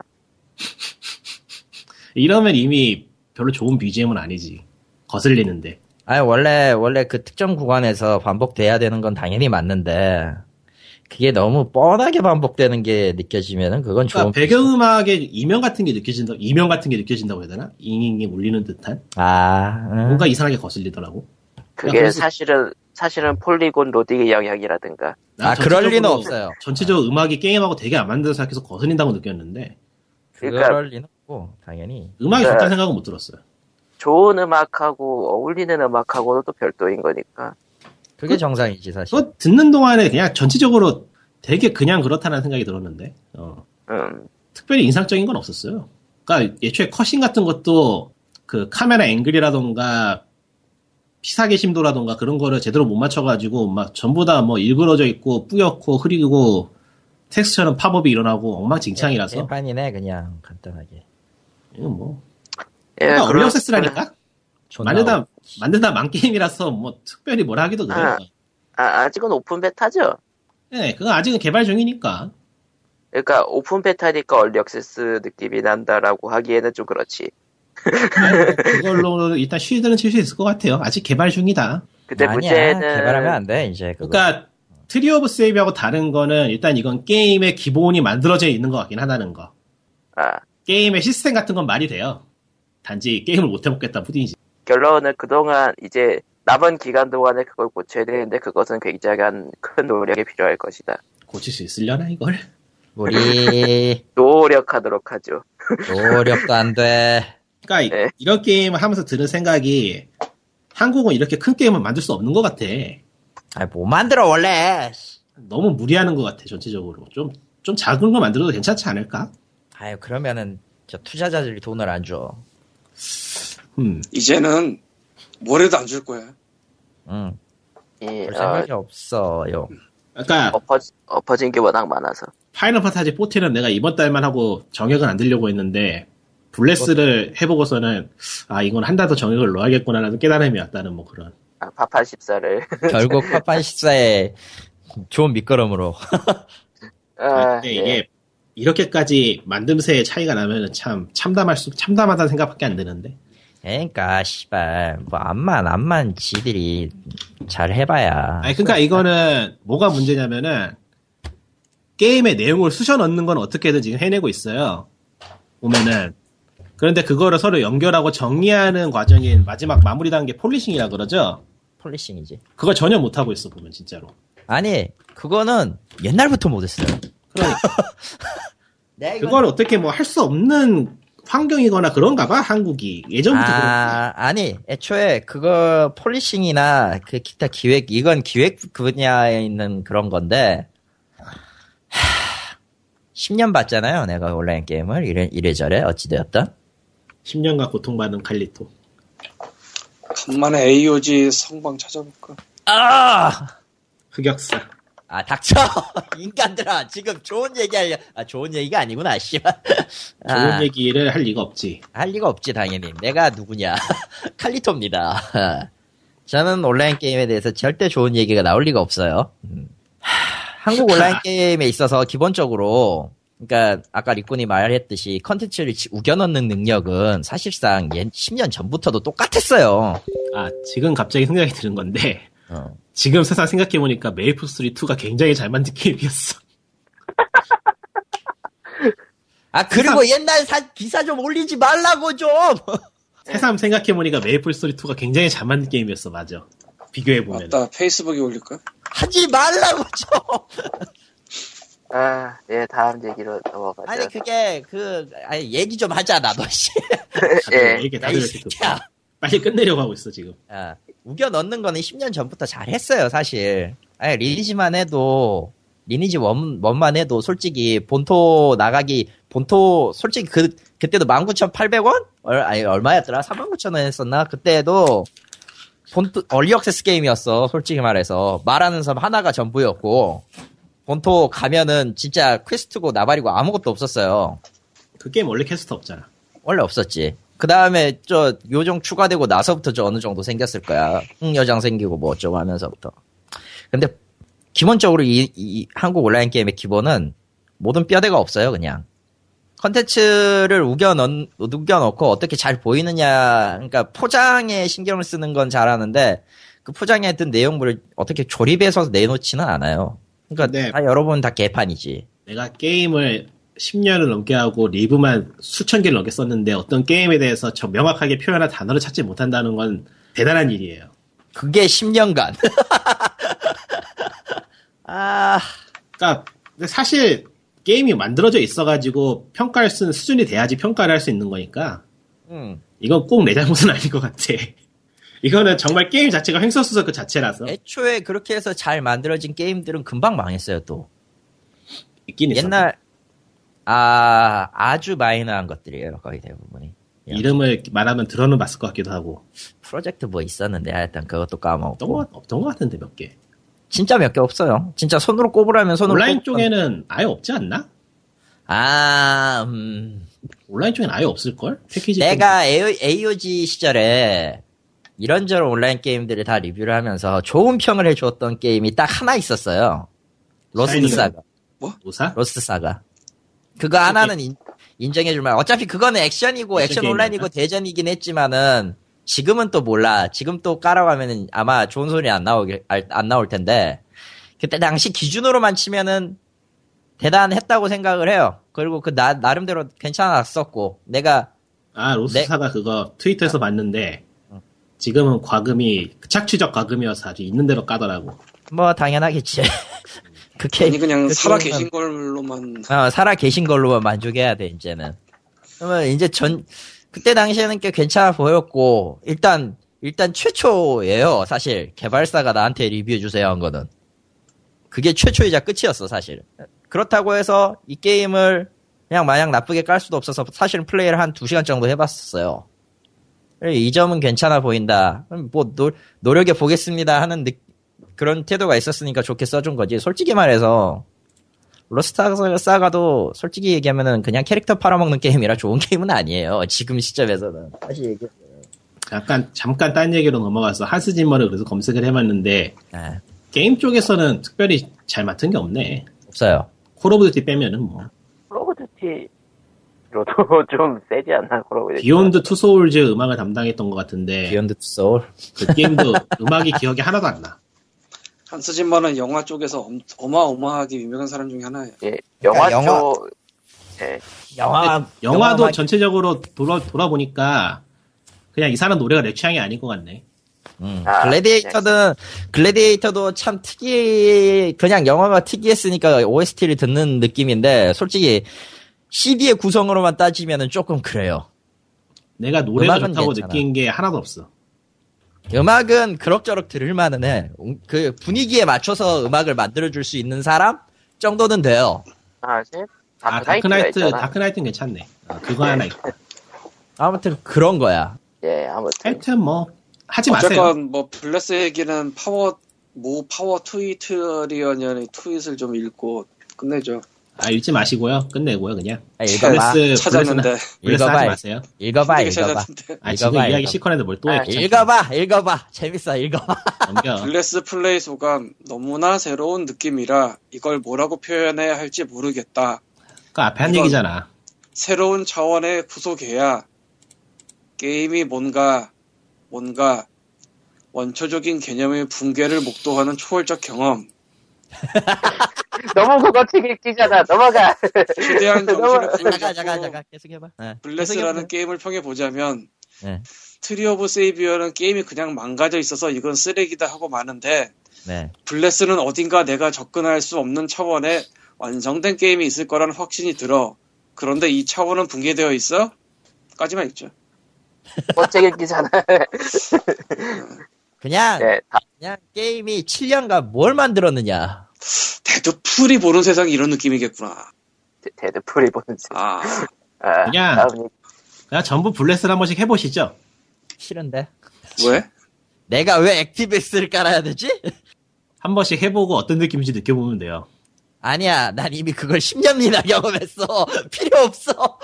[SPEAKER 3] 이러면 이미 별로 좋은 BGM은 아니지. 거슬리는데.
[SPEAKER 2] 아니 원래 원래 그 특정 구간에서 반복돼야 되는 건 당연히 맞는데 그게 너무 뻔하게 반복되는 게 느껴지면은 그건 좋은
[SPEAKER 3] 그러니까 배경음악의 이명 같은 게 느껴진다, 이명 같은 게 느껴진다고 해야 되나? 잉잉이 울리는 듯한?
[SPEAKER 2] 아 응.
[SPEAKER 3] 뭔가 이상하게 거슬리더라고.
[SPEAKER 1] 그게
[SPEAKER 3] 그래서-
[SPEAKER 1] 사실은 사실은 폴리곤 로딩의 영향이라든가
[SPEAKER 2] 아,
[SPEAKER 3] 전체적으로-
[SPEAKER 2] 그럴 리는 없어요.
[SPEAKER 3] 전체적으로 음악이 게임하고 되게 안 맞는다고 생각해서 거슬린다고 느꼈는데,
[SPEAKER 1] 그러니까-
[SPEAKER 2] 그럴 리는 없고 당연히
[SPEAKER 3] 음악이
[SPEAKER 1] 네.
[SPEAKER 3] 좋다는 생각은 못 들었어요.
[SPEAKER 1] 좋은 음악하고 어울리는 음악하고는 또 별도인 거니까
[SPEAKER 2] 그게 정상이지 사실.
[SPEAKER 3] 그거 듣는 동안에 그냥 전체적으로 되게 그냥 그렇다는 생각이 들었는데, 어.
[SPEAKER 1] 음,
[SPEAKER 3] 특별히 인상적인 건 없었어요. 그러니까 예초에 컷신 같은 것도 그 카메라 앵글이라던가 피사계 심도라던가 그런 거를 제대로 못 맞춰가지고 막 전부 다 뭐 일그러져 있고 뿌옇고 흐리고 텍스처는 팝업이 일어나고 엉망진창이라서
[SPEAKER 2] 일반이네 그냥 간단하게.
[SPEAKER 3] 이건 뭐
[SPEAKER 1] 예,
[SPEAKER 3] 그러니까 얼리
[SPEAKER 1] 그런-
[SPEAKER 3] 액세스라니까
[SPEAKER 2] 존나
[SPEAKER 3] 만들다 만들다 만 게임이라서 뭐 특별히 뭐라 하기도 그래요.
[SPEAKER 1] 아. 아, 아직은 오픈 베타죠
[SPEAKER 3] 네, 그건 아직은 개발 중이니까
[SPEAKER 1] 그러니까 오픈 베타니까 얼리 액세스 느낌이 난다라고 하기에는 좀 그렇지
[SPEAKER 3] 그걸로 일단 쉴드는 칠 수 있을 것 같아요. 아직 개발 중이다.
[SPEAKER 1] 근데
[SPEAKER 2] 아니야,
[SPEAKER 1] 문제는
[SPEAKER 2] 개발하면 안 돼 이제 그거.
[SPEAKER 3] 그러니까 트리 오브 세이브하고 다른 거는 일단 이건 게임의 기본이 만들어져 있는 것 같긴 하다는 거.
[SPEAKER 1] 아,
[SPEAKER 3] 게임의 시스템 같은 건 말이 돼요. 단지 게임을 못 해먹겠다 뿐이지.
[SPEAKER 1] 결론은 그동안 이제 남은 기간 동안에 그걸 고쳐야 되는데 그것은 굉장한 큰 노력이 필요할 것이다
[SPEAKER 3] 고칠 수 있으려나 이걸?
[SPEAKER 2] 우리
[SPEAKER 1] 노력하도록 하죠
[SPEAKER 2] 노력도 안 돼.
[SPEAKER 3] 그러니까 이-
[SPEAKER 1] 네.
[SPEAKER 3] 이런 게임을 하면서 드는 생각이 한국은 이렇게 큰 게임을 만들 수 없는 것 같아.
[SPEAKER 2] 아뭐 만들어 원래.
[SPEAKER 3] 너무 무리하는 것 같아 전체적으로. 좀, 좀 작은 거 만들어도 괜찮지 않을까?
[SPEAKER 2] 아유 그러면은 저 투자자들이 돈을 안 줘.
[SPEAKER 3] 음.
[SPEAKER 4] 이제는 뭘 해도 안 줄 거야.
[SPEAKER 2] 응.
[SPEAKER 1] 이,
[SPEAKER 3] 아,
[SPEAKER 2] 볼
[SPEAKER 1] 어,
[SPEAKER 2] 생각이 없어요.
[SPEAKER 3] 아까
[SPEAKER 1] 엎어, 엎어진 게 워낙 많아서
[SPEAKER 3] 파이널 판타지 14는 내가 이번 달만 하고 정액은 안 들려고 했는데 블레스를 해보고서는 아 이건 한 달 더 정액을 넣어야겠구나라는 깨달음이 왔다는 뭐 그런
[SPEAKER 1] 아, 파판 14를
[SPEAKER 2] 결국 파판 식사에 좋은 밑거름으로.
[SPEAKER 1] 아,
[SPEAKER 3] 근데 네, 이게 이렇게까지 만듦새의 차이가 나면은 참 참담할 수 참담하다는 생각밖에 안 드는데
[SPEAKER 2] 그러니까 씨발 뭐 암만 암만 지들이 잘 해봐야.
[SPEAKER 3] 아니 그러니까 이거는 뭐가 문제냐면은 게임의 내용을 쑤셔 넣는 건 어떻게든 지금 해내고 있어요 보면은 그런데 그거를 서로 연결하고 정리하는 과정인 마지막 마무리 단계 폴리싱이라 그러죠
[SPEAKER 2] 폴리싱이지.
[SPEAKER 3] 그걸 전혀 못하고 있어 보면 진짜로
[SPEAKER 2] 아니 그거는 옛날부터 못했어요.
[SPEAKER 3] 그러니까
[SPEAKER 2] 내가 이건-
[SPEAKER 3] 그걸 어떻게 뭐 할 수 없는 환경이거나 그런가 봐 한국이 예전부터 그런가
[SPEAKER 2] 아, 아니, 애초에 그거 폴리싱이나 그 기타 기획, 이건 기획 분야에 있는 그런 건데, 하, 10년 봤잖아요. 내가 온라인 게임을 이래, 이래저래 어찌되었던.
[SPEAKER 3] 10년간 고통받은 칼리토
[SPEAKER 4] 간만에 AOG 성방 찾아볼까.
[SPEAKER 2] 아!
[SPEAKER 3] 흑역사
[SPEAKER 2] 아, 닥쳐! 인간들아, 지금 좋은 얘기 하려, 아, 좋은 얘기가 아니구나, 씨발.
[SPEAKER 3] 좋은
[SPEAKER 2] 아,
[SPEAKER 3] 얘기를 할 리가 없지
[SPEAKER 2] 할 리가 없지, 당연히. 내가 누구냐. 칼리토입니다. 저는 온라인 게임에 대해서 절대 좋은 얘기가 나올 리가 없어요. 음. 하, 한국 온라인 게임에 있어서 기본적으로, 그러니까 아까 리꾼이 말했듯이 컨텐츠를 지- 우겨넣는 능력은 사실상 옛 10년 전부터도 똑같았어요.
[SPEAKER 3] 아 지금 갑자기 생각이 드는 건데
[SPEAKER 2] 어.
[SPEAKER 3] 지금 세상 생각해보니까 메이플 스토리 2가 굉장히 잘 만든 게임이었어
[SPEAKER 2] 아 그리고 옛날 사- 기사 좀 올리지 말라고 좀.
[SPEAKER 3] 새삼 생각해보니까 메이플 스토리 2가 굉장히 잘 만든 게임이었어 맞아 비교해보면 아,
[SPEAKER 4] 맞다, 페이스북에 올릴까?
[SPEAKER 2] 하지 말라고 좀.
[SPEAKER 1] 아, 예, 다음 얘기로 넘어가죠.
[SPEAKER 2] 아니 그게 그 아니 얘기 좀 하자 나도 씨.
[SPEAKER 1] 예,
[SPEAKER 3] 이렇게
[SPEAKER 2] 야,
[SPEAKER 3] 다들
[SPEAKER 2] 이
[SPEAKER 3] 이렇게
[SPEAKER 2] 새끼야.
[SPEAKER 3] 빨리 끝내려고 하고 있어 지금
[SPEAKER 2] 아, 우겨 넣는 거는 10년 전부터 잘 했어요, 사실. 아니, 리니지만 해도, 리니지 원, 원만 해도 솔직히 본토 나가기, 본토, 솔직히 그, 그때도 19,800원? 얼, 아니, 얼마였더라? 39,000원 했었나? 그때도 본토, 얼리 억세스 게임이었어, 솔직히 말해서. 말하는 섬 하나가 전부였고, 본토 가면은 진짜 퀘스트고 나발이고 아무것도 없었어요.
[SPEAKER 3] 그 게임 원래 캐스터 없잖아
[SPEAKER 2] 원래 없었지. 그 다음에 저 요정 추가되고 나서부터 저 어느 정도 생겼을 거야. 흥여장 생기고 뭐 어쩌고 하면서부터. 근데 기본적으로 이, 이 한국 온라인 게임의 기본은 모든 뼈대가 없어요, 그냥. 컨텐츠를 우겨넣, 우겨넣고 어떻게 잘 보이느냐, 그러니까 포장에 신경을 쓰는 건 잘하는데, 그 포장에 든 내용물을 어떻게 조립해서 내놓지는 않아요. 그러니까
[SPEAKER 3] 네.
[SPEAKER 2] 다 열어보면 다 개판이지.
[SPEAKER 3] 내가 게임을 10년을 넘게 하고 리뷰만 수천 개를 넘게 썼는데 어떤 게임에 대해서 저 명확하게 표현한 단어를 찾지 못한다는 건 대단한 일이에요.
[SPEAKER 2] 그게 10년간. 아,
[SPEAKER 3] 그러니까 근데 사실 게임이 만들어져 있어가지고 평가할 수 있는 수준이 돼야지 평가를 할 수 있는 거니까
[SPEAKER 2] 음.
[SPEAKER 3] 이건 꼭 내 잘못은 아닌 것 같아. 이거는 정말 게임 자체가 횡설수설 그 자체라서
[SPEAKER 2] 애초에 그렇게 해서 잘 만들어진 게임들은 금방 망했어요, 또.
[SPEAKER 3] 있긴 있어.
[SPEAKER 2] 옛날, 아, 아주 마이너한 것들이에요, 거의 대부분이.
[SPEAKER 3] 이름을 말하면 들어는 봤을 것 같기도 하고
[SPEAKER 2] 프로젝트 뭐 있었는데, 하여튼 그것도 까먹고.
[SPEAKER 3] 없던 것, 없던 것 같은데 몇 개.
[SPEAKER 2] 진짜 몇 개 없어요. 진짜 손으로 꼽으라면 손으로
[SPEAKER 3] 온라인
[SPEAKER 2] 꼽-
[SPEAKER 3] 쪽에는 아예 없지 않나?
[SPEAKER 2] 아, 음.
[SPEAKER 3] 온라인 쪽엔 아예 없을걸? 패키지
[SPEAKER 2] 내가 AO, g 시절에 이런저런 온라인 게임들을 다 리뷰를 하면서 좋은 평을 해주었던 게임이 딱 하나 있었어요. 로스트
[SPEAKER 3] 샤이닝.
[SPEAKER 2] 사가. 뭐?
[SPEAKER 3] 노사?
[SPEAKER 2] 로스트 사가. 그거 하나는 인, 인정해줄 만. 어차피 그거는 액션이고 액션
[SPEAKER 3] 액션
[SPEAKER 2] 온라인이고 대전이긴 했지만은 지금은 또 몰라. 지금 또 깔아가면은 아마 좋은 소리 안 나오길 알- 안 나올 텐데 그때 당시 기준으로만 치면은 대단했다고 생각을 해요. 그리고 그 나 나름대로 괜찮았었고 내가
[SPEAKER 3] 아 로스사가 그거 트위터에서 봤는데 지금은 과금이 그 착취적 과금이어서 아주 있는 대로 까더라고.
[SPEAKER 2] 뭐 당연하겠지. 그 게임
[SPEAKER 4] 아니 그냥
[SPEAKER 2] 그
[SPEAKER 4] 살아
[SPEAKER 2] 게임은-
[SPEAKER 4] 계신 걸로만
[SPEAKER 2] 어, 살아 계신 걸로만 만족해야 돼 이제는. 그러면 이제 전 그때 당시에는 꽤 괜찮아 보였고 일단 일단 최초예요 사실 개발사가 나한테 리뷰해 주세요 한 거는 그게 최초이자 끝이었어 사실. 그렇다고 해서 이 게임을 그냥 마냥 나쁘게 깔 수도 없어서 사실은 플레이를 한 2시간 정도 해봤었어요. 이 점은 괜찮아 보인다. 그럼 뭐 노, 노력해 보겠습니다 하는 느- 그런 태도가 있었으니까 좋게 써준 거지. 솔직히 말해서 로스트 사가도 솔직히 얘기하면은 그냥 캐릭터 팔아먹는 게임이라 좋은 게임은 아니에요. 지금 시점에서는. 다시 얘기해.
[SPEAKER 3] 약간 잠깐 딴 얘기로 넘어가서 한스 짐머를 그래서 검색을 해봤는데
[SPEAKER 2] 네,
[SPEAKER 3] 게임 쪽에서는 특별히 잘 맡은 게 없네.
[SPEAKER 2] 없어요.
[SPEAKER 3] 콜 오브 듀티 빼면은
[SPEAKER 2] 아,
[SPEAKER 3] 뭐
[SPEAKER 1] 프로그래티로도 좀 세지 않나 그러고
[SPEAKER 3] 비욘드 투 소울즈 음악을 담당했던 것 같은데
[SPEAKER 2] 네. 비욘드 투 소울.
[SPEAKER 3] 그 게임도 음악이 기억이 하나도 안 나.
[SPEAKER 4] 한스진만은 영화 쪽에서 엄, 어마어마하게 유명한 사람 중에 하나예요.
[SPEAKER 1] 예, 영화
[SPEAKER 2] 그러니까 영화-
[SPEAKER 1] 쪽 예,
[SPEAKER 2] 영화
[SPEAKER 3] 영화도
[SPEAKER 2] 영화만-
[SPEAKER 3] 전체적으로 돌아, 돌아보니까 그냥 이 사람 노래가 내 취향이 아닌 것 같네.
[SPEAKER 2] 음,
[SPEAKER 1] 아,
[SPEAKER 2] 글래디에이터든 글래디에이터도 참 특이 그냥 영화가 특이했으니까 OST를 듣는 느낌인데 솔직히 CD의 구성으로만 따지면은 조금 그래요.
[SPEAKER 3] 내가 노래가
[SPEAKER 2] 음악은
[SPEAKER 3] 좋다고
[SPEAKER 2] 괜찮아.
[SPEAKER 3] 느낀 게 하나도 없어.
[SPEAKER 2] 음악은 그럭저럭 들을만은 해. 음, 그 분위기에 맞춰서 음악을 만들어줄 수 있는 사람 정도는 돼요.
[SPEAKER 1] 아직
[SPEAKER 3] 아 다크나이트 다크나이트는 괜찮네. 아, 그거 하나 있고.
[SPEAKER 2] 아무튼 그런 거야.
[SPEAKER 1] 예 아무튼
[SPEAKER 3] 하여튼 뭐 하지 마세요.
[SPEAKER 4] 어쨌건 뭐 블레스 얘기는 파워 모 파워 트위터리언의 트윗을 좀 읽고 끝내죠.
[SPEAKER 3] 아 읽지 마시고요. 끝내고요 그냥.
[SPEAKER 2] 아, 읽어봐.
[SPEAKER 3] 블레스
[SPEAKER 4] 찾았는데
[SPEAKER 3] 블레스
[SPEAKER 2] 읽어봐.
[SPEAKER 3] 하지 마세요.
[SPEAKER 2] 읽어봐,
[SPEAKER 4] 힘들게
[SPEAKER 2] 읽어봐.
[SPEAKER 4] 찾았는데
[SPEAKER 3] 아
[SPEAKER 2] 읽어봐,
[SPEAKER 3] 지금 이야기
[SPEAKER 2] 읽어봐.
[SPEAKER 3] 실컷했는데 뭘또
[SPEAKER 1] 아,
[SPEAKER 3] 해. 괜찮아.
[SPEAKER 2] 읽어봐, 읽어봐. 재밌어,
[SPEAKER 4] 아,
[SPEAKER 2] 읽어봐.
[SPEAKER 3] 넘겨.
[SPEAKER 4] 블레스 플레이 소감 너무나 새로운 느낌이라 이걸 뭐라고 표현해야 할지 모르겠다.
[SPEAKER 3] 그 앞에 한
[SPEAKER 4] 이건-
[SPEAKER 3] 얘기잖아.
[SPEAKER 4] 새로운 차원의 구속해야 게임이 뭔가 뭔가 원초적인 개념의 붕괴를 목도하는 초월적 경험
[SPEAKER 1] 너무 그거 책읽기잖아 넘어가
[SPEAKER 4] 최대한 정신을
[SPEAKER 2] 잠깐, 잠깐,
[SPEAKER 4] 보여주고
[SPEAKER 2] 잠깐. 계속해봐. 네.
[SPEAKER 4] 블레스라는 게임을 평해보자면
[SPEAKER 2] 네.
[SPEAKER 4] 트리 오브 세이비어는 게임이 그냥 망가져 있어서 이건 쓰레기다 하고 마는데
[SPEAKER 2] 네.
[SPEAKER 4] 블레스는 어딘가 내가 접근할 수 없는 차원의 완성된 게임이 있을 거라는 확신이 들어 그런데 이 차원은 붕괴되어 있어? 까지만 있죠
[SPEAKER 1] 못 책읽기잖아
[SPEAKER 2] 그냥,
[SPEAKER 1] 예 다-
[SPEAKER 2] 그냥 게임이 7년간 뭘 만들었느냐.
[SPEAKER 4] 데드풀이 보는 세상이 이런 느낌이겠구나
[SPEAKER 1] 데- 데드풀이 보는지
[SPEAKER 4] 아
[SPEAKER 1] 아,
[SPEAKER 3] 그냥-
[SPEAKER 1] 다음 얘기.
[SPEAKER 3] 그냥 전부 블레스를 한 번씩 해보시죠.
[SPEAKER 2] 싫은데.
[SPEAKER 4] 왜?
[SPEAKER 2] 내가 왜 액티비스를 깔아야 되지?
[SPEAKER 3] 한 번씩 해보고 어떤 느낌인지 느껴보면 돼요.
[SPEAKER 2] 아니야, 난 이미 그걸 10년이나 경험했어. 필요 없어.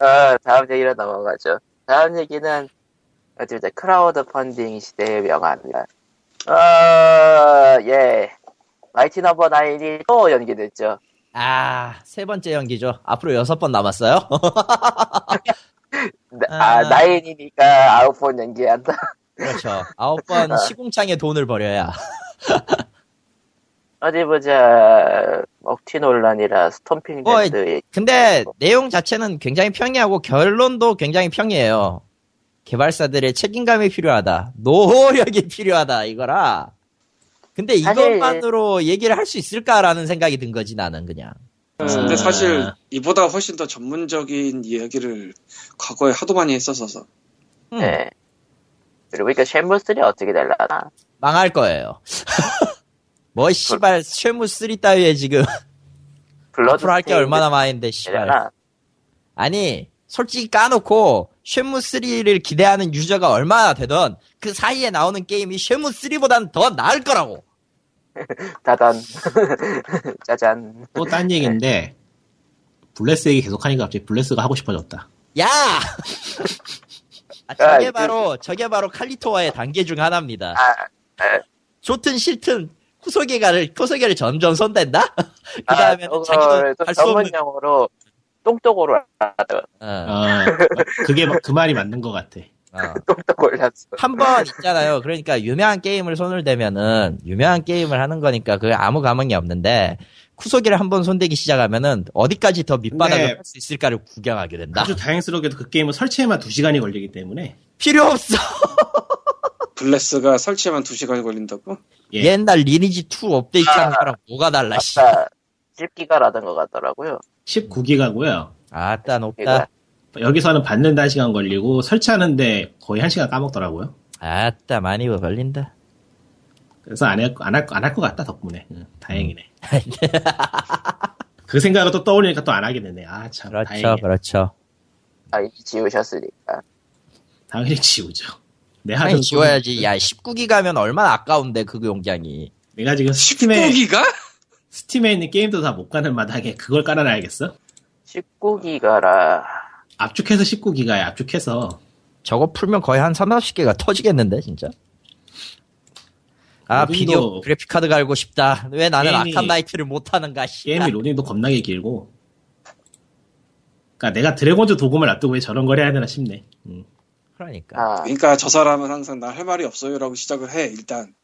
[SPEAKER 1] 아, 다음 얘기로 넘어가죠 다음 얘기는 어찌 보자 크라우드 펀딩 시대의 명화입니다 아예 마이티 넘버 나인이 또 연기됐죠
[SPEAKER 2] 아, 세 번째 연기죠. 앞으로 여섯 번 남았어요.
[SPEAKER 1] 나- 아,
[SPEAKER 2] 아.
[SPEAKER 1] 나인이니까 아홉 번 연기한다
[SPEAKER 2] 그렇죠. 아홉 번 시궁창에 돈을 버려야.
[SPEAKER 1] 어디 보자. 억티 논란이라 스톰핑랜드 의
[SPEAKER 2] 근데 내용 자체는 굉장히 평이하고 결론도 굉장히 평이해요. 개발사들의 책임감이 필요하다. 노력이 필요하다. 이거라. 근데
[SPEAKER 1] 사실-
[SPEAKER 2] 이것만으로 얘기를 할 수 있을까라는 생각이 든 거지, 나는 그냥.
[SPEAKER 4] 근데 사실
[SPEAKER 2] 아.
[SPEAKER 4] 이보다 훨씬 더 전문적인 이야기를 과거에 하도 많이 했었어서
[SPEAKER 2] 음,
[SPEAKER 1] 네. 그리고 이게 쉐무 3 어떻게 될라나?
[SPEAKER 2] 망할 거예요. 뭐, 씨발, 쉐무3 따위에 지금
[SPEAKER 1] 블러드
[SPEAKER 2] 앞으로 할 게
[SPEAKER 1] 스테인드
[SPEAKER 2] 얼마나 많은데, 씨발.
[SPEAKER 1] 되려나?
[SPEAKER 2] 아니, 솔직히 까놓고, 쉐무3를 기대하는 유저가 얼마나 되던, 그 사이에 나오는 게임이 쉐무3보단 더 나을 거라고!
[SPEAKER 1] 다단 짜잔.
[SPEAKER 3] 또
[SPEAKER 2] 네.
[SPEAKER 3] 딴 얘기인데 블레스 얘기 계속하니까 갑자기 블레스가 하고 싶어졌다.
[SPEAKER 2] 야! 아,
[SPEAKER 1] 아,
[SPEAKER 2] 저게
[SPEAKER 1] 이게-
[SPEAKER 2] 바로, 저게 바로 칼리토와의 단계 중 하나입니다.
[SPEAKER 1] 아,
[SPEAKER 2] 좋든 싫든, 후속에가를, 후속에를 점점 손댄다? 그 다음에
[SPEAKER 1] 아,
[SPEAKER 2] 는 자기도
[SPEAKER 1] 그걸
[SPEAKER 2] 할수
[SPEAKER 1] 전문
[SPEAKER 2] 없는,
[SPEAKER 1] 영어로 똥똑으로 하더라.
[SPEAKER 2] 어,
[SPEAKER 3] 아, 그게 마- 그 말이 맞는 것 같아.
[SPEAKER 2] 어.
[SPEAKER 1] 똥똑 올렸어.
[SPEAKER 2] 한 번 있잖아요. 그러니까 유명한 게임을 손을 대면은 유명한 게임을 하는 거니까 그게 아무 감흥이 없는데 쿠소기를 한 번 손대기 시작하면은 어디까지 더 밑바닥을
[SPEAKER 3] 근데-
[SPEAKER 2] 할 수 있을까를 구경하게 된다.
[SPEAKER 3] 아주 다행스럽게도 그 게임은 설치에만 2시간이 걸리기 때문에
[SPEAKER 2] 필요 없어.
[SPEAKER 4] 블레스가 설치하면 2시간이 걸린다고?
[SPEAKER 3] 예.
[SPEAKER 2] 옛날 리니지 2 업데이트하는 거랑 뭐가 달라? 씨.
[SPEAKER 1] 아까 10기가라던 것 같더라고요.
[SPEAKER 3] 19기가고요.
[SPEAKER 2] 아따
[SPEAKER 1] 그러니까
[SPEAKER 2] 높다.
[SPEAKER 3] 여기서는 받는데 1시간 걸리고 설치하는데 거의 1시간 까먹더라고요.
[SPEAKER 2] 아따 많이 걸린다.
[SPEAKER 3] 그래서 안 할 안 할 안 할 것 같다 덕분에 응,
[SPEAKER 2] 음.
[SPEAKER 3] 다행이네. 그 생각을 또 떠올리니까 또 안 하게 되네. 아 참
[SPEAKER 2] 그렇죠,
[SPEAKER 3] 다행이네.
[SPEAKER 2] 그렇죠.
[SPEAKER 1] 아, 이 지우셨으니까.
[SPEAKER 3] 당연히 지우죠. 내 하던
[SPEAKER 2] 아니 지워야지. 야 19기가면 얼마나 아까운데 그 용량이.
[SPEAKER 3] 내가 지금 스팀에
[SPEAKER 4] 19기가?
[SPEAKER 3] 스팀에 있는 게임도 다 못 가는 마당에 그걸 깔아놔야겠어?
[SPEAKER 1] 19기가라.
[SPEAKER 3] 압축해서 19기가야. 압축해서
[SPEAKER 2] 저거 풀면 거의 한 3, 40개가 터지겠는데, 진짜? 아,
[SPEAKER 3] 요즘도
[SPEAKER 2] 비디오 그래픽카드 갈고 싶다. 왜 나는
[SPEAKER 3] 게임이-
[SPEAKER 2] 아칸 나이트를 못하는가, 씨.
[SPEAKER 3] 게임이 로딩도 겁나게 길고. 그러니까 내가 드래곤즈 도금을 놔두고 왜 저런 걸 해야 되나 싶네. 음.
[SPEAKER 2] 그러니까.
[SPEAKER 1] 아,
[SPEAKER 4] 그러니까 저 사람은 항상 나 할 말이 없어요라고 시작을 해 일단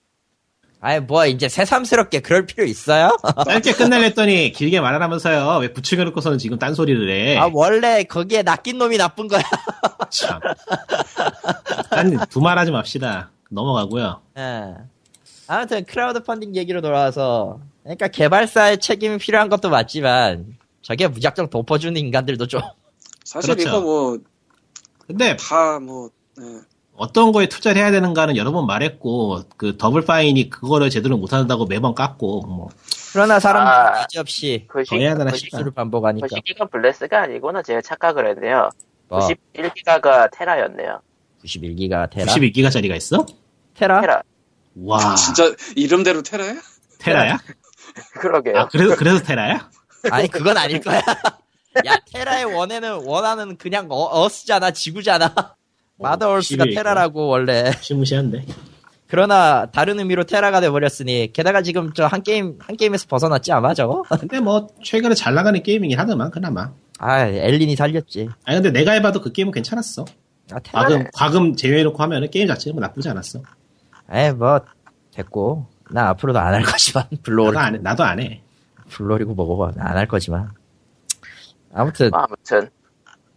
[SPEAKER 2] 아이, 뭐, 이제 새삼스럽게 그럴 필요 있어요?
[SPEAKER 3] 짧게 끝내랬더니 길게 말하면서요. 왜 부추겨놓고서는 지금 딴소리를 해.
[SPEAKER 2] 아, 원래 거기에 낚인 놈이 나쁜 거야.
[SPEAKER 3] 참. 아니, 두말하지 맙시다. 넘어가고요.
[SPEAKER 2] 예. 아무튼, 크라우드 펀딩 얘기로 돌아와서. 그러니까 개발사의 책임이 필요한 것도 맞지만, 저게 무작정 덮어주는 인간들도 좀.
[SPEAKER 4] 사실
[SPEAKER 3] 그렇죠.
[SPEAKER 4] 이거 뭐
[SPEAKER 3] 근데
[SPEAKER 4] 다 뭐 예.
[SPEAKER 3] 어떤 거에 투자를 해야 되는가는 여러 번 말했고 그 더블 파인이 그거를 제대로 못한다고 매번 깎고 뭐
[SPEAKER 2] 그러나 사람들은
[SPEAKER 1] 아.
[SPEAKER 2] 이지 없이
[SPEAKER 1] 그 시-
[SPEAKER 3] 더 해야 되나
[SPEAKER 1] 그 시-
[SPEAKER 3] 싶다.
[SPEAKER 2] 실수를 반복하니까.
[SPEAKER 1] 그 시기가 블레스가 아니구나. 제가 착각을 했네요.
[SPEAKER 2] 뭐,
[SPEAKER 1] 91기가가 테라였네요.
[SPEAKER 2] 91기가 테라.
[SPEAKER 3] 92기가짜리가 있어?
[SPEAKER 2] 테라?
[SPEAKER 1] 테라.
[SPEAKER 2] 아.
[SPEAKER 3] 와
[SPEAKER 4] 진짜 이름대로 테라야?
[SPEAKER 3] 테라야?
[SPEAKER 1] 그러게요.
[SPEAKER 3] 아 그래서 그래서 테라야?
[SPEAKER 2] 아니 그건 아닐 거야. 야 테라의 원에는 원하는 그냥 어, 어스잖아 지구잖아. 마더월스가
[SPEAKER 3] 시리얼이구나.
[SPEAKER 2] 테라라고 원래.
[SPEAKER 3] 무시무시한데
[SPEAKER 2] 그러나 다른 의미로 테라가 돼버렸으니 게다가 지금 저 한 게임 한 게임에서 벗어났지 아마 저거.
[SPEAKER 3] 근데 뭐 최근에 잘 나가는 게임이긴 하더만 그나마
[SPEAKER 2] 아 엘린이 살렸지.
[SPEAKER 3] 아니 근데 내가 해봐도 그 게임은 괜찮았어
[SPEAKER 2] 아 테라.
[SPEAKER 3] 과금 과금 제외해놓고 하면은 게임 자체는 뭐 나쁘지 않았어
[SPEAKER 2] 에뭐 됐고. 나 앞으로도 안 할 거지만 블로리
[SPEAKER 3] 나도 안해 나도 안해
[SPEAKER 2] 블로리고 뭐고 안 할 거지만. 아무튼
[SPEAKER 1] 뭐 아무튼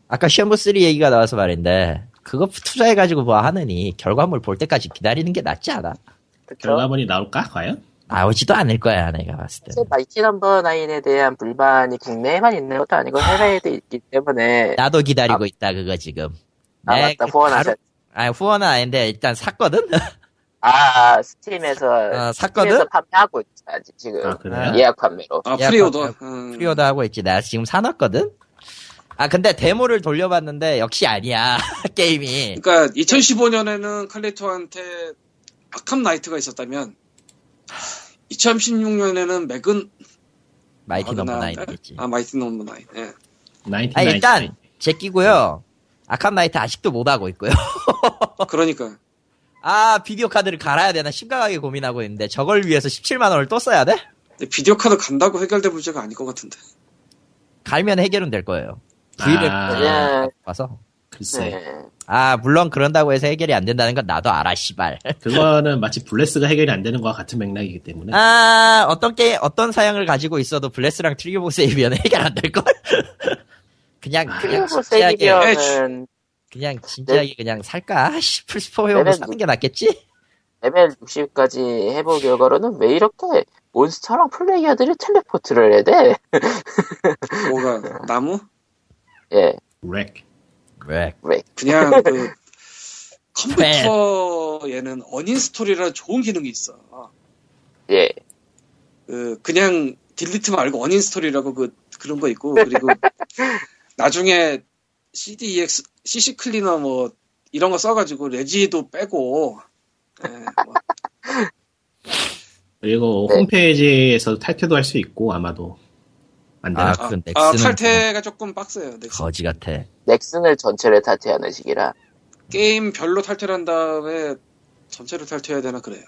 [SPEAKER 2] 아까 쉐무 3 얘기가 나와서 말인데 그거 투자해가지고 뭐 하느니 결과물 볼 때까지 기다리는 게 낫지 않아?
[SPEAKER 1] 그쵸.
[SPEAKER 3] 결과물이 나올까 과연?
[SPEAKER 2] 나오지도 않을 거야 내가 봤을 때.
[SPEAKER 1] 사실 나이티 넘버 나인에 대한 불만이 국내에만 있는 것도 아니고 해외에도 있기 때문에
[SPEAKER 2] 나도 기다리고 있다 그거 지금.
[SPEAKER 1] 아
[SPEAKER 2] 네,
[SPEAKER 1] 맞다
[SPEAKER 2] 그
[SPEAKER 1] 후원하셨. 네.
[SPEAKER 2] 바로- 아니 후원은 아닌데 일단 샀거든.
[SPEAKER 1] 아, 아, 스팀에서
[SPEAKER 2] 아, 샀거든?
[SPEAKER 1] 스팀에서 판매하고 있지 아직 지금
[SPEAKER 3] 아 그래요?
[SPEAKER 1] 예약 판매로.
[SPEAKER 4] 아
[SPEAKER 2] 야,
[SPEAKER 4] 프리오더
[SPEAKER 2] 맞아요. 음. 프리오더 하고 있지. 나 지금 사놨거든. 아 근데 데모를 돌려봤는데 역시 아니야 게임이.
[SPEAKER 4] 그러니까 2015년에는 칼리토한테 아캄 나이트가 있었다면 2016년에는 맥은
[SPEAKER 2] 마이티 넘버
[SPEAKER 4] 어그나-
[SPEAKER 2] 나인이겠지.
[SPEAKER 4] 아 마이티 넘버 나인. 예.
[SPEAKER 2] 아
[SPEAKER 3] 99.
[SPEAKER 2] 일단 제 끼고요. 아캄 나이트 아직도 못 하고 있고요.
[SPEAKER 4] 그러니까
[SPEAKER 2] 아 비디오 카드를 갈아야 되나 심각하게 고민하고 있는데 저걸 위해서 17만 원을 또 써야 돼?
[SPEAKER 4] 근데 비디오 카드 간다고 해결될 문제가 아닐 것 같은데.
[SPEAKER 2] 갈면 해결은 될 거예요.
[SPEAKER 3] 아.
[SPEAKER 1] 네,
[SPEAKER 2] 브이를
[SPEAKER 1] 그냥
[SPEAKER 2] 봐서
[SPEAKER 3] 글쎄.
[SPEAKER 1] 네.
[SPEAKER 2] 아 물론 그런다고 해서 해결이 안 된다는 건 나도 알아 씨발.
[SPEAKER 3] 그거는 마치 블레스가 해결이 안 되는 거와 같은 맥락이기 때문에.
[SPEAKER 2] 아 어떤 게 어떤 사양을 가지고 있어도 블레스랑 트리버 세이비언 해결 안 될 걸. 그냥 그냥
[SPEAKER 1] 아, 그리고
[SPEAKER 2] 진지하게
[SPEAKER 1] 세이비언은
[SPEAKER 2] 그냥 진지하게 그냥 살까 싶을 스포용으로
[SPEAKER 1] 네네.
[SPEAKER 2] 사는 게 낫겠지?
[SPEAKER 1] 레벨 60까지 해본 결과로는 왜 이렇게 몬스터랑 플레이어들이 텔레포트를 해야 돼?
[SPEAKER 4] 뭐가 나무?
[SPEAKER 1] 예,
[SPEAKER 3] 렉.
[SPEAKER 2] 왜?
[SPEAKER 4] 그냥 그
[SPEAKER 2] 네.
[SPEAKER 4] 컴퓨터에는 언인스톨이라 좋은 기능이 있어.
[SPEAKER 1] 예.
[SPEAKER 4] 그 그냥 딜리트 말고 언인스톨이라고 그 그런 거 있고 그리고 나중에 E CDEX, CC 클리너 뭐 이런 거 써가지고 레지도 빼고 예, 뭐
[SPEAKER 3] 그리고
[SPEAKER 1] 네.
[SPEAKER 3] 홈페이지에서 탈퇴도 할 수 있고 아마도 안
[SPEAKER 2] 아,
[SPEAKER 3] 되나?
[SPEAKER 4] 아,
[SPEAKER 2] 그건
[SPEAKER 4] 아,
[SPEAKER 2] 넥슨은
[SPEAKER 4] 탈퇴가 조금 빡세요. 넥슨.
[SPEAKER 2] 거지 같아.
[SPEAKER 1] 넥슨을 전체를 탈퇴하는 식이라.
[SPEAKER 4] 게임 별로 탈퇴를 한 다음에 전체를 탈퇴해야 되나 그래요.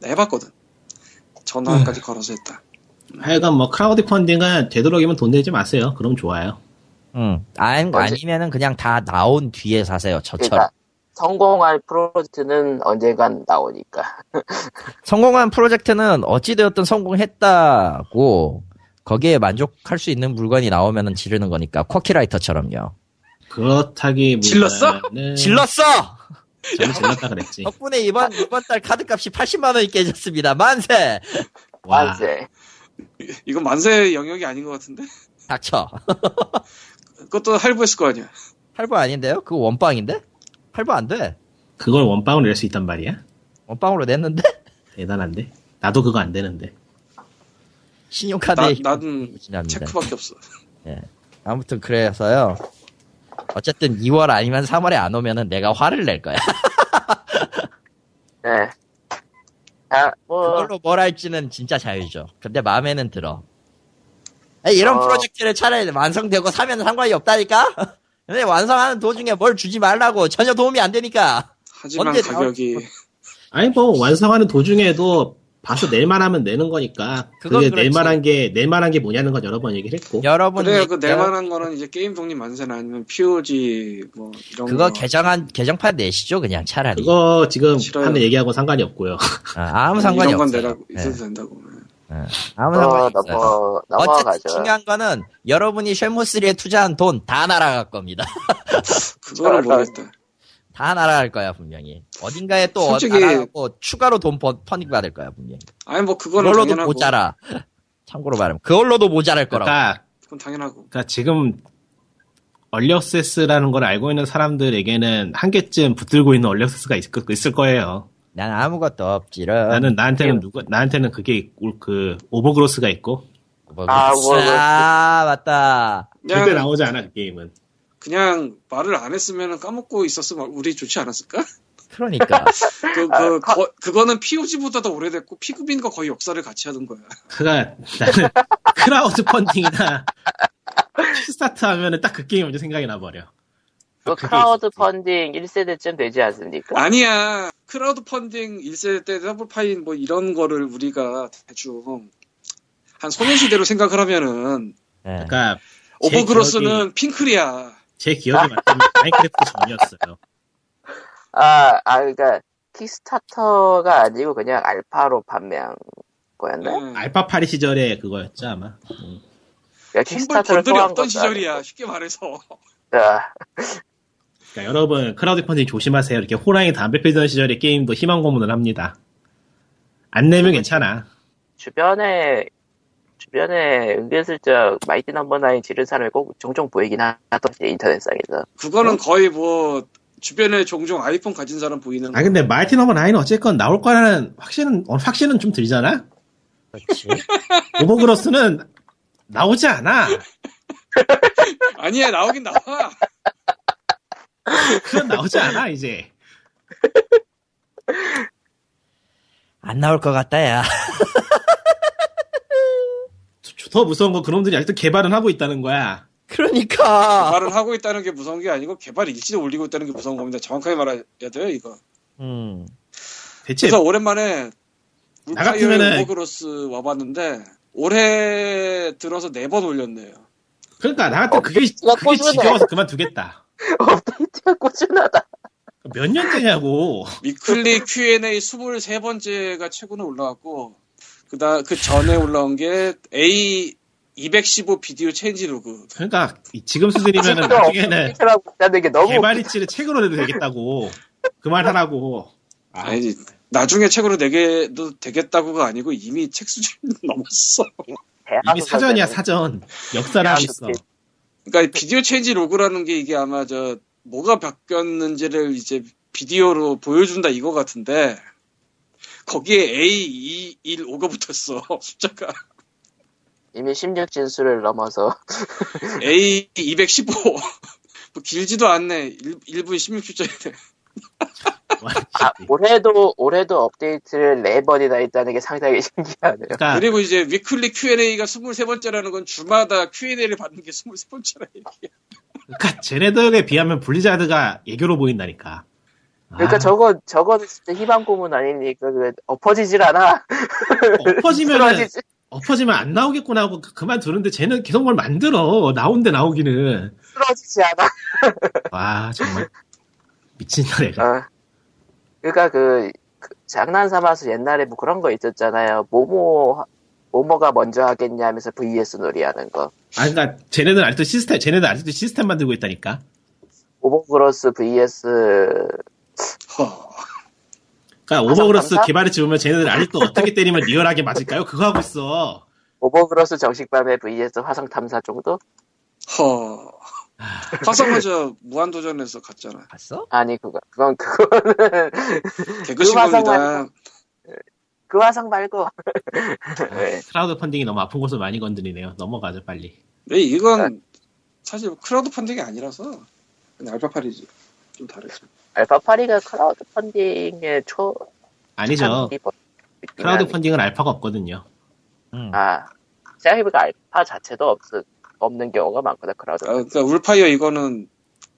[SPEAKER 4] 나 해봤거든.
[SPEAKER 2] 음.
[SPEAKER 4] 전화까지 걸어서 했다.
[SPEAKER 3] 하여간 뭐 크라우드 펀딩은 되도록이면 돈 내지 마세요. 그럼 좋아요.
[SPEAKER 2] 응. 안,
[SPEAKER 1] 거지.
[SPEAKER 2] 아니면은 그냥 다 나온 뒤에 사세요.
[SPEAKER 1] 그러니까
[SPEAKER 2] 저처럼.
[SPEAKER 1] 성공할 프로젝트는 언젠간 나오니까.
[SPEAKER 2] 성공한 프로젝트는 어찌되었든 성공했다고 거기에 만족할 수 있는 물건이 나오면은 지르는 거니까 쿼키라이터처럼요.
[SPEAKER 3] 그렇다기
[SPEAKER 4] 질렀어?
[SPEAKER 2] 질렀어! 어,
[SPEAKER 3] 저는 질렀다
[SPEAKER 4] 네.
[SPEAKER 3] 그랬지.
[SPEAKER 2] 덕분에
[SPEAKER 4] 아.
[SPEAKER 2] 이번 이번 달 카드값이 80만 원이 깨졌습니다. 만세!
[SPEAKER 3] 와.
[SPEAKER 1] 만세.
[SPEAKER 4] 이건 만세 영역이 아닌 것 같은데?
[SPEAKER 2] 닥쳐.
[SPEAKER 4] 그것도 할부했을 거 아니야.
[SPEAKER 2] 할부 아닌데요? 그거 원빵인데? 할부 안 돼.
[SPEAKER 3] 그걸 원빵으로 낼 수 있단 말이야?
[SPEAKER 2] 원빵으로 냈는데?
[SPEAKER 3] 대단한데? 나도 그거 안 되는데.
[SPEAKER 4] 나,
[SPEAKER 2] 신용카드에
[SPEAKER 4] 나는
[SPEAKER 2] 지납니다.
[SPEAKER 4] 체크밖에 없어.
[SPEAKER 2] 아무튼 그래서요. 어쨌든 2월 아니면 3월에 안 오면은 내가 화를 낼 거야.
[SPEAKER 1] 네. 아, 뭐,
[SPEAKER 2] 그걸로 뭘 할지는 진짜 자유죠. 근데 마음에는 들어. 아니, 이런
[SPEAKER 1] 어.
[SPEAKER 2] 프로젝트를 차라리 완성되고 사면 상관이 없다니까? 근데 완성하는 도중에 뭘 주지 말라고. 전혀 도움이 안 되니까.
[SPEAKER 4] 하지만
[SPEAKER 2] 언제 나올-
[SPEAKER 4] 가격이
[SPEAKER 3] 아니 뭐 완성하는 도중에도 봐서 낼 만하면 내는 거니까
[SPEAKER 2] 그건
[SPEAKER 3] 그게
[SPEAKER 2] 그렇지.
[SPEAKER 3] 낼 만한 게낼 만한 게 뭐냐는 건 여러 번 얘기를 했고
[SPEAKER 2] 여러분.
[SPEAKER 4] 그래요. 그 낼만한 거는 이제 게임 독립 만세나 아니면 POG 뭐 이런
[SPEAKER 2] 그거
[SPEAKER 4] 거.
[SPEAKER 2] 개정한, 개정판 내시죠, 그냥 차라리.
[SPEAKER 3] 그거 지금
[SPEAKER 4] 싫어요.
[SPEAKER 3] 하는 얘기하고 상관이 없고요.
[SPEAKER 2] 아, 무
[SPEAKER 4] 아니,
[SPEAKER 2] 상관이
[SPEAKER 4] 이런 건
[SPEAKER 2] 없어요.
[SPEAKER 4] 내라고
[SPEAKER 2] 예,
[SPEAKER 4] 있어도 된다고.
[SPEAKER 2] 아무
[SPEAKER 1] 어,
[SPEAKER 2] 상관이 없어요.
[SPEAKER 1] 넘어,
[SPEAKER 2] 어쨌든
[SPEAKER 1] 넘어가죠.
[SPEAKER 2] 중요한 거는 여러분이 쉘무3에 투자한 돈 다 날아갈 겁니다.
[SPEAKER 4] 그거는
[SPEAKER 1] 저-
[SPEAKER 4] 모르겠다.
[SPEAKER 2] 다 날아갈 거야 분명히 어딘가에 또
[SPEAKER 4] 솔직히-
[SPEAKER 2] 날아가고 추가로 돈 번, 펀딩 받을 거야 분명히
[SPEAKER 4] 아니 뭐 그거는
[SPEAKER 2] 그걸로도
[SPEAKER 4] 당연하고.
[SPEAKER 2] 모자라 참고로 말하면 그걸로도 모자랄 거라고
[SPEAKER 3] 그러니까,
[SPEAKER 4] 그건 당연하고.
[SPEAKER 3] 그러니까 지금 얼리억세스라는 걸 알고 있는 사람들에게는 한 개쯤 붙들고 있는 얼리억세스가 있, 있을 거예요.
[SPEAKER 2] 난 아무것도 없지롱
[SPEAKER 3] 나는 나한테는 누가 나한테는 그게 있고, 그 오버그로스가 있고
[SPEAKER 2] 뭐,
[SPEAKER 1] 아,
[SPEAKER 2] 아,
[SPEAKER 1] 뭐, 뭐.
[SPEAKER 2] 맞다
[SPEAKER 3] 절대
[SPEAKER 4] 그냥
[SPEAKER 3] 나오지 않아 그 게임은.
[SPEAKER 4] 그냥 말을 안 했으면 까먹고 있었으면 우리 좋지 않았을까?
[SPEAKER 2] 그러니까
[SPEAKER 4] 그, 그, 거, 그거는 POG보다 더 오래됐고, 피그빈과 거의 역사를 같이 하던 거야.
[SPEAKER 3] 그가 나는 크라우드 펀딩이나 스타트 하면은 딱 그 게임 먼저 생각이 나버려.
[SPEAKER 1] 그
[SPEAKER 3] 그게
[SPEAKER 1] 크라우드
[SPEAKER 3] 있었지.
[SPEAKER 1] 펀딩 1세대쯤 되지 않습니까?
[SPEAKER 4] 아니야. 크라우드 펀딩 1세대 때 더블파인 뭐 이런 거를 우리가 대충 한 소녀시대로 생각을 하면은,
[SPEAKER 2] 예.
[SPEAKER 3] 그러니까 제
[SPEAKER 4] 오버그로스는 핑클이야.
[SPEAKER 3] 제 기억이 맞다면 마인크래프트 전이었어요.
[SPEAKER 1] 아, 아, 그니까, 킥스타터가 아니고 그냥 알파로 판매한 거였나요?
[SPEAKER 4] 네.
[SPEAKER 3] 알파 파리 시절에 그거였죠 아마. 음.
[SPEAKER 1] 그러니까
[SPEAKER 4] 콤볼
[SPEAKER 1] 킥스타터를
[SPEAKER 4] 번들이
[SPEAKER 1] 통한
[SPEAKER 4] 없던
[SPEAKER 1] 것도
[SPEAKER 4] 시절이야. 쉽게 말해서.
[SPEAKER 1] 아니고. 아,
[SPEAKER 3] 그러니까 여러분 크라우드 펀딩 조심하세요. 이렇게 호랑이 담배 피던 시절에 게임도 희망 고문을 합니다. 안 내면 괜찮아.
[SPEAKER 1] 주변에, 주변에 은근슬쩍 마이티 넘버 나인 지른 사람이 꼭 종종 보이긴 하던데, 인터넷상에서.
[SPEAKER 3] 어?
[SPEAKER 4] 그거는 거의 뭐, 주변에 종종 아이폰 가진 사람 보이는
[SPEAKER 3] 아 근데 마이티 넘버 나인 어쨌건 나올 거라는 확신은 어, 확신은 좀 들잖아.
[SPEAKER 2] 그렇지
[SPEAKER 3] 오버그로스는 나오지 않아.
[SPEAKER 4] 아니야, 나오긴 나와.
[SPEAKER 3] 그건 나오지 않아 이제.
[SPEAKER 2] 안 나올 것 같다 야
[SPEAKER 3] 더 무서운 건 그놈들이 아직도 개발은 하고 있다는 거야. 아.
[SPEAKER 2] 그러니까
[SPEAKER 4] 개발을 하고 있다는 게 무서운 게 아니고, 개발 일찍 올리고 있다는 게 무서운 겁니다. 정확하게 말해야 돼요, 이거.
[SPEAKER 2] 음.
[SPEAKER 3] 대체
[SPEAKER 4] 그래서 오랜만에
[SPEAKER 3] 나
[SPEAKER 4] 물파이어
[SPEAKER 3] 같으면은-
[SPEAKER 4] 오버그로스 와봤는데 올해 들어서 네 번 올렸네요.
[SPEAKER 3] 그러니까 나 같은 그게
[SPEAKER 1] 나
[SPEAKER 3] 그게
[SPEAKER 1] 꼬집어내.
[SPEAKER 3] 지겨워서 그만두겠다.
[SPEAKER 1] 업데이트 꾸준하다.
[SPEAKER 3] 몇 년째냐고.
[SPEAKER 4] 위클리 Q&A 23번째가 최근에 올라왔고 그다 그 전에 올라온 게 A 215 비디오 체인지 로그.
[SPEAKER 3] 그러니까 이- 지금
[SPEAKER 1] 아,
[SPEAKER 3] 수준이면 나중에는
[SPEAKER 1] 라고 하는 게 너무
[SPEAKER 3] 개발이치를 책으로 내도 되겠다고. 그 말 하라고. 아,
[SPEAKER 4] 아니 나중에 책으로 내게도 되겠다고가 아니고 이미 책 수준 넘었어.
[SPEAKER 1] 대학에서
[SPEAKER 3] 이미 사전이야
[SPEAKER 1] 되는
[SPEAKER 3] 사전. 역사를 안 있어.
[SPEAKER 4] 그러니까 비디오 체인지 로그라는 게 이게 아마 저 뭐가 바뀌었는지를 이제 비디오로 보여준다 이거 같은데 거기에 A 2 1 5가 붙었어 숫자가
[SPEAKER 1] 이미 16 진수를 넘어서
[SPEAKER 4] A 215 뭐 길지도 않네 1, 분 16초짜리
[SPEAKER 1] 아, 올해도 올해도 업데이트를 네 번이나 했다는 게 상당히 신기하네요.
[SPEAKER 3] 그러니까
[SPEAKER 4] 아, 그리고 이제 위클리 Q&A가 23번째라는 건 주마다 Q&A를 받는 게 23번째라 얘기야
[SPEAKER 3] 그러니까 쟤네들에 비하면 블리자드가 예교로 보인다니까.
[SPEAKER 1] 그러니까
[SPEAKER 3] 아,
[SPEAKER 1] 저건 저건 진짜 희망 고문 아니니까 그 엎어지질 않아.
[SPEAKER 3] 엎어지면
[SPEAKER 1] 쓰러지지.
[SPEAKER 3] 엎어지면 안 나오겠구나 하고 그- 그만 두는데 쟤는 계속 뭘 만들어 나온데 나오기는.
[SPEAKER 1] 쓰러지지 않아.
[SPEAKER 3] 와 정말 미친다 내가.
[SPEAKER 1] 어. 그러니까 그, 그 장난 삼아서 옛날에 뭐 그런 거 있었잖아요. 모모 모모가 먼저 하겠냐 하면서 VS 놀이하는 거.
[SPEAKER 3] 아, 그러니까 쟤네들 아직도 시스템, 쟤네들 아직도 시스템 만들고 있다니까.
[SPEAKER 1] 오버그로스 VS
[SPEAKER 4] 허,
[SPEAKER 3] 그러니까 오버그로스
[SPEAKER 1] 감사?
[SPEAKER 3] 개발을 집으면 쟤네들 아직도 어떻게 때리면 리얼하게 맞을까요? 그거 하고 있어.
[SPEAKER 1] 오버그로스 정식밤에 VS 화성 탐사 정도?
[SPEAKER 4] 허. 화성마저 무한도전에서 갔잖아
[SPEAKER 5] 봤어?
[SPEAKER 1] 아니 그거 그건 그거는
[SPEAKER 4] 개그신문이다
[SPEAKER 1] 그 화성 말고. 네.
[SPEAKER 3] 크라우드 펀딩이 너무 아픈 곳을 많이 건드리네요. 넘어가죠 빨리.
[SPEAKER 4] 네, 이건 사실 크라우드 펀딩이 아니라서 그냥 알파팔이지 좀 다르죠.
[SPEAKER 1] 알파파리가 크라우드 펀딩의 초
[SPEAKER 3] 아니죠.
[SPEAKER 1] 초창기 버-
[SPEAKER 3] 크라우드 펀딩은 알파가 없거든요.
[SPEAKER 1] 아 생각해보니까 알파 자체도 없 없는 경우가 많구나 크라우드.
[SPEAKER 4] 아, 그러니까 울파이어 이거는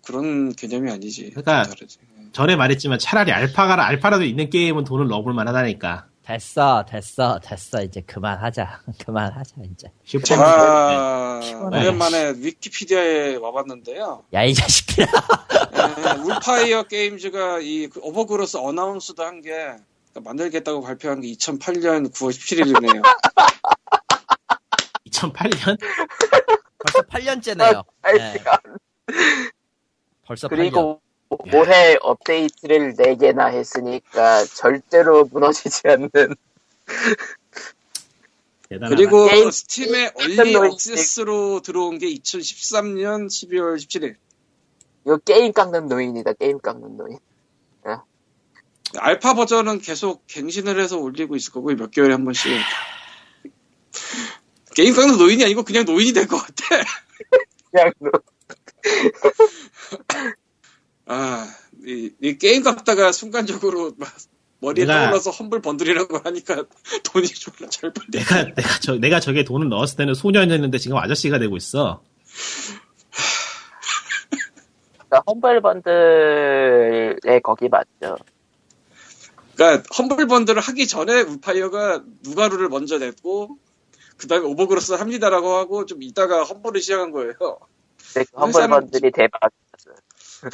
[SPEAKER 4] 그런 개념이 아니지.
[SPEAKER 3] 그러니까
[SPEAKER 4] 좀 다르지.
[SPEAKER 3] 전에 말했지만 차라리 알파가 알파라도 있는 게임은 돈을 넣어볼 만하다니까.
[SPEAKER 5] 됐어, 됐어, 됐어. 이제 그만하자. 그만하자, 이제.
[SPEAKER 4] 아.
[SPEAKER 3] 슈퍼.
[SPEAKER 4] 제가
[SPEAKER 5] 피곤해.
[SPEAKER 4] 아, 오랜만에 위키피디아에 와봤는데요.
[SPEAKER 5] 야, 이 자식들아.
[SPEAKER 4] 예, 울파이어 게임즈가 이그 오버그로스 어나운스도 한 게 그러니까 만들겠다고 발표한 게 2008년 9월 17일이네요.
[SPEAKER 3] 2008년?
[SPEAKER 5] 벌써 8년째네요. 네,
[SPEAKER 2] 예,
[SPEAKER 5] 벌써 8년.
[SPEAKER 1] 그리고
[SPEAKER 3] 예.
[SPEAKER 1] 올해 업데이트를 4 개나 했으니까 절대로 무너지지 않는
[SPEAKER 3] 대단하다.
[SPEAKER 4] 그리고
[SPEAKER 1] 게임-
[SPEAKER 4] 스팀의
[SPEAKER 1] 게임
[SPEAKER 4] 얼리
[SPEAKER 1] 노이즈.
[SPEAKER 4] 액세스로 들어온 게 2013년 12월 17일.
[SPEAKER 1] 이거 게임 깎는 노인이다 게임 깎는 노인.
[SPEAKER 4] 알파 버전은 계속 갱신을 해서 올리고 있을 거고 몇 개월에 한 번씩 게임 깡는 노인이 아니고 그냥 노인이 될 것 같아
[SPEAKER 1] 그냥 노-
[SPEAKER 4] 아, 이, 이 게임 깎다가 순간적으로 막 머리에
[SPEAKER 3] 내가-
[SPEAKER 4] 떠올라서 험블 번들이라고 하니까 돈이 졸라 잘 벌려
[SPEAKER 3] 내가 내가 저 내가 저게 돈을 넣었을 때는 소년이었는데 지금 아저씨가 되고 있어.
[SPEAKER 1] 그러니까 험블 번들에 거기 맞죠.
[SPEAKER 4] 그러니까 험블 번들을 하기 전에 울파이어가 누가루를 먼저 냈고 그 다음에 오버그로스 합니다라고 하고 좀 이따가 험블을 시작한 거예요
[SPEAKER 1] 근데 그 험블
[SPEAKER 4] 회사는-
[SPEAKER 1] 번들이 대박.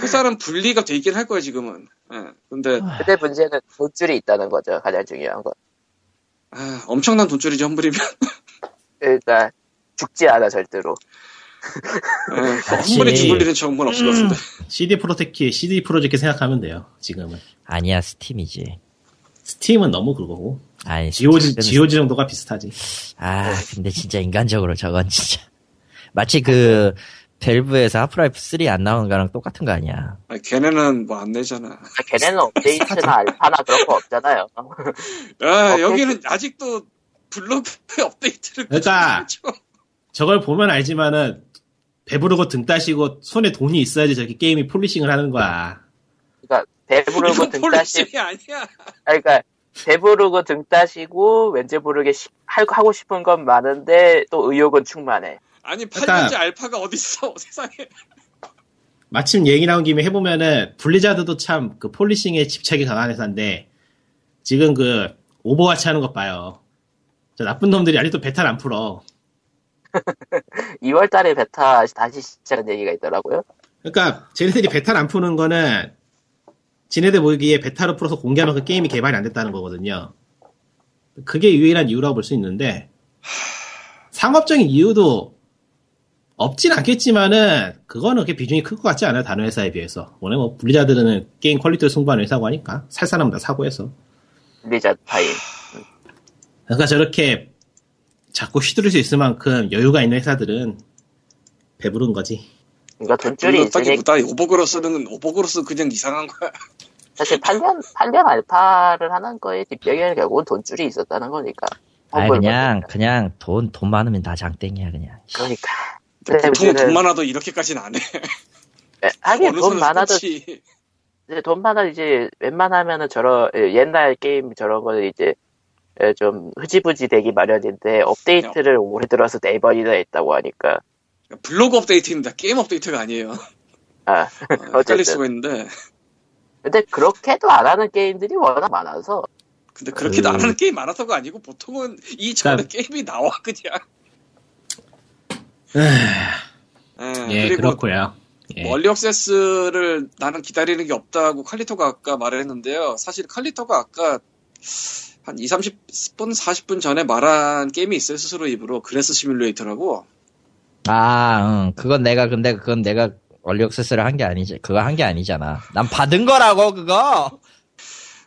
[SPEAKER 4] 회사는 분리가 돼 있긴 할 거야 지금은 예, 근데
[SPEAKER 2] 아.
[SPEAKER 1] 근데 문제는 돈줄이 있다는 거죠 가장 중요한 건.
[SPEAKER 4] 아, 엄청난 돈줄이지 험블이면
[SPEAKER 1] 그러니까 죽지 않아 절대로. 예.
[SPEAKER 4] 험블이 죽을 일은 정말 없을 것 같은데
[SPEAKER 1] 음.
[SPEAKER 3] CD 프로젝트 CD 프로젝트 생각하면 돼요. 지금은
[SPEAKER 5] 아니야, 스팀이지.
[SPEAKER 3] 스팀은 너무 그거고
[SPEAKER 5] 아니,
[SPEAKER 3] GOG
[SPEAKER 5] 네, 스팀은-
[SPEAKER 3] GOG 정도가 비슷하지.
[SPEAKER 5] 아, 근데 진짜 인간적으로 저건 진짜. 마치 그, 벨브에서 하프라이프 3 안 나온 거랑 똑같은 거 아니야.
[SPEAKER 4] 아니, 걔네는 뭐 안 내잖아.
[SPEAKER 1] 아, 걔네는 업데이트나 알파나 그런 거 없잖아요. 어?
[SPEAKER 4] 아,
[SPEAKER 1] 업데이트.
[SPEAKER 4] 여기는 아직도 블로그에
[SPEAKER 1] 네.
[SPEAKER 4] 업데이트를
[SPEAKER 3] 그러니까.
[SPEAKER 4] 꾸준히 해줘.
[SPEAKER 3] 저걸 보면 알지만은 배부르고 등 따시고 손에 돈이 있어야지 저렇게 게임이 폴리싱을 하는 거야.
[SPEAKER 1] 그러니까 배부르고
[SPEAKER 4] 이건
[SPEAKER 1] 등 따시,
[SPEAKER 4] 폴리싱이 아니야.
[SPEAKER 1] 아니, 그러니까 배부르고 등 따시고 왠지 모르게 시- 할- 하고 싶은 건 많은데 또 의욕은 충만해.
[SPEAKER 4] 아니
[SPEAKER 3] 그러니까.
[SPEAKER 4] 8년째 알파가 어딨어 세상에.
[SPEAKER 3] 마침 얘기 나온 김에 해보면은 블리자드도 참 그 폴리싱에 집착이 강한 회사인데 지금 그 오버워치 하는 것 봐요. 저 나쁜 놈들이 아직도 베타를 안 풀어.
[SPEAKER 1] 2월달에 베타 다시 시작한 얘기가 있더라고요.
[SPEAKER 3] 그러니까 쟤네들이 베타를 안 푸는 거는 지네들 보기에 베타로 풀어서 공개하면 그 게임이 개발이 안 됐다는 거거든요. 그게 유일한 이유라고 볼 수 있는데 상업적인 이유도 없진 않겠지만은 그거는 그렇게 비중이 클 것 같지 않아요 다른 회사에 비해서 원래 뭐 블리자드는 게임 퀄리티를 승부하는 회사고 하니까 살 사람 다 사고 해서
[SPEAKER 1] 리자드 파일.
[SPEAKER 3] 그러니까 저렇게 자꾸 휘두를 수 있을 만큼 여유가 있는 회사들은 배부른 거지
[SPEAKER 1] 그러니까 돈줄이 네, 있으니
[SPEAKER 4] 딱이보다 뭐, 오복으로 쓰는 오복으로 쓰는 그냥 이상한 거야.
[SPEAKER 1] 사실 8년 8년 알파를 하는 거에 뒷배경이 결국은 돈줄이 있었다는 거니까.
[SPEAKER 2] 아
[SPEAKER 1] 환불
[SPEAKER 2] 그냥
[SPEAKER 1] 거니까.
[SPEAKER 2] 그냥 돈 돈 많으면 다 장땡이야 그냥.
[SPEAKER 1] 그러니까.
[SPEAKER 4] 보통
[SPEAKER 1] 근데
[SPEAKER 4] 돈
[SPEAKER 1] 돈
[SPEAKER 4] 많아도 이렇게까지는 안 해.
[SPEAKER 1] 예, 하긴
[SPEAKER 4] 어느
[SPEAKER 1] 돈
[SPEAKER 4] 선에서
[SPEAKER 1] 많아도
[SPEAKER 4] 끝이-
[SPEAKER 1] 이제 돈 받아 이제 웬만하면은 저런 예, 옛날 게임 저런 거는 이제 예, 좀 흐지부지 되기 마련인데 업데이트를 올해 들어서 네 번이나 했다고 하니까
[SPEAKER 4] 블로그 업데이트입니다. 게임 업데이트가 아니에요.
[SPEAKER 1] 아
[SPEAKER 4] 어, 헷갈릴
[SPEAKER 1] 어쨌든.
[SPEAKER 4] 수가 있는데
[SPEAKER 1] 근데 그렇게도 안 하는 게임들이 워낙 많아서
[SPEAKER 4] 근데 그렇게도
[SPEAKER 3] 음.
[SPEAKER 4] 안 하는 게임 많아서가 아니고 보통은 이 전에
[SPEAKER 3] 그러니까-
[SPEAKER 4] 게임이 나와 그냥. 예,
[SPEAKER 3] 예
[SPEAKER 4] 그리고
[SPEAKER 3] 그렇고요 예.
[SPEAKER 4] 뭐 얼리 억세스를 나는 기다리는 게 없다고 칼리토가 아까 말을 했는데요. 사실 칼리토가 아까 한 2, 30분, 40분 전에 말한 게임이 있어요. 스스로 입으로. 그레스 시뮬레이터라고.
[SPEAKER 2] 아, 응. 그건 내가 근데 그건 내가 얼리 액세스를 한 게 아니지. 그거 한 게 아니잖아. 난 받은 거라고 그거.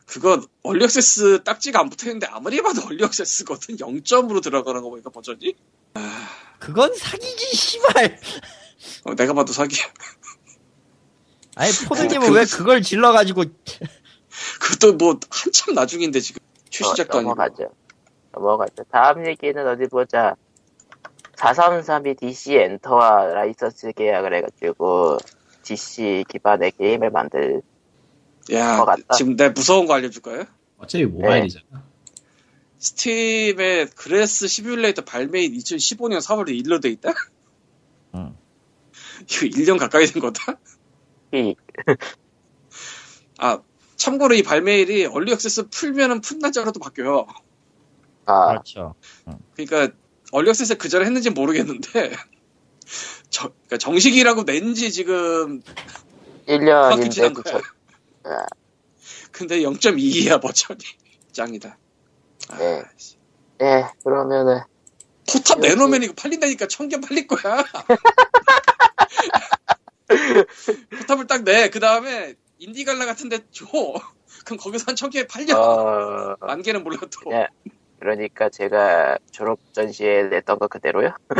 [SPEAKER 4] 그거 얼리 억세스 딱지가 안 붙어있는데 아무리 봐도 얼리 억세스거든. 0점으로 들어가는 거 보니까 버전이.
[SPEAKER 2] 그건 사기지 씨발.
[SPEAKER 4] 어, 내가 봐도 사기야.
[SPEAKER 2] 아니 포드님은
[SPEAKER 4] 그거-
[SPEAKER 2] 왜 그걸 질러 가지고
[SPEAKER 4] 그것도 뭐 한참 나중인데 지금. 출시작도
[SPEAKER 1] 어,
[SPEAKER 4] 아니고.
[SPEAKER 1] 넘어가죠. 넘어가죠. 다음 얘기는 어디 보자. 433이 DC 엔터와 라이선스 계약을 해가지고 DC 기반의 게임을 만들
[SPEAKER 4] 야,
[SPEAKER 1] 넘어갔다.
[SPEAKER 4] 지금 내 무서운 거 알려줄까요?
[SPEAKER 3] 어차피 모바일이잖아
[SPEAKER 4] 스팀의 그레스 시뮬레이터 발매인 2015년 4월에 일로 돼 있다?
[SPEAKER 2] 응.
[SPEAKER 4] 이거 1년 가까이 된 거다?
[SPEAKER 1] 이
[SPEAKER 4] 아, 참고로 이 발매일이 얼리 액세스 풀면은 푼 날짜로도 바뀌어요.
[SPEAKER 1] 아,
[SPEAKER 2] 그렇죠.
[SPEAKER 4] 그러니까 얼리 액세스 그 전에 했는지 모르겠는데 저, 그러니까 정식이라고 낸지 지금 확 지난
[SPEAKER 1] 1년인데
[SPEAKER 4] 거야.
[SPEAKER 1] 그쵸. 아.
[SPEAKER 4] 근데 0.22야 버전이 짱이다. 아,
[SPEAKER 1] 네. 예, 그러면은
[SPEAKER 4] 포탑 내놓으면 이거 팔린다니까 천 개 팔릴 거야. 포탑을 딱 내. 그 다음에 인디갈라 같은데 줘. 그럼 거기서 한 천 개 팔려.
[SPEAKER 1] 어
[SPEAKER 4] 만 개는 몰라도.
[SPEAKER 1] 네. 그러니까 제가 졸업 전시에 냈던 거 그대로요.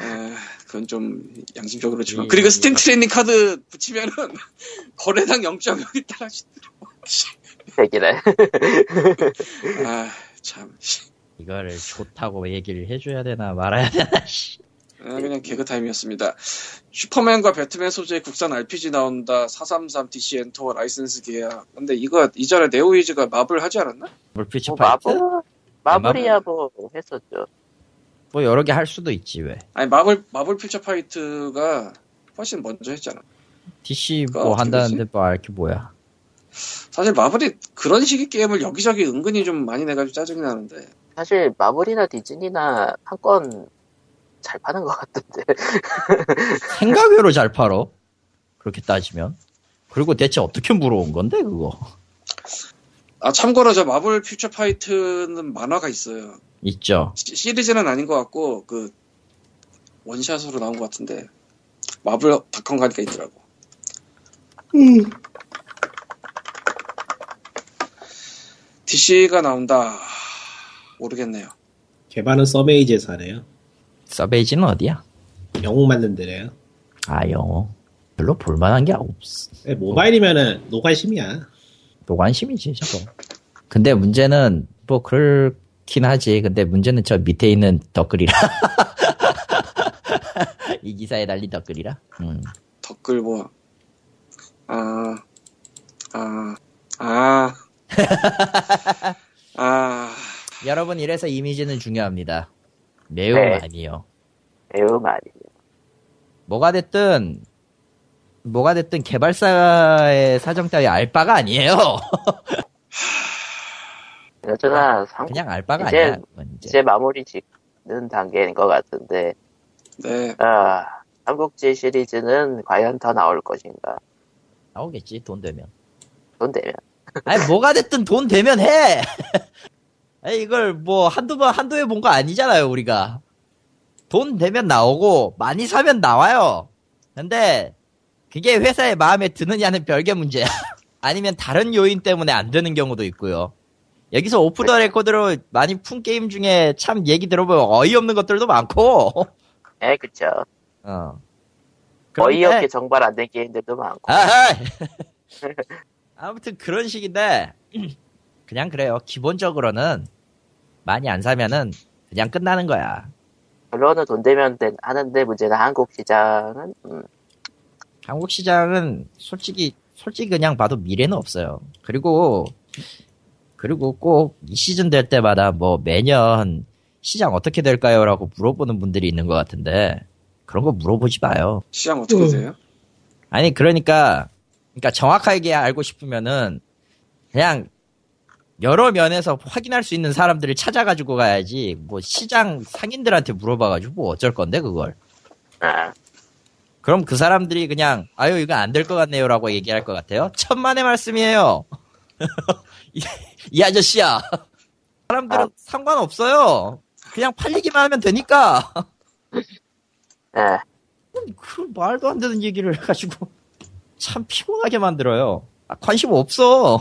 [SPEAKER 4] 에, 그건 좀 양심적으로 지금.
[SPEAKER 2] 이-
[SPEAKER 4] 그리고 스팀 트레이닝 카드 붙이면은 거래당 0.0이 따라지더라.
[SPEAKER 1] 되기는
[SPEAKER 4] 아, 참.
[SPEAKER 2] 이거를 좋다고 얘기를 해 줘야 되나 말아야 되나 씨.
[SPEAKER 4] 아, 그냥 개그 타임이었습니다. 슈퍼맨과 배트맨 소재의 국산 RPG 나온다. 433 DC 엔터 라이선스 계약. 근데 이거 이전에 네오이즈가 마블 하지 않았나?
[SPEAKER 2] 물피치
[SPEAKER 1] 뭐
[SPEAKER 2] 파이트
[SPEAKER 1] 마블 마블이야 뭐 했었죠.
[SPEAKER 2] 뭐 여러 개 할 수도 있지 왜.
[SPEAKER 4] 아니 마블 마블 퓨처 파이트가 훨씬 먼저 했잖아.
[SPEAKER 2] DC
[SPEAKER 4] 그거
[SPEAKER 2] 뭐
[SPEAKER 4] 어떻게
[SPEAKER 2] 한다는데 뭐 알게 뭐야.
[SPEAKER 4] 사실 마블이 그런 식의 게임을 여기저기 은근히 좀 많이 내가지고 짜증이 나는데.
[SPEAKER 1] 사실 마블이나 디즈니나 판권 잘 파는 것 같던데.
[SPEAKER 2] 생각외로 잘 팔어. 그렇게 따지면. 그리고 대체 어떻게 물어온 건데 그거.
[SPEAKER 4] 아 참고로 저 마블 퓨처 파이트는 만화가 있어요.
[SPEAKER 2] 있죠.
[SPEAKER 4] 시- 시리즈는 아닌 것 같고 그 원샷으로 나온 것 같은데 마블 닷컴 가니까 있더라고. DC가 나온다. 모르겠네요.
[SPEAKER 3] 개발은 서베이즈에서 하네요
[SPEAKER 2] 서베이지는 어디야?
[SPEAKER 3] 영웅 만든 데래요
[SPEAKER 2] 아 영어 별로 볼만한 게 없어
[SPEAKER 3] 네, 모바일이면은 노관심이야
[SPEAKER 2] 노관심이지 저거 근데 문제는 뭐 그렇긴 하지 근데 문제는 저 밑에 있는 댓글이라 이 기사에 달린 댓글이라 음.
[SPEAKER 4] 댓글 뭐. 아, 아, 아. 아,
[SPEAKER 2] 여러분 이래서 이미지는 중요합니다 매우
[SPEAKER 1] 네.
[SPEAKER 2] 많이요
[SPEAKER 1] 매우 많이.
[SPEAKER 2] 뭐가 됐든 뭐가 됐든 개발사의 사정 따위 알바가 아니에요
[SPEAKER 1] 그나저나 상
[SPEAKER 2] 그냥 알바가
[SPEAKER 1] 이제-
[SPEAKER 2] 아니야 그건 이제
[SPEAKER 1] 이제 마무리 짓는 단계인 것 같은데
[SPEAKER 4] 네.
[SPEAKER 1] 아 삼국지 시리즈는 과연 더 나올 것인가?
[SPEAKER 2] 나오겠지 돈 되면.
[SPEAKER 1] 돈 되면.
[SPEAKER 2] 아니 뭐가 됐든 돈 되면 해. 아니, 이걸 뭐 한두 번 한두 해 본 거 아니잖아요 우리가. 돈 되면 나오고 많이 사면 나와요. 근데 그게 회사의 마음에 드느냐는 별개 문제야. 아니면 다른 요인 때문에 안 되는 경우도 있고요. 여기서 오프 더 레코드로 많이 푼 게임 중에 참 얘기 들어보면 어이없는 것들도 많고.
[SPEAKER 1] 예, 그쵸.
[SPEAKER 2] 어.
[SPEAKER 1] 어이없게 정발 안 된 게임들도 많고.
[SPEAKER 2] 아, 아무튼 그런 식인데 그냥 그래요. 기본적으로는 많이 안 사면은 그냥 끝나는 거야.
[SPEAKER 1] 결론은 돈 되면 된- 하는데 문제는 한국 시장은 음,
[SPEAKER 2] 한국 시장은 솔직히 솔직히 그냥 봐도 미래는 없어요. 그리고 그리고 꼭 이 시즌 될 때마다 뭐 매년 시장 어떻게 될까요라고 물어보는 분들이 있는 것 같은데 그런 거 물어보지 마요.
[SPEAKER 4] 시장 어떻게 돼요?
[SPEAKER 2] 아니 그러니까 그러니까 정확하게 알고 싶으면은 그냥 여러 면에서 확인할 수 있는 사람들을 찾아가지고 가야지 뭐 시장 상인들한테 물어봐가지고 뭐 어쩔 건데 그걸
[SPEAKER 1] 아,
[SPEAKER 2] 그럼 그 사람들이 그냥 아유 이거 안 될 것 같네요라고 얘기할 것 같아요 천만의 말씀이에요 이, 이 아저씨야 사람들은
[SPEAKER 1] 아.
[SPEAKER 2] 상관없어요 그냥 팔리기만 하면 되니까 네.
[SPEAKER 1] 예.
[SPEAKER 2] 그 말도 안 되는 얘기를 해가지고 참 피곤하게 만들어요. 아, 관심 없어.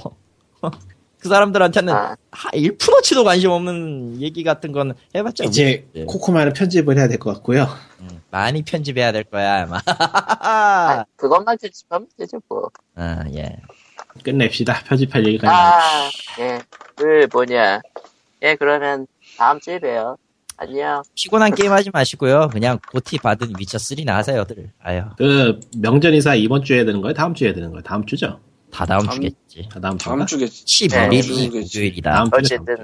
[SPEAKER 2] 그 사람들한테는
[SPEAKER 1] 아.
[SPEAKER 2] 하, 1%치도 관심 없는 얘기 같은 건 해봤자
[SPEAKER 3] 이제
[SPEAKER 2] 뭐-
[SPEAKER 3] 코코마는 편집을 해야 될 것 같고요.
[SPEAKER 2] 음, 많이 편집해야 될 거야 아마.
[SPEAKER 1] 아, 그것만 편집하면 되죠 뭐.
[SPEAKER 2] 아, 예.
[SPEAKER 3] 끝냅시다. 편집할
[SPEAKER 2] 네.
[SPEAKER 3] 얘기가
[SPEAKER 1] 아, 예. 그 뭐냐. 예, 그러면 다음 주에 봬요. 안녕.
[SPEAKER 2] 피곤한 게임 하지 마시고요. 그냥 고티 받은 위쳐 3나 하세요들. 아유
[SPEAKER 3] 그 명절 인사 이번 주에 해야 되는 거예요? 다음 주에 해야 되는 거예요? 다음 주죠? 아,
[SPEAKER 2] 다 다음
[SPEAKER 4] 다음- 네,
[SPEAKER 2] 주겠지.
[SPEAKER 3] 다 다음 주가?
[SPEAKER 4] 다음 주에
[SPEAKER 2] 11일이
[SPEAKER 4] 주겠지.
[SPEAKER 2] 목요일이다.
[SPEAKER 3] 다음 주죠.
[SPEAKER 1] 어쨌든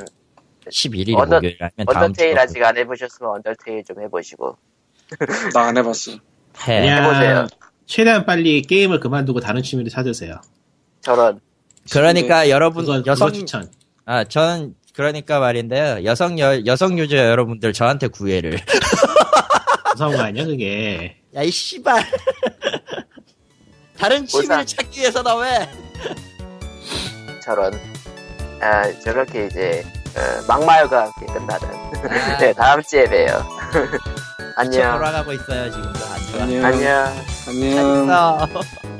[SPEAKER 2] 11일이
[SPEAKER 1] 언더-
[SPEAKER 2] 목요일 하면 네, 다음 주
[SPEAKER 1] 언더테일 아직 안 해보셨으면 언더테일 좀 해보시고.
[SPEAKER 4] 나 안 해봤어.
[SPEAKER 2] 해.
[SPEAKER 1] 해보세요.
[SPEAKER 3] 그냥 예. 최대한 빨리 게임을 그만두고 다른 취미를 찾으세요.
[SPEAKER 1] 저런.
[SPEAKER 2] 그러니까 여러분
[SPEAKER 3] 그거,
[SPEAKER 2] 여성
[SPEAKER 3] 그거 추천.
[SPEAKER 2] 아, 전 그러니까 말인데요. 여성 여, 여성 유저 여러분들 저한테 구애를.
[SPEAKER 3] 무서운 거 아니야 그게.
[SPEAKER 2] 야, 이 씨발. 다른 취미를
[SPEAKER 1] 울산.
[SPEAKER 2] 찾기 위해서 나 왜?
[SPEAKER 1] 저런. 아, 저렇게 이제 어, 막말과 함께 끝나는.
[SPEAKER 2] 아.
[SPEAKER 1] 네, 다음 주에 봬요. 안녕.
[SPEAKER 2] 돌아가고 있어요, 지금도. 안 좋아.
[SPEAKER 4] 안녕.
[SPEAKER 1] 안녕.
[SPEAKER 4] 안녕.
[SPEAKER 2] 잘 있어.